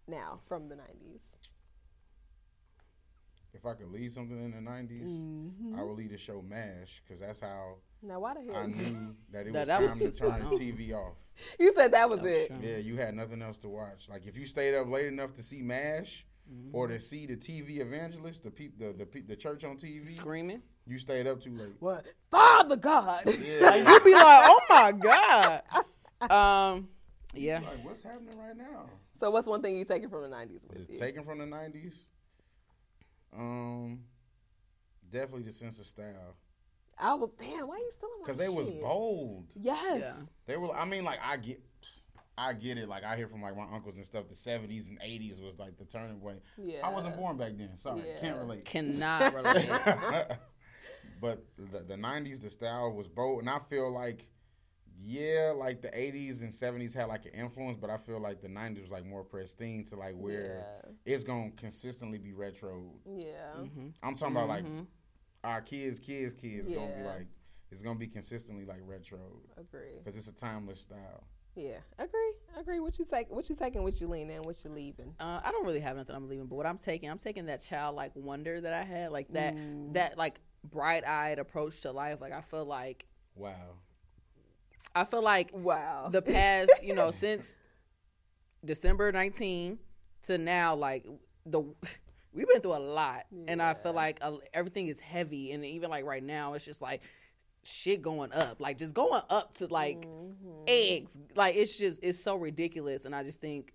Speaker 1: now from the '90s?
Speaker 2: If I could leave something in the '90s,
Speaker 1: Mm-hmm.
Speaker 2: I would leave the show Mash because that's how
Speaker 1: Now, why the
Speaker 2: I
Speaker 1: hell?
Speaker 2: knew that it was
Speaker 3: That- that was
Speaker 2: time
Speaker 3: just
Speaker 2: to turn
Speaker 3: going
Speaker 2: the
Speaker 3: on.
Speaker 2: TV off.
Speaker 1: You said that was
Speaker 3: Oh,
Speaker 1: it.
Speaker 3: sure.
Speaker 2: Yeah, you had nothing else to watch. Like if you stayed up late enough to see Mash
Speaker 1: Mm-hmm.
Speaker 2: or to see the TV evangelist, the peop, the, the pe- the church on TV,
Speaker 3: Screaming.
Speaker 2: you stayed up too late.
Speaker 1: What? Father Oh, God.
Speaker 2: Yeah.
Speaker 3: You'd be like, oh my god. Um, yeah.
Speaker 2: Like what's happening right now?
Speaker 1: so, what's one thing you taking from the '90s with you?
Speaker 2: It's taken from the '90s. Um, definitely the sense of style
Speaker 1: I was damn. Why are you still on my
Speaker 2: because they was
Speaker 1: shit?
Speaker 2: bold.
Speaker 1: Yes.
Speaker 3: Yeah.
Speaker 2: They were. I mean, like I get, I get it. Like I hear from like my uncles and stuff. The '70s and '80s was like the turning point. I wasn't
Speaker 1: Yeah.
Speaker 2: born back then. Sorry, can't
Speaker 1: Yeah.
Speaker 2: relate.
Speaker 3: Cannot relate.
Speaker 2: but the, the 90s the style was bold and i feel like yeah like the 80s and 70s had like an influence but i feel like the 90s was like more pristine to like where it's gonna consistently be retro
Speaker 1: Yeah. Yeah.
Speaker 3: Mm-hmm.
Speaker 2: i'm talking about like our kids kids kids gonna be
Speaker 1: Mm-hmm. Yeah.
Speaker 2: like it's gonna be consistently like retro
Speaker 1: Agree.
Speaker 2: because it's a timeless style
Speaker 1: Yeah, agree, agree. What you take, what you taking, what you leaning, what you leaving.
Speaker 3: Uh, I don't really have nothing I'm leaving, but what I'm taking, I'm taking that childlike wonder that I had, like that
Speaker 2: Mm.
Speaker 3: that like bright-eyed approach to life. Like I feel like
Speaker 2: wow
Speaker 3: I feel like
Speaker 1: Wow.
Speaker 3: the past, you know, since December 19 to now, like the we've been through a lot, and I feel like uh, everything is heavy, and even like right now, it's just like shit going up, like just going up to like eggs, like it's just it's so ridiculous, and I just think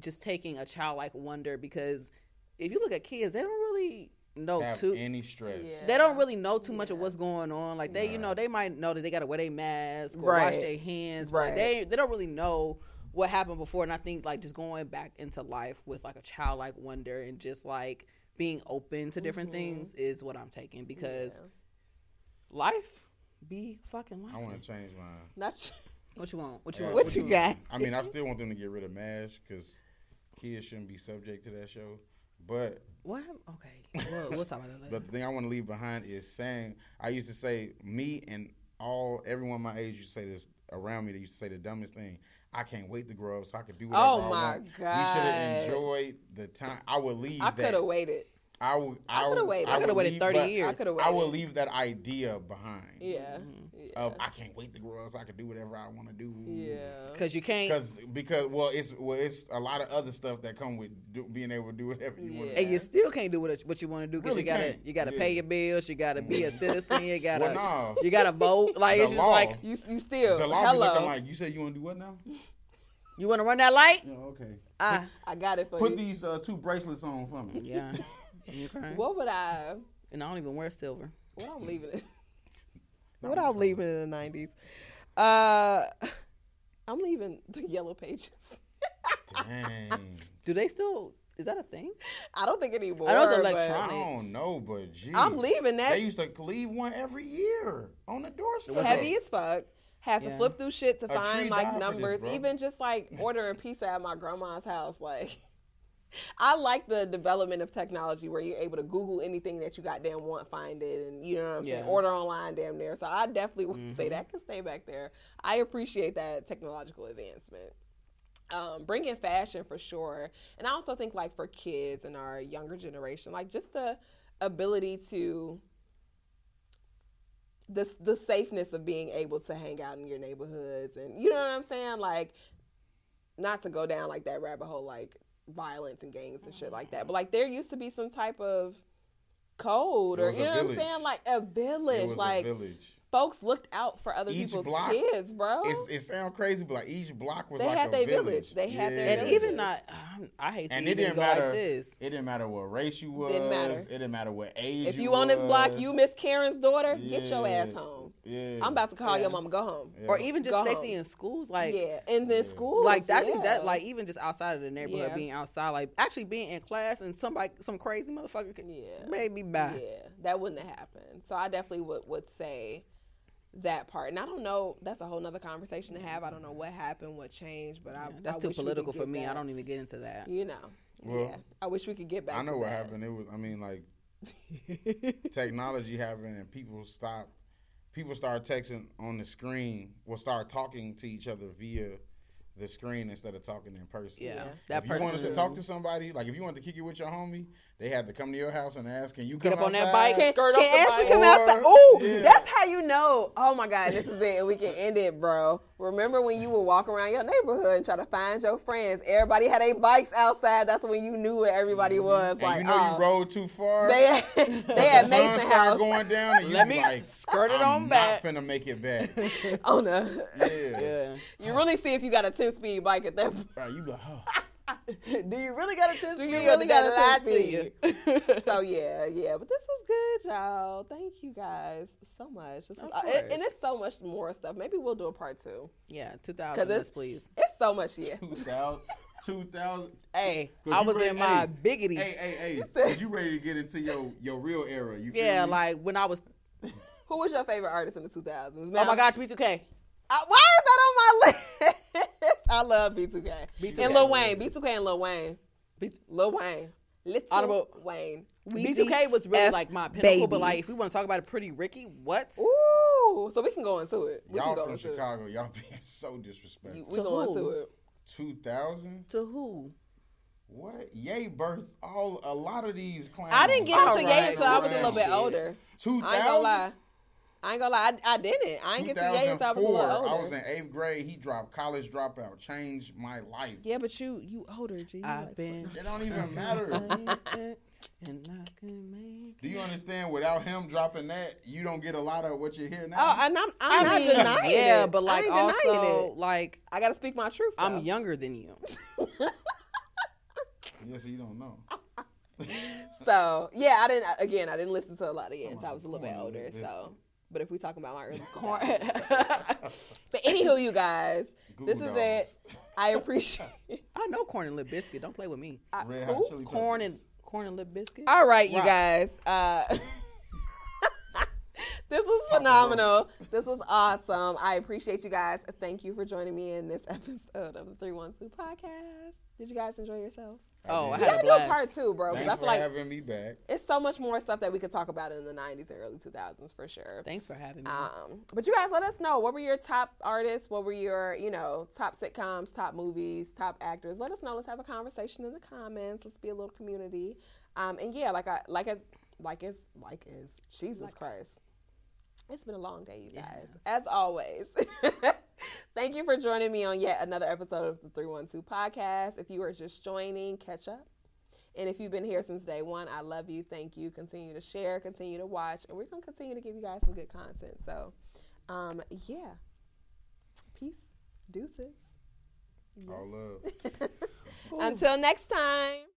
Speaker 3: just taking a childlike wonder because if you look at kids, they don't really know
Speaker 2: have
Speaker 3: too
Speaker 2: any stress
Speaker 1: Oh, Yeah.
Speaker 3: they don't really know too much of what's going on. Like they, you know, they might know that they got to wear their mask or wash
Speaker 1: Right.
Speaker 3: their hands,
Speaker 1: Right.
Speaker 3: but they they don't really know what happened before. And I think like just going back into life with like a childlike wonder and just like being open to different
Speaker 1: Mm-hmm.
Speaker 3: things is what I'm taking because life be fucking life.
Speaker 2: i want to change mine
Speaker 1: Not
Speaker 3: What you want? What you
Speaker 2: Yeah,
Speaker 3: want?
Speaker 1: What you got?
Speaker 2: I mean, I still want them to get rid of MASH because kids shouldn't be subject to that show. But
Speaker 3: What? Okay, we'll, we'll talk about that later.
Speaker 2: but the thing I want to leave behind is saying I used to say me and all everyone my age used to say this around me. They used to say the dumbest thing. I can't wait to grow up so I could do whatever
Speaker 1: Oh
Speaker 2: I
Speaker 1: my
Speaker 2: want. We should
Speaker 1: God.
Speaker 2: have enjoyed the time. I would leave.
Speaker 1: I could
Speaker 2: that.
Speaker 1: have waited.
Speaker 2: I would. I,
Speaker 1: coulda
Speaker 2: would-
Speaker 1: waited. I
Speaker 3: I could
Speaker 2: would
Speaker 3: have waited
Speaker 2: leave-
Speaker 3: 30
Speaker 2: but
Speaker 3: years.
Speaker 1: I coulda
Speaker 2: I would
Speaker 1: waited.
Speaker 2: leave that idea behind.
Speaker 1: Yeah.
Speaker 2: Of I can't wait to grow up so I could do whatever I want to do.
Speaker 1: Yeah.
Speaker 3: Because you can't.
Speaker 2: Because because well it's well it's a lot of other stuff that come with do, being able to do whatever you want.
Speaker 1: Yeah.
Speaker 2: to
Speaker 3: And you still can't do what, what you want to do because
Speaker 2: Really
Speaker 3: you gotta
Speaker 2: can't.
Speaker 3: you gotta
Speaker 2: Yeah.
Speaker 3: pay your bills, you gotta be a citizen, you gotta
Speaker 2: Well, nah.
Speaker 3: you gotta vote. Like
Speaker 2: The
Speaker 3: it's just
Speaker 2: law.
Speaker 3: like
Speaker 1: You, you still.
Speaker 2: The law be
Speaker 1: Hello.
Speaker 2: looking like you said you want to do what now?
Speaker 3: you want to run that light.
Speaker 2: Yeah, okay.
Speaker 3: Ah,
Speaker 1: I got it for
Speaker 2: Put
Speaker 1: you.
Speaker 2: these uh, two bracelets on for me.
Speaker 3: yeah. Okay.
Speaker 1: what would I?
Speaker 3: And I don't even wear silver.
Speaker 1: What I'm leaving it.
Speaker 2: No,
Speaker 1: what
Speaker 2: I'm
Speaker 1: I'm
Speaker 2: just
Speaker 1: leaving in the '90s. Uh, I'm leaving the yellow pages.
Speaker 2: Dang.
Speaker 3: Do they still? Is that a thing?
Speaker 1: I don't think anymore.
Speaker 3: I know it's
Speaker 1: but
Speaker 2: I
Speaker 3: electronic.
Speaker 2: don't know, but gee.
Speaker 1: I'm leaving that.
Speaker 2: They used to leave one every year on the doorstep.
Speaker 1: heavy as fuck. Had to
Speaker 3: Yeah.
Speaker 1: flip through shit to
Speaker 2: tree
Speaker 1: find
Speaker 2: died
Speaker 1: like
Speaker 2: for this,
Speaker 1: numbers,
Speaker 2: bro.
Speaker 1: even just like ordering pizza at my grandma's house. Like I like the development of technology where you're able to Google anything that you goddamn want, find it, and you know what I'm saying.
Speaker 3: Yeah.
Speaker 1: Order online, damn near. So I definitely would
Speaker 2: Mm-hmm.
Speaker 1: say that can stay back there. I appreciate that technological advancement. Um, bring in fashion for sure, and I also think like for kids and our younger generation, like just the ability to the the safeness of being able to hang out in your neighborhoods, and you know what I'm saying, like not to go down like that rabbit hole like violence and gangs and shit like that but like there used to be some type of code
Speaker 2: There
Speaker 1: or
Speaker 2: was
Speaker 1: you
Speaker 2: a
Speaker 1: know what i'm
Speaker 2: village.
Speaker 1: saying like a
Speaker 2: It
Speaker 1: village
Speaker 2: was
Speaker 1: like
Speaker 2: a village.
Speaker 1: folks looked out for other
Speaker 2: Each
Speaker 1: people's
Speaker 2: block
Speaker 1: kids bro
Speaker 2: It's, it sounds crazy, but like each block was
Speaker 1: oh. They
Speaker 2: like
Speaker 1: had
Speaker 2: a
Speaker 1: they
Speaker 2: village.
Speaker 1: village. They had their
Speaker 3: And
Speaker 1: Yeah.
Speaker 3: even not, um, I hate to
Speaker 2: And it
Speaker 3: even
Speaker 2: didn't
Speaker 3: go
Speaker 2: matter.
Speaker 3: like this.
Speaker 2: It didn't matter what race you was.
Speaker 1: Didn't matter.
Speaker 2: It didn't matter what age.
Speaker 1: if you
Speaker 2: was.
Speaker 1: on this block you miss karen's daughter get your
Speaker 2: Yeah.
Speaker 1: ass home
Speaker 2: Yeah.
Speaker 1: i'm about to call
Speaker 3: Yeah.
Speaker 1: your mama go home
Speaker 2: Yeah.
Speaker 3: Or even just
Speaker 1: Go
Speaker 3: safety
Speaker 1: home.
Speaker 3: in schools, like
Speaker 1: yeah and then
Speaker 2: Yeah.
Speaker 1: school
Speaker 3: like that, I
Speaker 1: yeah.
Speaker 3: think that like even just outside of the neighborhood,
Speaker 1: Yeah.
Speaker 3: being outside, like actually being in class and somebody, some crazy motherfucker, could,
Speaker 1: Yeah.
Speaker 3: made me bad.
Speaker 1: Yeah, that wouldn't have happened. So I definitely would would say that part. And I don't know. That's a whole nother conversation to have. I don't know what happened, what changed, but I
Speaker 3: That's
Speaker 1: I
Speaker 3: too
Speaker 1: wish we could
Speaker 3: political for
Speaker 1: get
Speaker 3: me. I
Speaker 1: back-
Speaker 3: don't even get into that.
Speaker 1: You know.
Speaker 2: Well,
Speaker 1: yeah. I wish we could get back.
Speaker 2: I know
Speaker 1: to
Speaker 2: what
Speaker 1: that.
Speaker 2: happened. It was. I mean, like technology happened, and people stopped. People started texting on the screen. Will start talking to each other via the screen instead of talking in person.
Speaker 3: Yeah. Yeah. That
Speaker 2: if you wanted to
Speaker 3: person-
Speaker 2: talk to somebody, like if you wanted to kick it with your homie, they had to come to your house and ask, "Can you
Speaker 3: Get
Speaker 2: come
Speaker 3: up on that
Speaker 2: outside?"
Speaker 3: bike.
Speaker 1: Can,
Speaker 3: Skirt
Speaker 1: can
Speaker 3: up the
Speaker 1: Ashley
Speaker 3: bike.
Speaker 1: come outside?
Speaker 2: Or-
Speaker 1: Oh,
Speaker 2: Yeah.
Speaker 1: that's how you know. Oh my God, this is it. We can end it, bro. Remember when you would walk around your neighborhood and try to find your friends? Everybody had their bikes outside. That's when you knew where everybody was.
Speaker 2: Mm-hmm. And
Speaker 1: like,
Speaker 2: you know
Speaker 1: oh,
Speaker 3: uh,
Speaker 2: you rode too far.
Speaker 1: they had, they
Speaker 2: the
Speaker 1: had
Speaker 2: sun
Speaker 1: Mason
Speaker 2: started
Speaker 1: House
Speaker 2: going down, and you
Speaker 3: Let
Speaker 2: be
Speaker 3: me
Speaker 2: like,
Speaker 3: skirt it
Speaker 2: I'm
Speaker 3: on
Speaker 2: not
Speaker 3: back."
Speaker 2: finna make it back.
Speaker 1: on a.
Speaker 2: Yeah.
Speaker 3: Yeah.
Speaker 1: You really see if you got a 10 speed bike at that point.
Speaker 2: Bro, you be like, huh.
Speaker 3: Do you really got to? Do
Speaker 1: you really gotta sense So, yeah, yeah. But this was good, y'all. Thank you guys so much. This
Speaker 3: Of
Speaker 1: was- and-
Speaker 3: course.
Speaker 1: and it's so much more stuff. Maybe we'll do a part two.
Speaker 3: yeah, two
Speaker 1: 'Cause
Speaker 3: thousand.
Speaker 1: it's-
Speaker 3: please.
Speaker 1: It's so much here.
Speaker 2: 2000, 2000.
Speaker 3: Hey,
Speaker 2: 'Cause
Speaker 3: I
Speaker 2: you
Speaker 3: was
Speaker 2: ready-
Speaker 3: in my
Speaker 2: hey,
Speaker 3: biggity.
Speaker 2: Hey, hey, hey. 'cause you ready to get into your, your real era. You feel
Speaker 3: yeah,
Speaker 1: Mm-hmm.
Speaker 2: me?
Speaker 3: like when I was.
Speaker 1: Who was your favorite artist in the 2000s?
Speaker 3: Oh my
Speaker 1: Now-
Speaker 3: gosh, B2K.
Speaker 1: I, why is that on my list? I love B2K.
Speaker 3: B2K.
Speaker 1: And Lil Wayne. B2K and Lil Wayne.
Speaker 3: B2K.
Speaker 1: Lil Wayne. Little
Speaker 3: Honorable-
Speaker 1: Wayne.
Speaker 3: B2K was really
Speaker 1: F
Speaker 3: like my pinnacle,
Speaker 1: baby.
Speaker 3: but like if we want to talk about it, Pretty Ricky, what?
Speaker 1: Ooh. So we can go into it. We
Speaker 2: y'all
Speaker 1: can go
Speaker 2: from
Speaker 1: into
Speaker 2: Chicago, y'all being so
Speaker 1: it. You-
Speaker 2: disrespectful.
Speaker 1: We
Speaker 3: To
Speaker 1: go
Speaker 3: who?
Speaker 1: into it.
Speaker 2: 2000?
Speaker 3: To who?
Speaker 2: What? Yay, birth. All a lot of these clowns.
Speaker 1: I didn't get
Speaker 3: All
Speaker 1: into Ye
Speaker 3: right.
Speaker 1: until I was a little bit
Speaker 2: Shit.
Speaker 1: older. I ain't gonna
Speaker 2: 2000?
Speaker 1: lie. I ain't gonna lie. I, I didn't. I ain't get to Ye until I was a
Speaker 2: 2004.
Speaker 1: little
Speaker 2: I
Speaker 1: older.
Speaker 2: was in eighth grade. He dropped college dropout. Changed my life.
Speaker 1: yeah, but you you older, G. You
Speaker 3: I've
Speaker 1: like-
Speaker 3: been.
Speaker 2: It don't even matter.
Speaker 3: And I can make.
Speaker 2: Do you understand? Without him dropping that, you don't get a lot of what you hear now.
Speaker 1: Oh, and I'm, I'm not
Speaker 3: mean,
Speaker 1: denying it.
Speaker 3: yeah, but like
Speaker 1: I ain't denying
Speaker 3: also,
Speaker 1: it.
Speaker 3: like
Speaker 1: I gotta speak my truth.
Speaker 3: I'm
Speaker 1: though.
Speaker 3: younger than you.
Speaker 2: yes, you don't know.
Speaker 1: So yeah, I didn't. Again, I didn't listen to a lot of it.
Speaker 2: on,
Speaker 1: I was a little
Speaker 2: come
Speaker 1: bit
Speaker 2: on,
Speaker 1: older.
Speaker 2: listen.
Speaker 1: So, but if we talking about my early 2000s.
Speaker 3: I
Speaker 1: but anywho, you guys,
Speaker 2: Google
Speaker 1: this is
Speaker 2: Dolls.
Speaker 1: it. I appreciate.
Speaker 3: know corn and lip biscuit. Don't play with me.
Speaker 1: I-
Speaker 2: Red
Speaker 1: who?
Speaker 2: Hot Chili Peppers.
Speaker 3: Corn and corn and lip biscuit.
Speaker 1: All right, you
Speaker 3: Rock.
Speaker 1: guys. Uh, this was phenomenal. This was awesome. I appreciate you guys. Thank you for joining me in this episode of the 312 podcast. Did you guys enjoy yourselves?
Speaker 3: Oh,
Speaker 1: We
Speaker 3: I
Speaker 2: did.
Speaker 3: had
Speaker 1: gotta
Speaker 3: a
Speaker 1: do a
Speaker 3: blast.
Speaker 1: part two, bro. Because
Speaker 2: Thanks
Speaker 1: I
Speaker 2: for
Speaker 1: feel like
Speaker 2: having me back.
Speaker 1: it's so much more stuff that we could talk about in the 90s and early 2000s for sure.
Speaker 3: Thanks for having me.
Speaker 1: Um, but you guys, let us know what were your top artists, what were your you know top sitcoms, top movies, top actors. Let us know. Let's have a conversation in the comments. Let's be a little community. Um, and yeah, like I like as like as like as Jesus Christ. It's been a long day, you guys. As always. Thank you for joining me on yet another episode of the 312 podcast. If you are just joining, catch up. And if you've been here since day one, I love you. Thank you. Continue to share, continue to watch, and we're going to continue to give you guys some good content. So, um, yeah. Peace. Deuces.
Speaker 2: All love.
Speaker 1: Until next time.